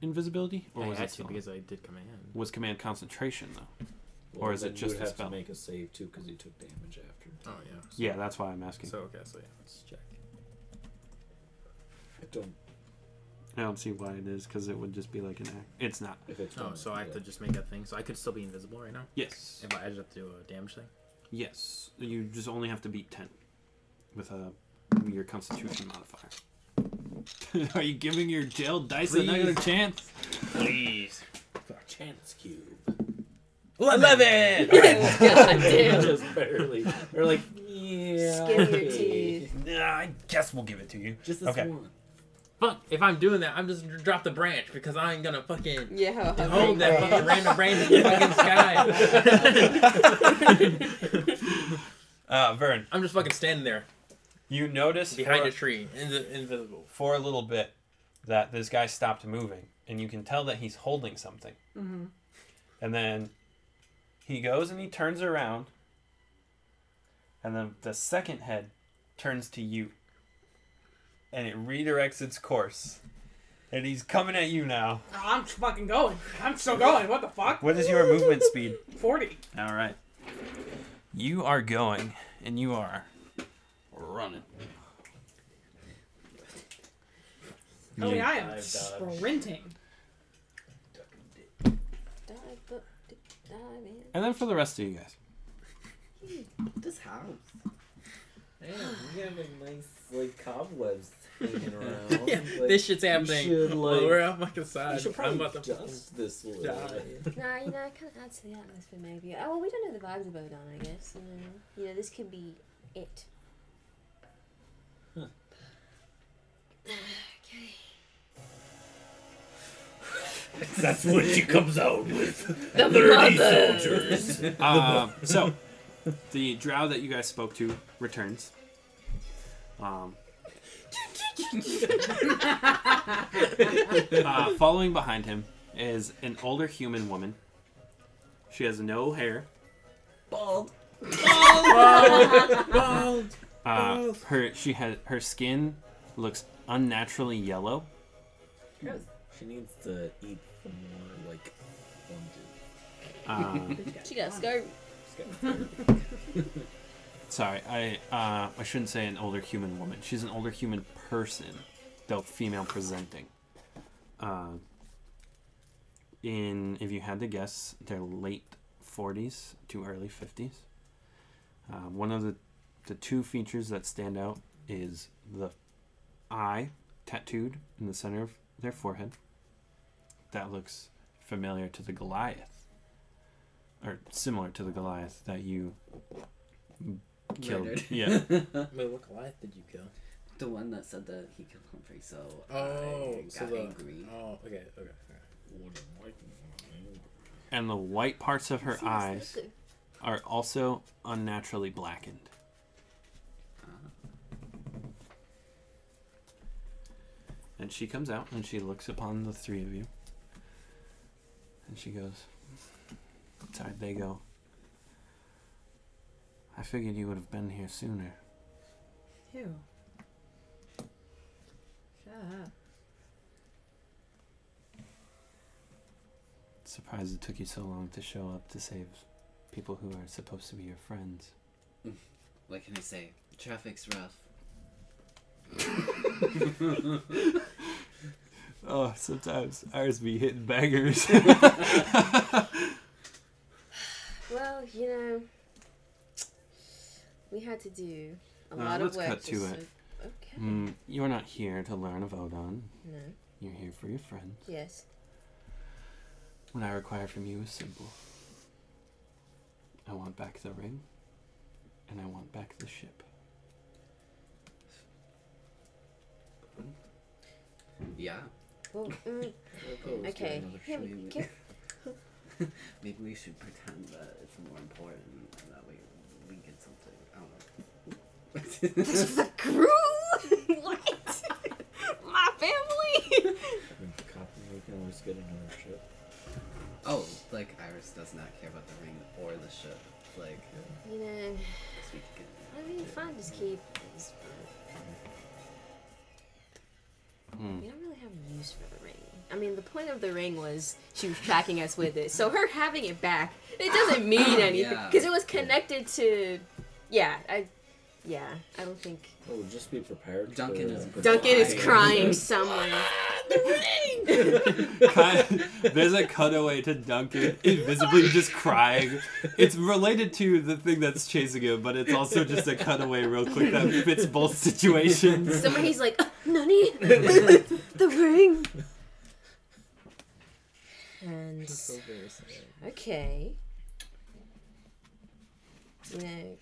[SPEAKER 5] invisibility, or
[SPEAKER 7] I
[SPEAKER 5] was
[SPEAKER 7] had
[SPEAKER 5] it
[SPEAKER 7] to
[SPEAKER 5] still?
[SPEAKER 7] because I did command.
[SPEAKER 5] was command concentration though?
[SPEAKER 3] Well,
[SPEAKER 5] is it
[SPEAKER 3] then you
[SPEAKER 5] just
[SPEAKER 3] would
[SPEAKER 5] a
[SPEAKER 3] have
[SPEAKER 5] spell?
[SPEAKER 3] to make a save too because he took damage after.
[SPEAKER 7] Oh yeah. So,
[SPEAKER 5] Yeah, that's why I'm asking.
[SPEAKER 7] So okay, so yeah, let's check.
[SPEAKER 3] I don't.
[SPEAKER 5] I don't see why it is because it would just be like an act. It's not.
[SPEAKER 3] If it's
[SPEAKER 7] Oh,
[SPEAKER 3] done,
[SPEAKER 7] so I have
[SPEAKER 3] yeah.
[SPEAKER 7] to just make a thing. So I could still be invisible right now.
[SPEAKER 5] Yes.
[SPEAKER 7] If I I just have to do a damage thing.
[SPEAKER 5] Yes. You just only have to beat 10 with a your constitution modifier. Are you giving your jail dice
[SPEAKER 7] Please.
[SPEAKER 5] another chance?
[SPEAKER 7] Please.
[SPEAKER 3] chance cube.
[SPEAKER 7] Eleven.
[SPEAKER 3] just barely. They're like, yeah.
[SPEAKER 9] Skin your
[SPEAKER 3] okay.
[SPEAKER 9] teeth.
[SPEAKER 5] I guess we'll give it to you.
[SPEAKER 4] Just this
[SPEAKER 5] okay.
[SPEAKER 4] one.
[SPEAKER 7] Fuck! If I'm doing that, I'm just gonna drop the branch because I ain't gonna fucking
[SPEAKER 9] Yeah.
[SPEAKER 7] hold that fucking random branch in the fucking sky.
[SPEAKER 5] Uh, Vern,
[SPEAKER 7] I'm just fucking standing there
[SPEAKER 5] you notice
[SPEAKER 7] behind
[SPEAKER 5] for,
[SPEAKER 7] a tree, invi- invisible.
[SPEAKER 5] for a little bit that this guy stopped moving, and you can tell that he's holding something.
[SPEAKER 6] Mhm.
[SPEAKER 5] And then he goes and he turns around, and then the second head turns to you, and it redirects its course, and he's coming at you now.
[SPEAKER 6] I'm fucking going. I'm still going. What the fuck?
[SPEAKER 5] What is your movement speed?
[SPEAKER 6] Forty.
[SPEAKER 5] All right, you are going, and you are running.
[SPEAKER 6] I mean, I am
[SPEAKER 3] I've dodged.
[SPEAKER 6] sprinting.
[SPEAKER 5] And then for the rest of you guys,
[SPEAKER 4] This house.
[SPEAKER 3] Damn, you have a nice like cobwebs hanging around.
[SPEAKER 8] yeah,
[SPEAKER 3] like,
[SPEAKER 8] this shit's happening.
[SPEAKER 3] should,
[SPEAKER 8] Well,
[SPEAKER 3] like-
[SPEAKER 8] we're on my side.
[SPEAKER 3] you should
[SPEAKER 8] I'm
[SPEAKER 3] probably
[SPEAKER 8] about to
[SPEAKER 3] dust this a little.
[SPEAKER 8] die.
[SPEAKER 3] bit.
[SPEAKER 9] Nah, you know, it kind of adds to the atmosphere, maybe. Oh, well, we don't know the vibes of Odon, I guess. You know, you know this could be it.
[SPEAKER 3] Huh.
[SPEAKER 9] okay.
[SPEAKER 3] That's what she comes out with.
[SPEAKER 2] The
[SPEAKER 3] Thirty
[SPEAKER 2] mother.
[SPEAKER 3] soldiers.
[SPEAKER 5] Uh, so, the drow that you guys spoke to returns. Um, uh, following behind him is an older human woman. She has no hair. Bald. Bald. Bald. Uh, her she had her skin looks unnaturally yellow.
[SPEAKER 3] she needs to eat some more like sponges.
[SPEAKER 5] Uh,
[SPEAKER 9] She got a scarf.
[SPEAKER 5] Sorry, I uh, I shouldn't say an older human woman. She's an older human person, though female presenting. Uh, in if you had to guess, their late forties to early fifties. Uh, one of the the two features that stand out is the eye tattooed in the center of their forehead. That looks familiar to the Goliath, or similar to the Goliath that you killed.
[SPEAKER 4] Murdered.
[SPEAKER 5] Yeah.
[SPEAKER 8] Wait, what Goliath did you kill?
[SPEAKER 4] The one that said that he killed Humphrey, so
[SPEAKER 8] Oh,
[SPEAKER 4] I got
[SPEAKER 8] so the,
[SPEAKER 4] angry.
[SPEAKER 8] Oh, okay, okay.
[SPEAKER 5] and the white parts of her eyes are also unnaturally blackened. And she comes out and she looks upon the three of you. And she goes, Sorry, they go. I figured you would have been here sooner.
[SPEAKER 6] Ew. Shut up.
[SPEAKER 5] Surprised it took you so long to show up to save people who are supposed to be your friends.
[SPEAKER 4] What can I say? Traffic's rough.
[SPEAKER 5] Oh, sometimes ours be hitting bangers.
[SPEAKER 9] Well, you know, we had to do a
[SPEAKER 5] Uh,
[SPEAKER 9] lot
[SPEAKER 5] let's
[SPEAKER 9] of work.
[SPEAKER 5] cut to
[SPEAKER 9] just
[SPEAKER 5] it.
[SPEAKER 9] so- Okay.
[SPEAKER 5] Mm, you're not here to learn of Odon.
[SPEAKER 9] No.
[SPEAKER 5] You're here for your friends.
[SPEAKER 9] Yes.
[SPEAKER 5] What I require from you is simple. I want back the ring, and I want back the ship.
[SPEAKER 4] Yeah.
[SPEAKER 9] Well, mm, okay. Here we
[SPEAKER 4] Maybe,
[SPEAKER 9] go.
[SPEAKER 4] maybe we should pretend that it's more important and that way we get something. I don't know.
[SPEAKER 9] the crew. what? My family.
[SPEAKER 3] I mean, the copy, we can always get another ship.
[SPEAKER 4] oh, like Iris does not care about the ring or the ship. Like,
[SPEAKER 9] you know,
[SPEAKER 4] 'cause we could get-
[SPEAKER 9] I mean, fine, just keep. It's fine.
[SPEAKER 5] Hmm.
[SPEAKER 9] We don't really have use for the ring. I mean, the point of the ring was she was tracking us with it, so her having it back, it doesn't mean anything
[SPEAKER 4] Yeah.
[SPEAKER 9] because it was connected to. Yeah, I. Yeah, I don't think
[SPEAKER 3] Oh, just be prepared.
[SPEAKER 4] Duncan
[SPEAKER 3] for,
[SPEAKER 4] is
[SPEAKER 3] uh,
[SPEAKER 9] Duncan is
[SPEAKER 4] Why?
[SPEAKER 9] crying somewhere.
[SPEAKER 5] There's a cutaway to Duncan invisibly just crying. It's related to the thing that's chasing him, but it's also just a cutaway real quick that fits both situations.
[SPEAKER 9] Somewhere he's like, "Uh, Nani, the, the ring. And okay, you know,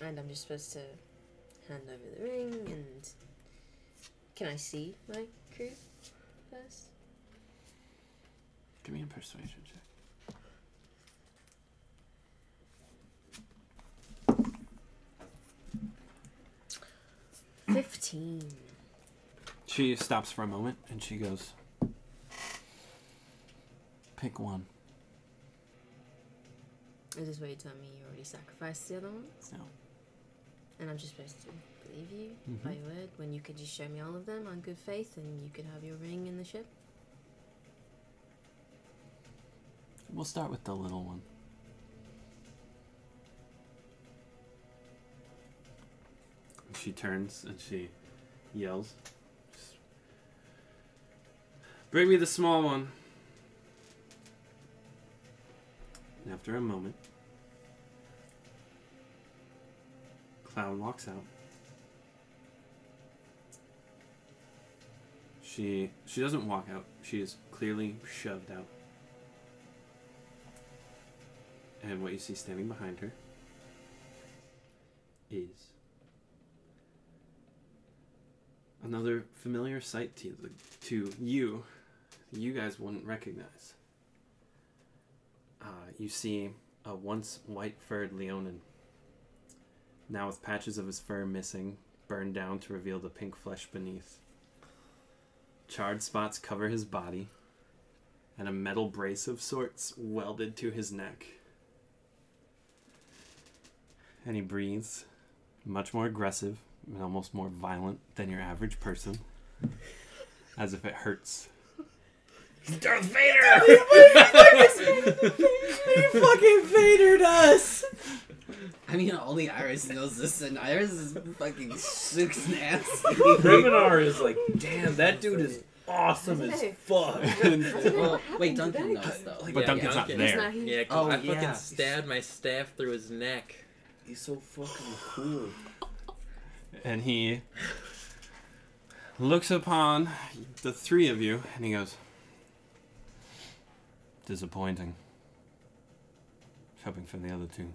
[SPEAKER 9] and I'm just supposed to hand over the ring. And can I see my crew first?
[SPEAKER 5] Give me a persuasion check.
[SPEAKER 9] Fifteen.
[SPEAKER 5] She stops for a moment and she goes, Pick one.
[SPEAKER 9] Is this where you tell me you already sacrificed the other ones?
[SPEAKER 5] No.
[SPEAKER 9] And I'm just supposed to believe you
[SPEAKER 5] Mhm.
[SPEAKER 3] Mm-hmm.
[SPEAKER 9] by your word when you could just show me all of them on good faith and you could have your ring in the ship?
[SPEAKER 5] We'll start with the little one. She turns and she yells, "Bring me the small one." And after After a moment, Cloud walks out. She she doesn't walk out. She is clearly shoved out. And what you see standing behind her is another familiar sight to the, to you. You guys wouldn't recognize. Uh, you see a once white furred Leonin, now with patches of his fur missing, burned down to reveal the pink flesh beneath. Charred spots cover his body, and a metal brace of sorts welded to his neck. And he breathes, much more aggressive and almost more violent than your average person, as if it hurts.
[SPEAKER 8] Darth Vader!
[SPEAKER 6] fucking Vader us.
[SPEAKER 4] I mean, only Iris knows this, and Iris is fucking six nasty.
[SPEAKER 3] Reminar is like, damn, that dude is awesome as
[SPEAKER 9] Hey.
[SPEAKER 3] fuck.
[SPEAKER 4] well, wait, Duncan knows though.
[SPEAKER 5] But Duncan's not
[SPEAKER 8] Duncan.
[SPEAKER 5] there.
[SPEAKER 9] He's not here.
[SPEAKER 8] Yeah, 'cause
[SPEAKER 4] Oh,
[SPEAKER 8] I
[SPEAKER 4] yeah.
[SPEAKER 8] fucking stabbed my staff through his neck.
[SPEAKER 3] He's so fucking cool.
[SPEAKER 5] And he looks upon the three of you and he goes, Disappointing. Hoping for the other two.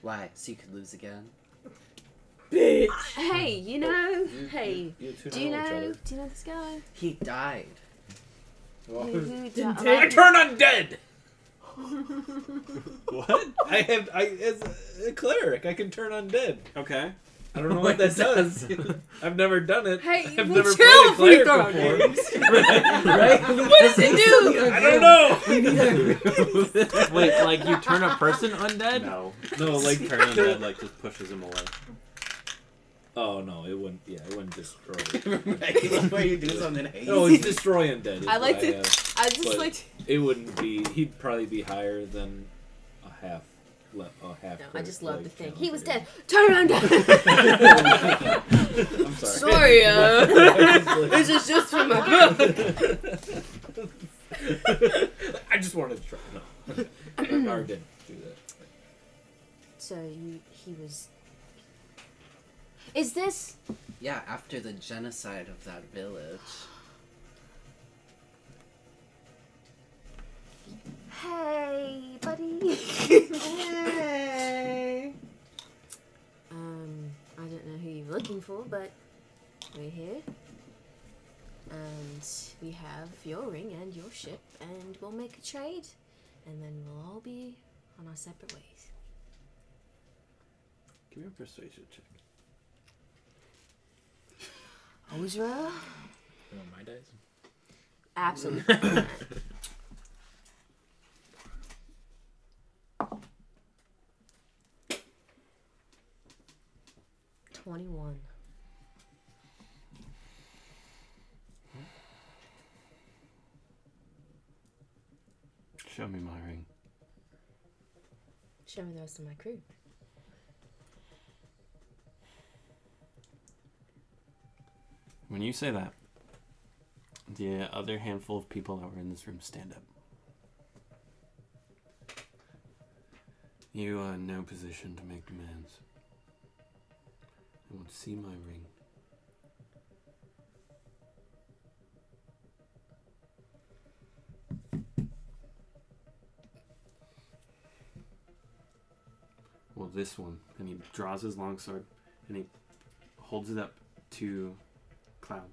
[SPEAKER 4] Why? So you could lose again?
[SPEAKER 9] Hey, you know, hey,
[SPEAKER 3] Mm-hmm. You two
[SPEAKER 9] do you
[SPEAKER 3] know each
[SPEAKER 9] know,
[SPEAKER 3] other.
[SPEAKER 9] do you know this guy?
[SPEAKER 4] He died.
[SPEAKER 9] Who- who di-
[SPEAKER 8] I turn undead!
[SPEAKER 5] What?
[SPEAKER 3] I have, I, as a cleric, I can turn undead.
[SPEAKER 5] Okay.
[SPEAKER 3] I don't know what that does. I've never done it.
[SPEAKER 9] Hey,
[SPEAKER 3] I've
[SPEAKER 9] well,
[SPEAKER 3] never
[SPEAKER 9] chill
[SPEAKER 3] played a
[SPEAKER 9] if
[SPEAKER 3] cleric
[SPEAKER 9] you
[SPEAKER 3] before.
[SPEAKER 9] What does it do?
[SPEAKER 3] I don't know.
[SPEAKER 7] Wait, like you turn a person undead?
[SPEAKER 5] No. No, like turning dead like just pushes him away.
[SPEAKER 3] Oh no, it wouldn't. Yeah, it wouldn't destroy.
[SPEAKER 4] right? Where you do something hazy.
[SPEAKER 3] no, it's destroy undead. is
[SPEAKER 9] I like
[SPEAKER 3] what
[SPEAKER 9] to-
[SPEAKER 3] have.
[SPEAKER 9] I just
[SPEAKER 3] But-
[SPEAKER 9] like. to-
[SPEAKER 3] It wouldn't be. He'd probably be higher than a half. Le- a half.
[SPEAKER 9] No, I just love
[SPEAKER 3] like,
[SPEAKER 9] the thing. He was dead.
[SPEAKER 3] challenger.
[SPEAKER 9] Turn around, dead.
[SPEAKER 3] I'm sorry.
[SPEAKER 9] Sorry, uh,
[SPEAKER 3] I was like-
[SPEAKER 9] this is just for my book.
[SPEAKER 3] I just wanted to try. No, Gar didn't do that.
[SPEAKER 9] So you, he was. Is this?
[SPEAKER 4] Yeah, after the genocide of that village.
[SPEAKER 9] Hey, buddy. Um, I don't know who you're looking for, but we're here. And we have your ring and your ship, and we'll make a trade, and then we'll all be on our separate ways.
[SPEAKER 5] Give me a persuasion check.
[SPEAKER 9] Always roll.
[SPEAKER 7] Oh,
[SPEAKER 8] You want my dice?
[SPEAKER 9] Absolutely. Twenty-one.
[SPEAKER 5] Show me my ring.
[SPEAKER 9] Show me the rest of my crew.
[SPEAKER 5] When you say that, the other handful of people that were in this room stand up. You are in no position to make demands. I want to see my ring. Well, this one. And he draws his longsword and he holds it up to Cloud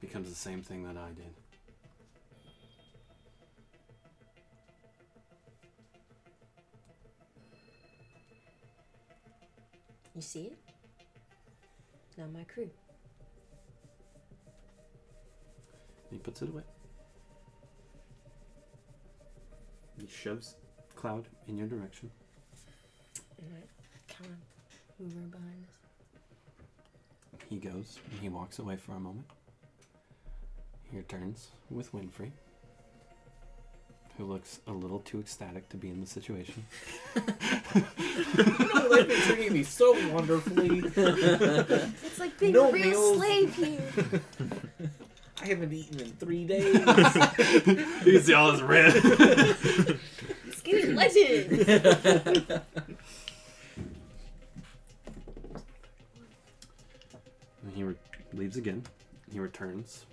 [SPEAKER 5] becomes the same thing that I did.
[SPEAKER 9] You see it? Now my crew.
[SPEAKER 5] And he puts it away. He shoves Cloud in your direction.
[SPEAKER 9] And I kind of move her behind us.
[SPEAKER 5] He goes and he walks away for a moment. He returns with Winfrey, who looks a little too ecstatic to be in the situation.
[SPEAKER 3] They've been treating me so wonderfully.
[SPEAKER 9] It's like being
[SPEAKER 3] No
[SPEAKER 9] a real
[SPEAKER 3] meals.
[SPEAKER 9] slave here.
[SPEAKER 3] I haven't eaten in three days.
[SPEAKER 5] you can see all his red.
[SPEAKER 9] Legend.
[SPEAKER 5] And he re- leaves again. He returns.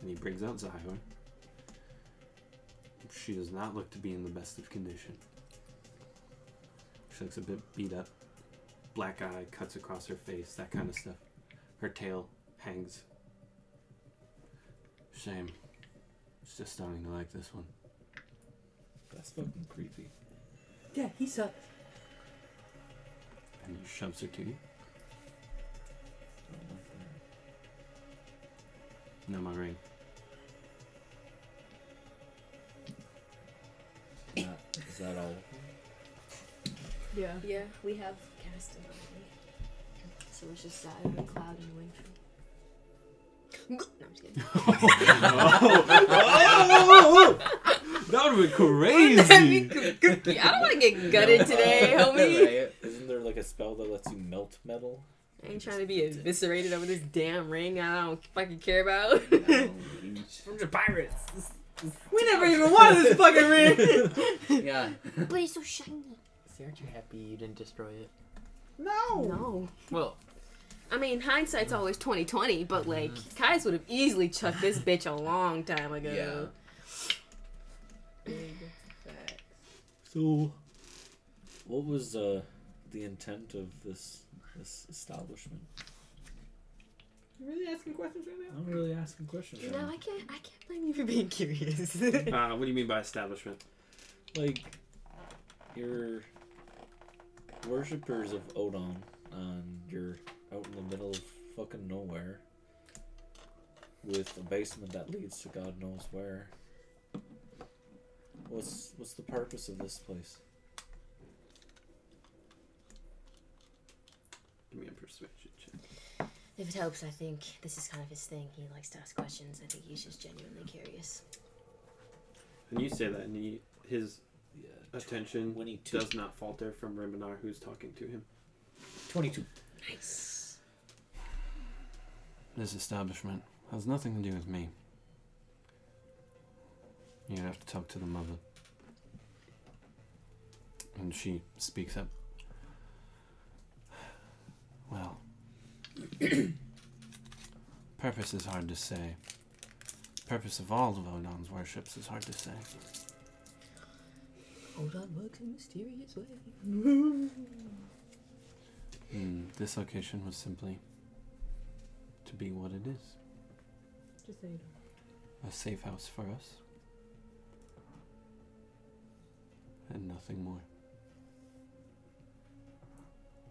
[SPEAKER 5] And he brings out Zihorn. She does not look to be in the best of condition. She looks a bit beat up. Black eye cuts across her face, that kind of stuff. Her tail hangs. Shame. It's just starting to like this one.
[SPEAKER 3] That's fucking creepy.
[SPEAKER 6] Yeah, he sucks.
[SPEAKER 5] And he shoves her to you. No, my ring.
[SPEAKER 3] Is that- is that all?
[SPEAKER 6] Yeah.
[SPEAKER 9] yeah, we have cast it already. So it's just Zion, Cloud, and Winfrey. No, I'm just kidding.
[SPEAKER 5] That would have been crazy!
[SPEAKER 9] I don't want to get gutted today, homie.
[SPEAKER 3] Isn't there like a spell that lets you melt metal?
[SPEAKER 9] I ain't trying to be eviscerated over this damn ring I don't fucking care about.
[SPEAKER 4] We're pirates.
[SPEAKER 9] we never even wanted this fucking ring.
[SPEAKER 4] Yeah.
[SPEAKER 9] but it's so shiny.
[SPEAKER 7] See, aren't you happy you didn't destroy it?
[SPEAKER 9] No.
[SPEAKER 7] Well, Mm. Mm-hmm.
[SPEAKER 9] I mean, hindsight's always 2020, but like, Kai's would have easily chucked this bitch a long time ago.
[SPEAKER 3] So, what was uh, the intent of this this establishment?
[SPEAKER 6] You really asking questions right now?
[SPEAKER 3] I'm really asking questions.
[SPEAKER 9] You know, I can't, I can't blame you for being curious.
[SPEAKER 5] Uh, what do you mean by establishment?
[SPEAKER 3] like your worshippers of Odon, and you're out in the middle of fucking nowhere with a basement that leads to God knows where. What's what's the purpose of this place?
[SPEAKER 5] Give me a persuasion check.
[SPEAKER 9] if it helps, I think this is kind of his thing. He likes to ask questions. I think he's just genuinely curious.
[SPEAKER 5] And you say that, and he, his attention
[SPEAKER 3] When he took
[SPEAKER 5] does not falter from Riminar, who's talking to him.
[SPEAKER 3] 22.
[SPEAKER 9] Nice.
[SPEAKER 5] This establishment has nothing to do with me. You'd have to talk to the mother. And she speaks up. Well, purpose is hard to say. Purpose of all of Onon's worships is hard to say.
[SPEAKER 9] Hold on, works in a mysterious way.
[SPEAKER 5] Mm, this location was simply to be what it is.
[SPEAKER 6] Just say
[SPEAKER 5] a safe house for us. And nothing more.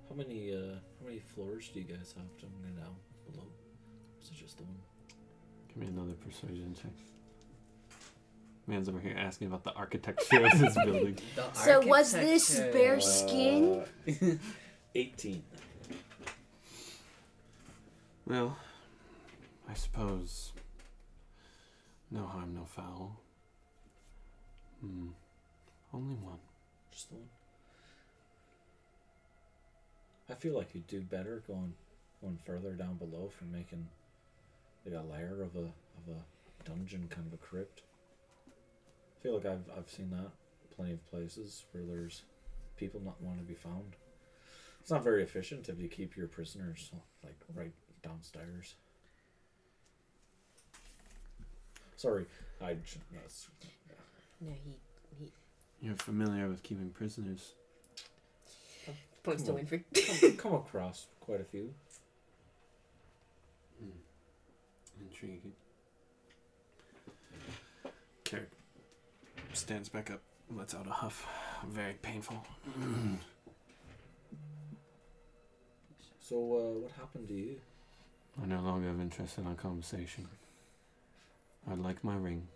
[SPEAKER 3] How many uh how many floors do you guys have to go down below? Or Is it just the one?
[SPEAKER 5] Give me another persuasion check. Man's over here asking about the architecture of this building.
[SPEAKER 4] The
[SPEAKER 9] So was this
[SPEAKER 4] architecture.
[SPEAKER 9] bear skin?
[SPEAKER 3] Uh, 18.
[SPEAKER 5] Well, I suppose no harm, no foul. Hmm. Only one.
[SPEAKER 3] Just the one. I feel like you'd do better going going further down below for making like a layer of a of a dungeon kind of a crypt. I feel like I've I've seen that plenty of places where there's people not wanting to be found. It's not very efficient if you keep your prisoners like right downstairs. Sorry, I j- that's
[SPEAKER 9] No, he
[SPEAKER 5] You're familiar with keeping prisoners.
[SPEAKER 9] points to
[SPEAKER 3] Come on.
[SPEAKER 9] Winfrey.
[SPEAKER 3] come, come across quite a few.
[SPEAKER 5] Intriguing. Carrick stands back up, lets out a huff. Very painful.
[SPEAKER 3] So, uh, what happened to you?
[SPEAKER 5] I no longer have interest in our conversation. I'd like my ring.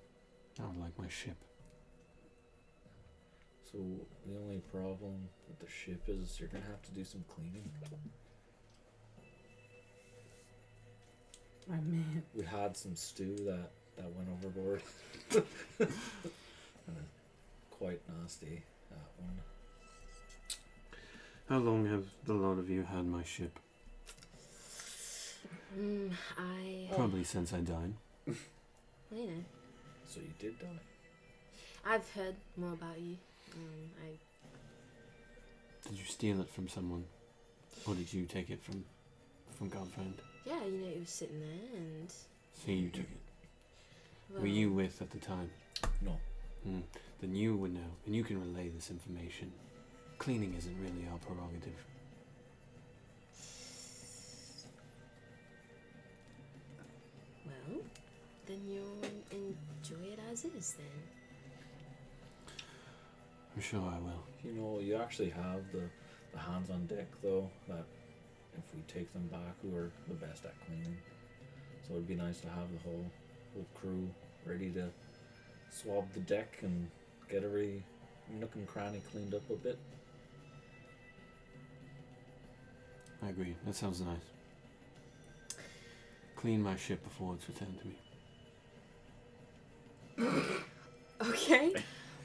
[SPEAKER 5] I would like my ship.
[SPEAKER 3] So, the only problem with the ship is you're gonna have to do some cleaning.
[SPEAKER 6] I mean,
[SPEAKER 3] We had some stew that, that went overboard. Uh, Quite nasty, that one.
[SPEAKER 5] How long have the lot of you had my ship?
[SPEAKER 9] Mm, I.
[SPEAKER 5] Probably since I died.
[SPEAKER 9] Wait a minute.
[SPEAKER 3] So, you did die.
[SPEAKER 9] I've heard more about you. Um, I
[SPEAKER 5] Did you steal it from someone, or did you take it from from Godfriend?
[SPEAKER 9] yeah, you know, it was sitting there, and
[SPEAKER 5] So you took it.
[SPEAKER 9] well,
[SPEAKER 5] Were you with at the time?
[SPEAKER 3] No.
[SPEAKER 5] Hmm. Then you would know, and you can relay this information. Cleaning isn't really our prerogative.
[SPEAKER 9] Well, then you'll enjoy it as is. Then
[SPEAKER 5] I'm sure I will.
[SPEAKER 3] You know, you actually have the, the hands on deck though that if we take them back, who are the best at cleaning. So it'd be nice to have the whole whole crew ready to swab the deck and get every nook and cranny cleaned up a bit.
[SPEAKER 5] I agree. That sounds nice. Clean my ship before it's returned to me.
[SPEAKER 9] okay.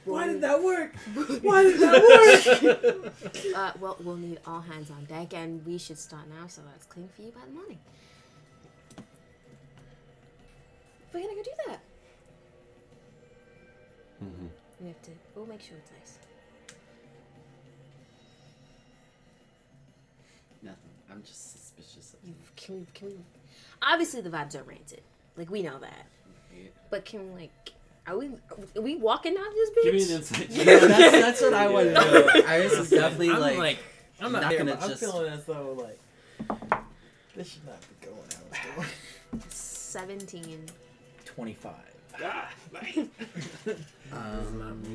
[SPEAKER 6] Why
[SPEAKER 9] Well,
[SPEAKER 6] did that work? Why did that work?
[SPEAKER 9] Uh, well, we'll need all hands on deck, and we should start now, so that's clean for you by the morning. We're gonna go do that.
[SPEAKER 5] Mm-hmm.
[SPEAKER 9] We have to. We'll make sure it's nice.
[SPEAKER 4] Nothing. I'm just suspicious of
[SPEAKER 9] You,
[SPEAKER 4] you.
[SPEAKER 9] can we? Can we? Obviously, the vibes are ranted. Like we know that,
[SPEAKER 4] Right?
[SPEAKER 9] but can like, are we? Are we walking out of this bitch?
[SPEAKER 5] Give me an insight.
[SPEAKER 4] Yeah, that's, that's what I wanted to know. Iris is definitely
[SPEAKER 8] I'm
[SPEAKER 4] like,
[SPEAKER 8] like, I'm not,
[SPEAKER 4] not
[SPEAKER 8] there,
[SPEAKER 4] gonna
[SPEAKER 8] but I'm
[SPEAKER 4] just-
[SPEAKER 8] feeling as though like
[SPEAKER 10] This should not be going out.
[SPEAKER 9] Seventeen.
[SPEAKER 3] Twenty five.
[SPEAKER 4] um,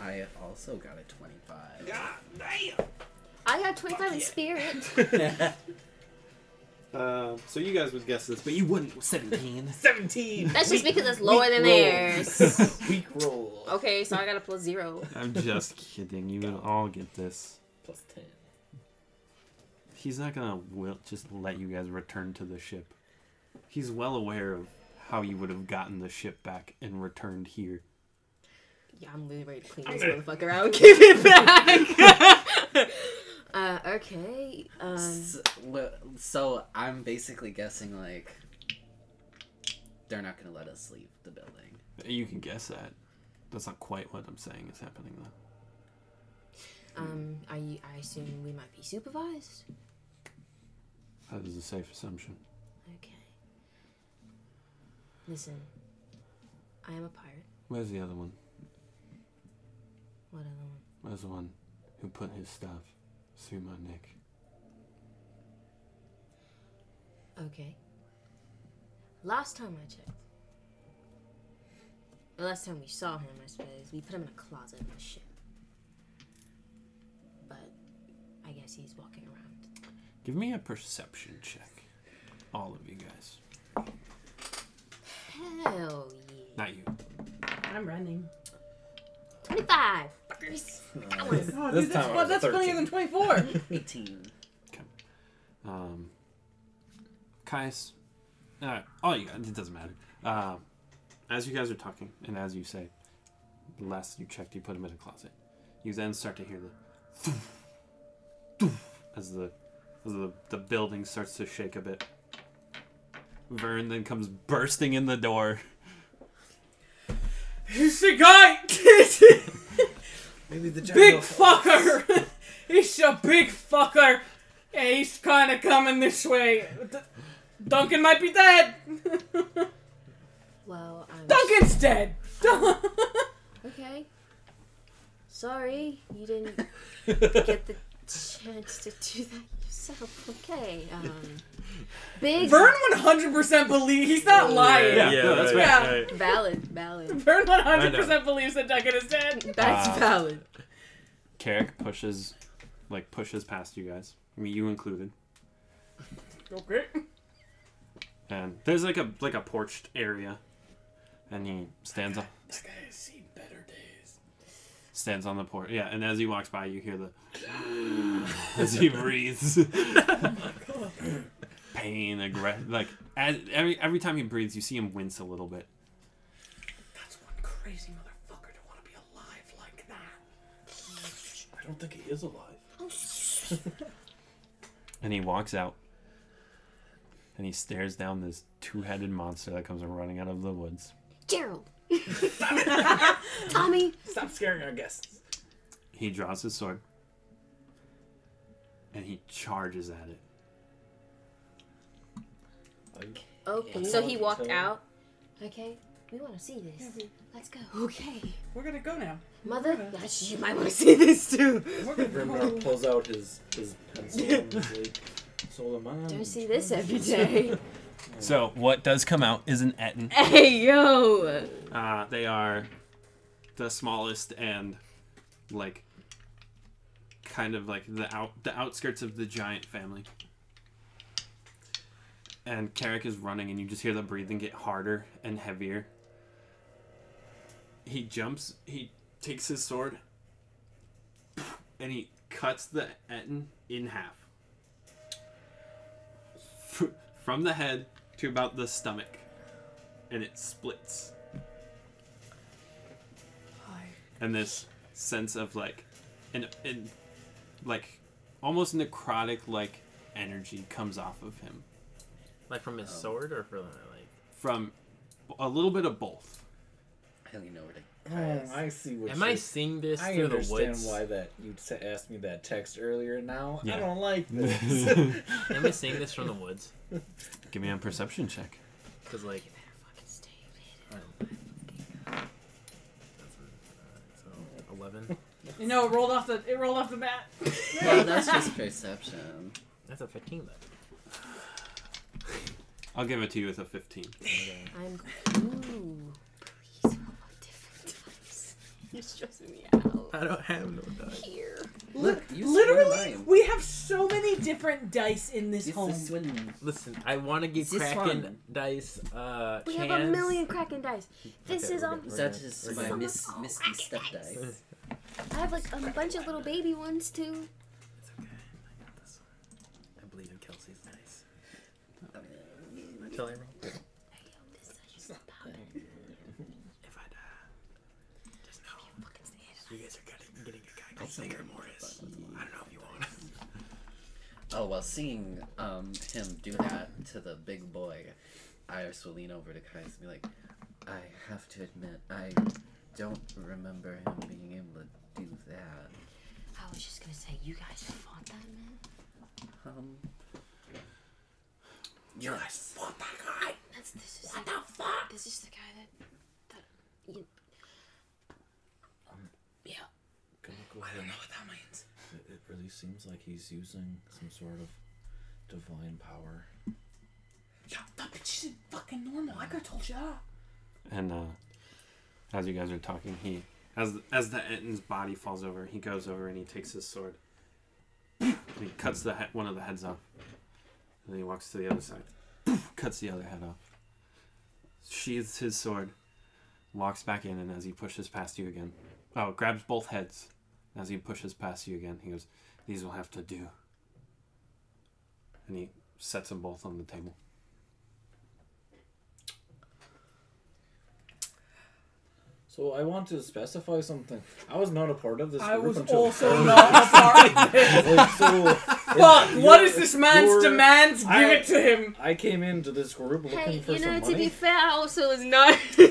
[SPEAKER 4] I also got a 25.
[SPEAKER 9] I got twenty-five in spirit.
[SPEAKER 5] Uh, so you guys would guess this, but you wouldn't. Seventeen.
[SPEAKER 10] Seventeen.
[SPEAKER 9] That's just because it's lower
[SPEAKER 10] roll.
[SPEAKER 9] than theirs.
[SPEAKER 10] Weak roll.
[SPEAKER 9] Okay, so I got a plus zero.
[SPEAKER 5] I'm just kidding. You would all get this.
[SPEAKER 3] Plus ten.
[SPEAKER 5] He's not gonna will just let you guys return to the ship. He's well aware of how you would have gotten the ship back and returned here.
[SPEAKER 9] Yeah, I'm really ready to clean this motherfucker out and give it back. uh, okay. Um,
[SPEAKER 4] S- well, so I'm basically guessing like they're not gonna let us leave the building.
[SPEAKER 5] You can guess that. That's not quite what I'm saying is happening though.
[SPEAKER 9] um, are you, I assume we might be supervised.
[SPEAKER 5] That is a safe assumption.
[SPEAKER 9] Okay. Listen, I am a pirate.
[SPEAKER 5] Where's the other one?
[SPEAKER 9] What other one?
[SPEAKER 5] Where's the one who put his staff through my neck?
[SPEAKER 9] Okay. Last time I checked, the last time we saw him, I suppose, we put him in a closet in the ship. But I guess he's walking around.
[SPEAKER 5] Give me a perception check. All of you guys.
[SPEAKER 9] Hell yeah.
[SPEAKER 5] Not you.
[SPEAKER 6] I'm running.
[SPEAKER 9] 25! Fuckers! I wanna
[SPEAKER 6] Oh,
[SPEAKER 3] This
[SPEAKER 6] dude, that's,
[SPEAKER 3] time I
[SPEAKER 6] fu-
[SPEAKER 3] was a
[SPEAKER 6] that's funnier than 24.
[SPEAKER 4] Eighteen.
[SPEAKER 5] Um, Caius, uh, all you guys, it doesn't matter. Uh, as you guys are talking, and as you say, the last you checked, you put him in a closet. You then start to hear the as the as the, the building starts to shake a bit. Vern then comes bursting in the door.
[SPEAKER 6] He's a guy!
[SPEAKER 10] Maybe the
[SPEAKER 6] big
[SPEAKER 10] jungle.
[SPEAKER 6] fucker! he's a big fucker! Yeah, he's kinda coming this way. D- Duncan might be dead!
[SPEAKER 9] Well, I'm.
[SPEAKER 6] Duncan's dead! Dun-
[SPEAKER 9] Okay. Sorry, you didn't get the chance to do that yourself. Okay, um. Big.
[SPEAKER 6] Vern 100% believes. He's not lying.
[SPEAKER 5] no, that's
[SPEAKER 6] right,
[SPEAKER 5] right.
[SPEAKER 6] Yeah.
[SPEAKER 9] Valid, valid.
[SPEAKER 6] Vern 100% believes that Duncan is dead.
[SPEAKER 9] That's
[SPEAKER 5] Uh,
[SPEAKER 9] valid.
[SPEAKER 5] Carrick pushes, like pushes past you guys, I mean you included.
[SPEAKER 6] Okay.
[SPEAKER 5] And there's like a like a porched area, and he stands up.
[SPEAKER 6] This guy has seen better days.
[SPEAKER 5] stands on the porch. Yeah, and as he walks by, you hear the as he breathes. Pain, aggress like as, every every time he breathes, you see him wince a little bit.
[SPEAKER 6] That's one crazy motherfucker to want to be alive like that.
[SPEAKER 3] I don't think he is alive.
[SPEAKER 5] And he walks out, and he stares down this two-headed monster that comes running out of the woods.
[SPEAKER 9] Gerald, Tommy,
[SPEAKER 8] Stop scaring our guests.
[SPEAKER 5] He draws his sword. And he charges at it.
[SPEAKER 9] Okay. So he walked out. Okay. We want to see this. Let's go. Okay.
[SPEAKER 6] We're gonna go now.
[SPEAKER 9] Mother, yes, you might want to see this too.
[SPEAKER 3] Grimnar pulls out his his pencil and is like, Solomon.
[SPEAKER 9] Don't see this every day.
[SPEAKER 5] So what does come out is an Etten.
[SPEAKER 9] hey, yo.
[SPEAKER 5] Uh, they are the smallest and like kind of like the out the outskirts of the giant family. And Carrick is running, and you just hear the breathing get harder and heavier. He jumps. He takes his sword, and he cuts the Etten in half, F- from the head to about the stomach, and it splits. and this sense of like an, an like almost necrotic like energy comes off of him
[SPEAKER 7] Like from his sword or from like
[SPEAKER 5] from a little bit of both
[SPEAKER 4] I don't even know where to.
[SPEAKER 3] Oh, I see what.
[SPEAKER 7] Am
[SPEAKER 3] you're
[SPEAKER 7] I seeing this
[SPEAKER 3] I
[SPEAKER 7] through the
[SPEAKER 3] understand
[SPEAKER 7] woods?
[SPEAKER 3] why that you t- asked me that text earlier. Now
[SPEAKER 5] Yeah.
[SPEAKER 3] I don't like this.
[SPEAKER 7] Am I seeing this from the woods?
[SPEAKER 5] give me a perception check
[SPEAKER 7] Because like eleven.
[SPEAKER 6] No, it rolled off the it rolled off the mat.
[SPEAKER 4] Well, that's just perception.
[SPEAKER 7] That's a fifteen then.
[SPEAKER 5] i'll give it to you with a 15
[SPEAKER 9] I'm. Ooh. Please roll on different dice. You're stressing me out.
[SPEAKER 7] I don't have no dice.
[SPEAKER 9] Here.
[SPEAKER 4] Look, you
[SPEAKER 6] Literally,
[SPEAKER 4] swim.
[SPEAKER 6] we have so many different dice in this
[SPEAKER 4] It's
[SPEAKER 6] home.
[SPEAKER 4] the swim.
[SPEAKER 7] Listen, I want to get
[SPEAKER 4] Is this
[SPEAKER 7] Kraken
[SPEAKER 4] one?
[SPEAKER 7] dice. Uh,
[SPEAKER 9] We
[SPEAKER 7] cans.
[SPEAKER 9] have a million Kraken dice. This
[SPEAKER 7] Okay,
[SPEAKER 9] is
[SPEAKER 7] we're
[SPEAKER 9] on.
[SPEAKER 7] good.
[SPEAKER 4] That is my
[SPEAKER 9] Some
[SPEAKER 4] miss,
[SPEAKER 9] are
[SPEAKER 4] misty step dice.
[SPEAKER 9] I have like a bunch of little baby ones too.
[SPEAKER 7] It's okay. I got this one. I believe in Kelsey's dice. Tell her
[SPEAKER 9] Hey, yo, this is how you
[SPEAKER 7] if I die. Just know
[SPEAKER 9] fucking say it.
[SPEAKER 7] you guys are getting, getting a guy called Vigor Mortis. I don't know if you want.
[SPEAKER 4] Oh well, seeing um him do that to the big boy, Iris will lean over to Kais and be like, "I have to admit, I don't remember him being able to do that."
[SPEAKER 9] I was just gonna say, you guys fought that man.
[SPEAKER 4] Um. Yes.
[SPEAKER 9] That's this is what the fuck. This is the guy that that you,
[SPEAKER 3] Gonna go ahead and-
[SPEAKER 4] What that means?
[SPEAKER 3] It, it really seems like he's using some sort of divine power.
[SPEAKER 6] That bitch isn't fucking normal. I could have told you that.
[SPEAKER 5] and uh as you guys are talking he as as the Enten's body falls over he goes over and he takes his sword and he cuts the he- one of the heads off and then he walks to the other side cuts the other head off sheathes his sword walks back in and as he pushes past you again oh grabs both heads as he pushes past you again he goes these will have to do and he sets them both on the table
[SPEAKER 3] So I want to specify something. I was not a part of this.
[SPEAKER 6] I
[SPEAKER 3] group
[SPEAKER 6] was
[SPEAKER 3] until
[SPEAKER 6] also not a part.
[SPEAKER 3] Like, so
[SPEAKER 6] Fuck!
[SPEAKER 3] it's-
[SPEAKER 6] What
[SPEAKER 3] you're-
[SPEAKER 6] is this man's
[SPEAKER 3] you're-
[SPEAKER 6] demands? Give
[SPEAKER 3] I-
[SPEAKER 6] it to him.
[SPEAKER 3] I came into this group looking
[SPEAKER 9] Hey,
[SPEAKER 3] for
[SPEAKER 9] you know,
[SPEAKER 3] some
[SPEAKER 9] to
[SPEAKER 3] money.
[SPEAKER 9] be fair, I also was not.
[SPEAKER 6] The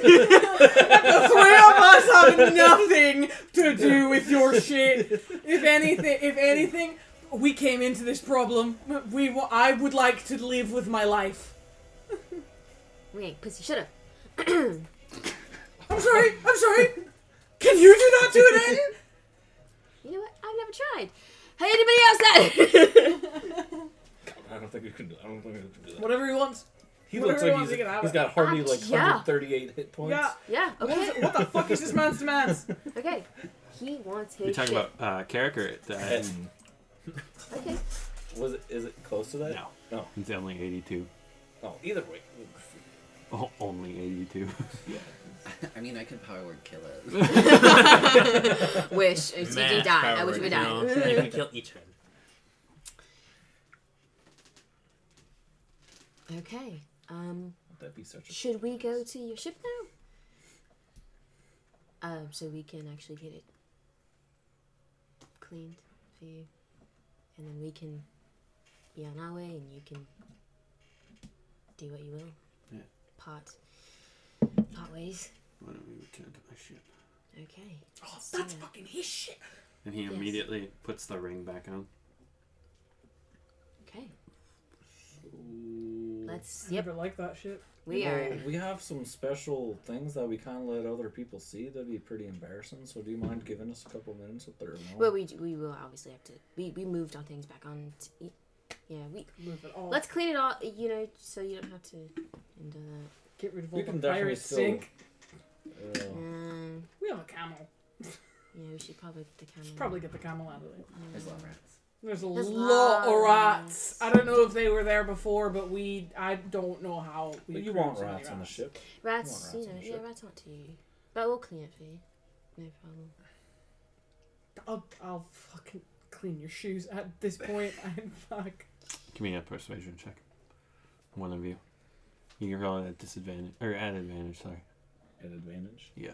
[SPEAKER 6] three of us have nothing to do with your shit. If anything, if anything, we came into this problem. We, wa- I would like to live with my life.
[SPEAKER 9] Wait, pussy, shut up.
[SPEAKER 6] I'm sorry. I'm sorry. Can you do that to an Eden?
[SPEAKER 9] You know what? I've never tried. Hey, anybody else that?
[SPEAKER 3] I don't think you can. I don't think you can do that.
[SPEAKER 6] Whatever he wants.
[SPEAKER 3] He
[SPEAKER 6] Whatever
[SPEAKER 3] looks
[SPEAKER 6] he
[SPEAKER 3] like
[SPEAKER 6] wants,
[SPEAKER 3] he's,
[SPEAKER 6] he can have
[SPEAKER 3] he's
[SPEAKER 6] it.
[SPEAKER 3] got hardly like
[SPEAKER 9] Yeah.
[SPEAKER 3] 138 hit points.
[SPEAKER 6] Yeah.
[SPEAKER 9] yeah.
[SPEAKER 6] What, is
[SPEAKER 9] Okay.
[SPEAKER 6] it, what the fuck is this man's demands?
[SPEAKER 9] Okay. He wants his.
[SPEAKER 5] you're talking
[SPEAKER 9] shit.
[SPEAKER 5] about uh, character the Etten?
[SPEAKER 3] And
[SPEAKER 9] Okay.
[SPEAKER 3] was it? Is it close to that?
[SPEAKER 5] no
[SPEAKER 3] Uh, No.
[SPEAKER 5] it's only 82
[SPEAKER 3] No. Either way.
[SPEAKER 5] Oh, only 82.
[SPEAKER 4] I mean, I could power word kill it.
[SPEAKER 9] Wish. If you die, I wish we
[SPEAKER 7] You
[SPEAKER 9] die.
[SPEAKER 7] can kill each one.
[SPEAKER 9] okay. Um,
[SPEAKER 3] That'd be such a.
[SPEAKER 9] should we go to your ship now? Um, so we can actually get it cleaned for you, and then we can be on our way, and you can do what you will.
[SPEAKER 5] Yeah.
[SPEAKER 9] Pot. always.
[SPEAKER 5] Why don't we return to my ship?
[SPEAKER 9] Okay.
[SPEAKER 6] Oh, that's fucking his shit.
[SPEAKER 5] And he
[SPEAKER 9] Yes.
[SPEAKER 5] immediately puts the ring back on.
[SPEAKER 9] Okay. Let's. Yep.
[SPEAKER 6] Never like that shit.
[SPEAKER 9] We are.
[SPEAKER 3] Well, we have some special things that we kind of let other people see. That'd be pretty embarrassing. So do you mind giving us a couple minutes if they're alone?
[SPEAKER 9] Well, we we will obviously have to. We we moved all things back on. To, yeah. We
[SPEAKER 6] Move it all.
[SPEAKER 9] let's clean it all. You know, so you don't have to. Into that.
[SPEAKER 6] get rid of
[SPEAKER 3] We
[SPEAKER 6] all the
[SPEAKER 3] can definitely
[SPEAKER 6] pirate
[SPEAKER 3] still-
[SPEAKER 6] sink.
[SPEAKER 3] Uh,
[SPEAKER 9] Um,
[SPEAKER 6] We have a camel.
[SPEAKER 9] yeah, we should probably get the camera.
[SPEAKER 6] Probably get the camel out of there.
[SPEAKER 4] There's a lot of rats.
[SPEAKER 6] There's a
[SPEAKER 9] There's
[SPEAKER 6] lot of rats.
[SPEAKER 9] lots.
[SPEAKER 6] I don't know if they were there before, but we I don't know how. We
[SPEAKER 3] but you
[SPEAKER 6] cleared
[SPEAKER 3] want
[SPEAKER 6] so many
[SPEAKER 3] rats on the ship?
[SPEAKER 9] Rats.
[SPEAKER 3] Come on,
[SPEAKER 9] you know, yeah,
[SPEAKER 3] rats on the ship.
[SPEAKER 9] rats aren't to you, but we'll clean it for you. No problem.
[SPEAKER 6] I'll, I'll fucking clean your shoes at this point. I'm fuck.
[SPEAKER 5] Give me a persuasion check. One of you. You can roll it at disadvantage or at advantage. Sorry.
[SPEAKER 3] An advantage.
[SPEAKER 5] Yeah.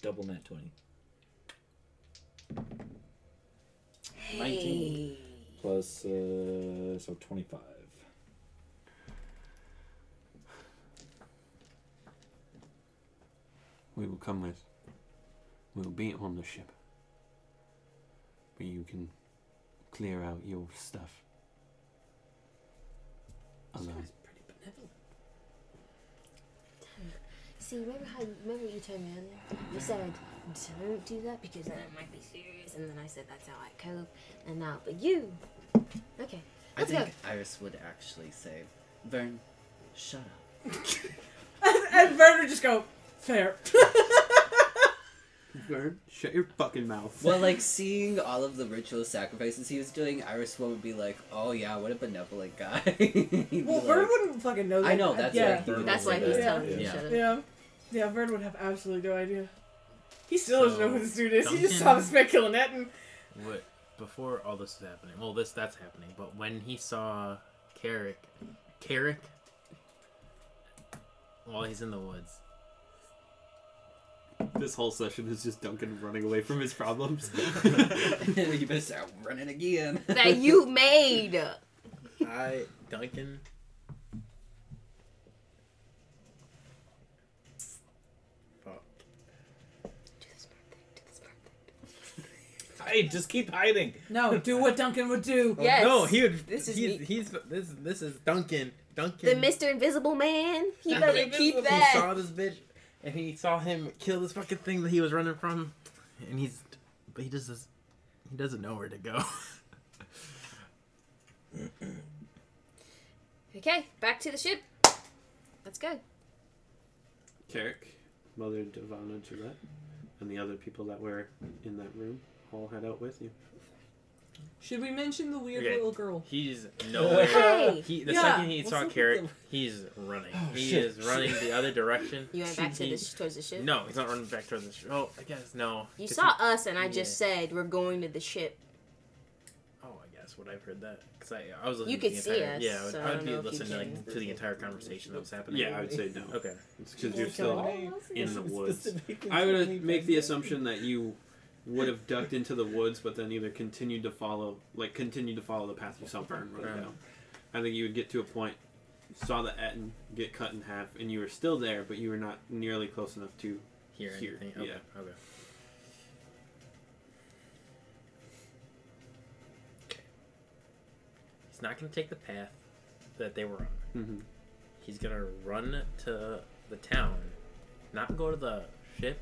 [SPEAKER 3] Double net twenty. Nineteen
[SPEAKER 9] Hey.
[SPEAKER 3] plus uh, so twenty-five.
[SPEAKER 5] We will come with. We will be on the ship. But you can clear out your stuff. Alone.
[SPEAKER 6] pretty benevolent.
[SPEAKER 9] See, remember how you, remember you told me earlier? You said don't do that because then it might be serious, and then I said that's how I cope, and now but you. Okay,
[SPEAKER 4] I
[SPEAKER 9] Let's go.
[SPEAKER 4] think Iris would actually say, Vern, shut up.
[SPEAKER 6] And Vernon just go fair.
[SPEAKER 5] Shut your fucking mouth.
[SPEAKER 4] Well, like seeing all of the ritual sacrifices he was doing, Iris would be like, "Oh yeah, what a benevolent guy." He'd
[SPEAKER 6] Well,
[SPEAKER 4] be
[SPEAKER 6] Vern
[SPEAKER 4] like-
[SPEAKER 6] wouldn't fucking know. That.
[SPEAKER 4] I know that's
[SPEAKER 6] yeah.
[SPEAKER 4] what Vern
[SPEAKER 9] that's
[SPEAKER 4] was
[SPEAKER 9] why
[SPEAKER 4] like
[SPEAKER 9] he's
[SPEAKER 4] that.
[SPEAKER 9] telling you
[SPEAKER 4] Yeah.
[SPEAKER 9] shut up.
[SPEAKER 6] Yeah, yeah. Vern would have absolutely no idea. He still doesn't know who this dude is. He just
[SPEAKER 7] Duncan-
[SPEAKER 6] saw this man killing that and
[SPEAKER 7] What before all this is happening? Well, this that's happening, but when he saw Carrick, Carrick, while he's in the woods,
[SPEAKER 5] This whole session is just Duncan running away from his problems.
[SPEAKER 4] you better start running again.
[SPEAKER 9] that you made.
[SPEAKER 7] I Duncan.
[SPEAKER 3] Hey, just keep hiding.
[SPEAKER 6] no, do what Duncan would do.
[SPEAKER 7] Oh,
[SPEAKER 9] Yes.
[SPEAKER 8] No, he would.
[SPEAKER 9] This is
[SPEAKER 8] he's,
[SPEAKER 9] me.
[SPEAKER 8] he's this this is Duncan. Duncan.
[SPEAKER 9] The Mr. Invisible Man. He
[SPEAKER 8] Duncan
[SPEAKER 9] better
[SPEAKER 8] Invisible.
[SPEAKER 9] keep
[SPEAKER 8] He
[SPEAKER 9] that.
[SPEAKER 8] saw this bitch,
[SPEAKER 7] and he saw him kill this fucking thing that he was running from, and he's, but he just does, he doesn't know where to go.
[SPEAKER 9] Okay, back to the ship. Let's go.
[SPEAKER 5] Carrick, Mother Devana Gillette, and the other people that were in that room all head out with you.
[SPEAKER 6] Should we mention the weird
[SPEAKER 7] Okay.
[SPEAKER 6] little girl?
[SPEAKER 7] He's
[SPEAKER 9] Hey,
[SPEAKER 7] He, the
[SPEAKER 6] Yeah,
[SPEAKER 7] second he
[SPEAKER 6] what's
[SPEAKER 7] saw
[SPEAKER 6] up with
[SPEAKER 7] Carrick,
[SPEAKER 6] them?
[SPEAKER 7] he's running. he
[SPEAKER 3] shit,
[SPEAKER 7] is running the other direction.
[SPEAKER 9] you went back to
[SPEAKER 7] He-
[SPEAKER 9] the sh- towards the ship.
[SPEAKER 7] No, he's not running back towards the ship. Oh, I guess no.
[SPEAKER 9] You
[SPEAKER 7] 'Cause
[SPEAKER 9] saw
[SPEAKER 7] he-
[SPEAKER 9] us, and I just said we're going to the ship.
[SPEAKER 7] oh, I guess. Would I've heard that? Because I, I was listening.
[SPEAKER 9] You
[SPEAKER 7] to
[SPEAKER 9] could
[SPEAKER 7] the
[SPEAKER 9] see
[SPEAKER 7] entire,
[SPEAKER 9] us,
[SPEAKER 7] Yeah, I would,
[SPEAKER 9] so I
[SPEAKER 7] I would
[SPEAKER 9] don't
[SPEAKER 7] be
[SPEAKER 9] know if you
[SPEAKER 7] listening like,
[SPEAKER 9] can-
[SPEAKER 7] to the entire conversation that was happening.
[SPEAKER 5] Yeah, I would say no.
[SPEAKER 7] Okay.
[SPEAKER 5] It's because you're
[SPEAKER 9] Okay.
[SPEAKER 5] still. In the woods. I would make the assumption that you would have ducked into the woods, but then either continued to follow, like continued to follow the path you saw Vern running
[SPEAKER 7] Yeah.
[SPEAKER 5] down. I think you would get to a point, saw the Etten get cut in half, and you were still there, but you were not nearly close enough to.
[SPEAKER 7] Here.
[SPEAKER 5] Here,
[SPEAKER 7] anything? Okay.
[SPEAKER 5] yeah.
[SPEAKER 7] Okay. He's not gonna take the path that they were on.
[SPEAKER 5] Mm-hmm.
[SPEAKER 7] He's gonna run to the town, not go to the ship,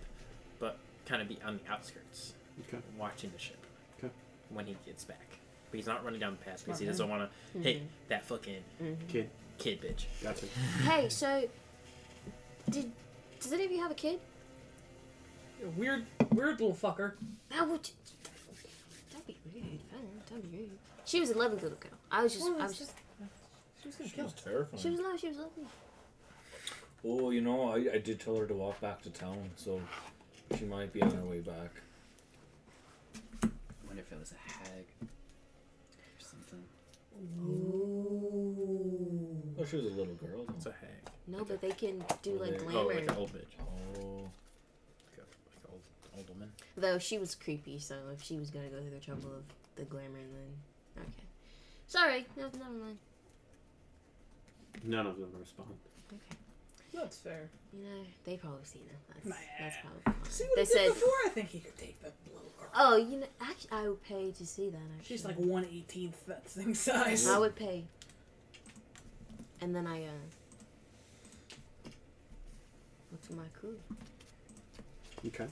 [SPEAKER 7] but kind of be on the outskirts,
[SPEAKER 5] Okay.
[SPEAKER 7] watching the ship.
[SPEAKER 5] Okay.
[SPEAKER 7] When he gets back, but he's not running down the path
[SPEAKER 6] Smart
[SPEAKER 7] because he
[SPEAKER 6] man.
[SPEAKER 7] doesn't want to hit that fucking
[SPEAKER 5] Kid,
[SPEAKER 7] kid bitch.
[SPEAKER 5] gotcha.
[SPEAKER 9] Hey, so did does any of you have a kid?
[SPEAKER 6] Weird, weird little fucker.
[SPEAKER 9] That would don't be rude. I don't know, don't be rude. She was a lovely little girl. I was just, I was just,
[SPEAKER 6] She was gonna
[SPEAKER 3] She
[SPEAKER 6] kill.
[SPEAKER 3] was
[SPEAKER 6] us.
[SPEAKER 9] she was
[SPEAKER 3] terrifying.
[SPEAKER 9] lovely. She was lovely.
[SPEAKER 3] Oh, you know, I, I did tell her to walk back to town, so she might be on her way back.
[SPEAKER 4] wonder if it was a hag or something.
[SPEAKER 3] Oh, she was a little girl.
[SPEAKER 7] It's
[SPEAKER 3] Though.
[SPEAKER 7] a hag.
[SPEAKER 9] No, but they can do like
[SPEAKER 3] Oh,
[SPEAKER 9] glamour.
[SPEAKER 7] Oh, like an old bitch, like
[SPEAKER 3] Oh,
[SPEAKER 7] a, like an old old woman.
[SPEAKER 9] Though she was creepy, so if she was gonna go through the trouble of the glamour, then okay. Sorry, no, never mind.
[SPEAKER 5] None of them respond.
[SPEAKER 9] Okay.
[SPEAKER 6] That's fair.
[SPEAKER 9] You know, they probably seen it. That's, that's
[SPEAKER 6] Nah.
[SPEAKER 9] probably. why.
[SPEAKER 6] See what
[SPEAKER 9] They
[SPEAKER 6] he did
[SPEAKER 9] said-
[SPEAKER 6] before? I think he could take that little girl.
[SPEAKER 9] Oh, you know, actually, I would pay to see that. Actually.
[SPEAKER 6] She's like one eighteenth that thing size.
[SPEAKER 9] I would pay. And then I, uh. What's my crew?
[SPEAKER 5] Okay.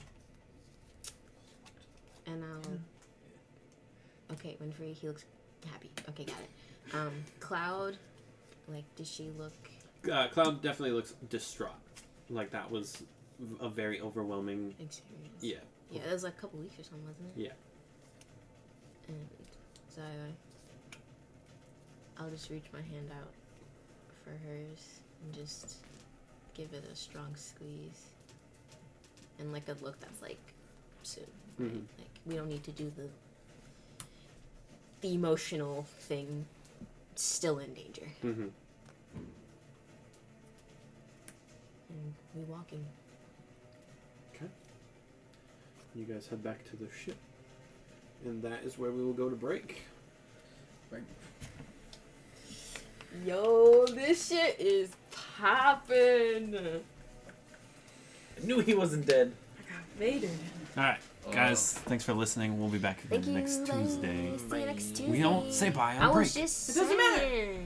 [SPEAKER 9] And I'll. Okay, Winfrey, he looks happy. Okay, got it. Um, Cloud, like, does she look.
[SPEAKER 5] Uh, Cloud definitely looks distraught. Like that was a very overwhelming.
[SPEAKER 9] Experienced?
[SPEAKER 5] Yeah.
[SPEAKER 9] Yeah, it was like a couple weeks or something, wasn't it?
[SPEAKER 5] Yeah.
[SPEAKER 9] And so I'll just reach my hand out for hers and just give it a strong squeeze and like a look that's like soon. Right?
[SPEAKER 5] Mhm.
[SPEAKER 9] Like we don't need to do the the emotional thing. Still in danger,
[SPEAKER 5] Mm-hmm.
[SPEAKER 9] and we walking.
[SPEAKER 5] You guys head back to the ship, and that is where we will go to break.
[SPEAKER 2] Yo, this shit is poppin'.
[SPEAKER 3] I knew he wasn't dead.
[SPEAKER 6] Vader.
[SPEAKER 5] All right,
[SPEAKER 4] Oh.
[SPEAKER 5] guys. Thanks for listening. We'll be back
[SPEAKER 9] Thank
[SPEAKER 5] next
[SPEAKER 9] you.
[SPEAKER 5] Tuesday.
[SPEAKER 9] See you next Tuesday.
[SPEAKER 5] We don't say bye on
[SPEAKER 9] I
[SPEAKER 5] break.
[SPEAKER 9] was just.
[SPEAKER 6] It doesn't matter.
[SPEAKER 9] saying.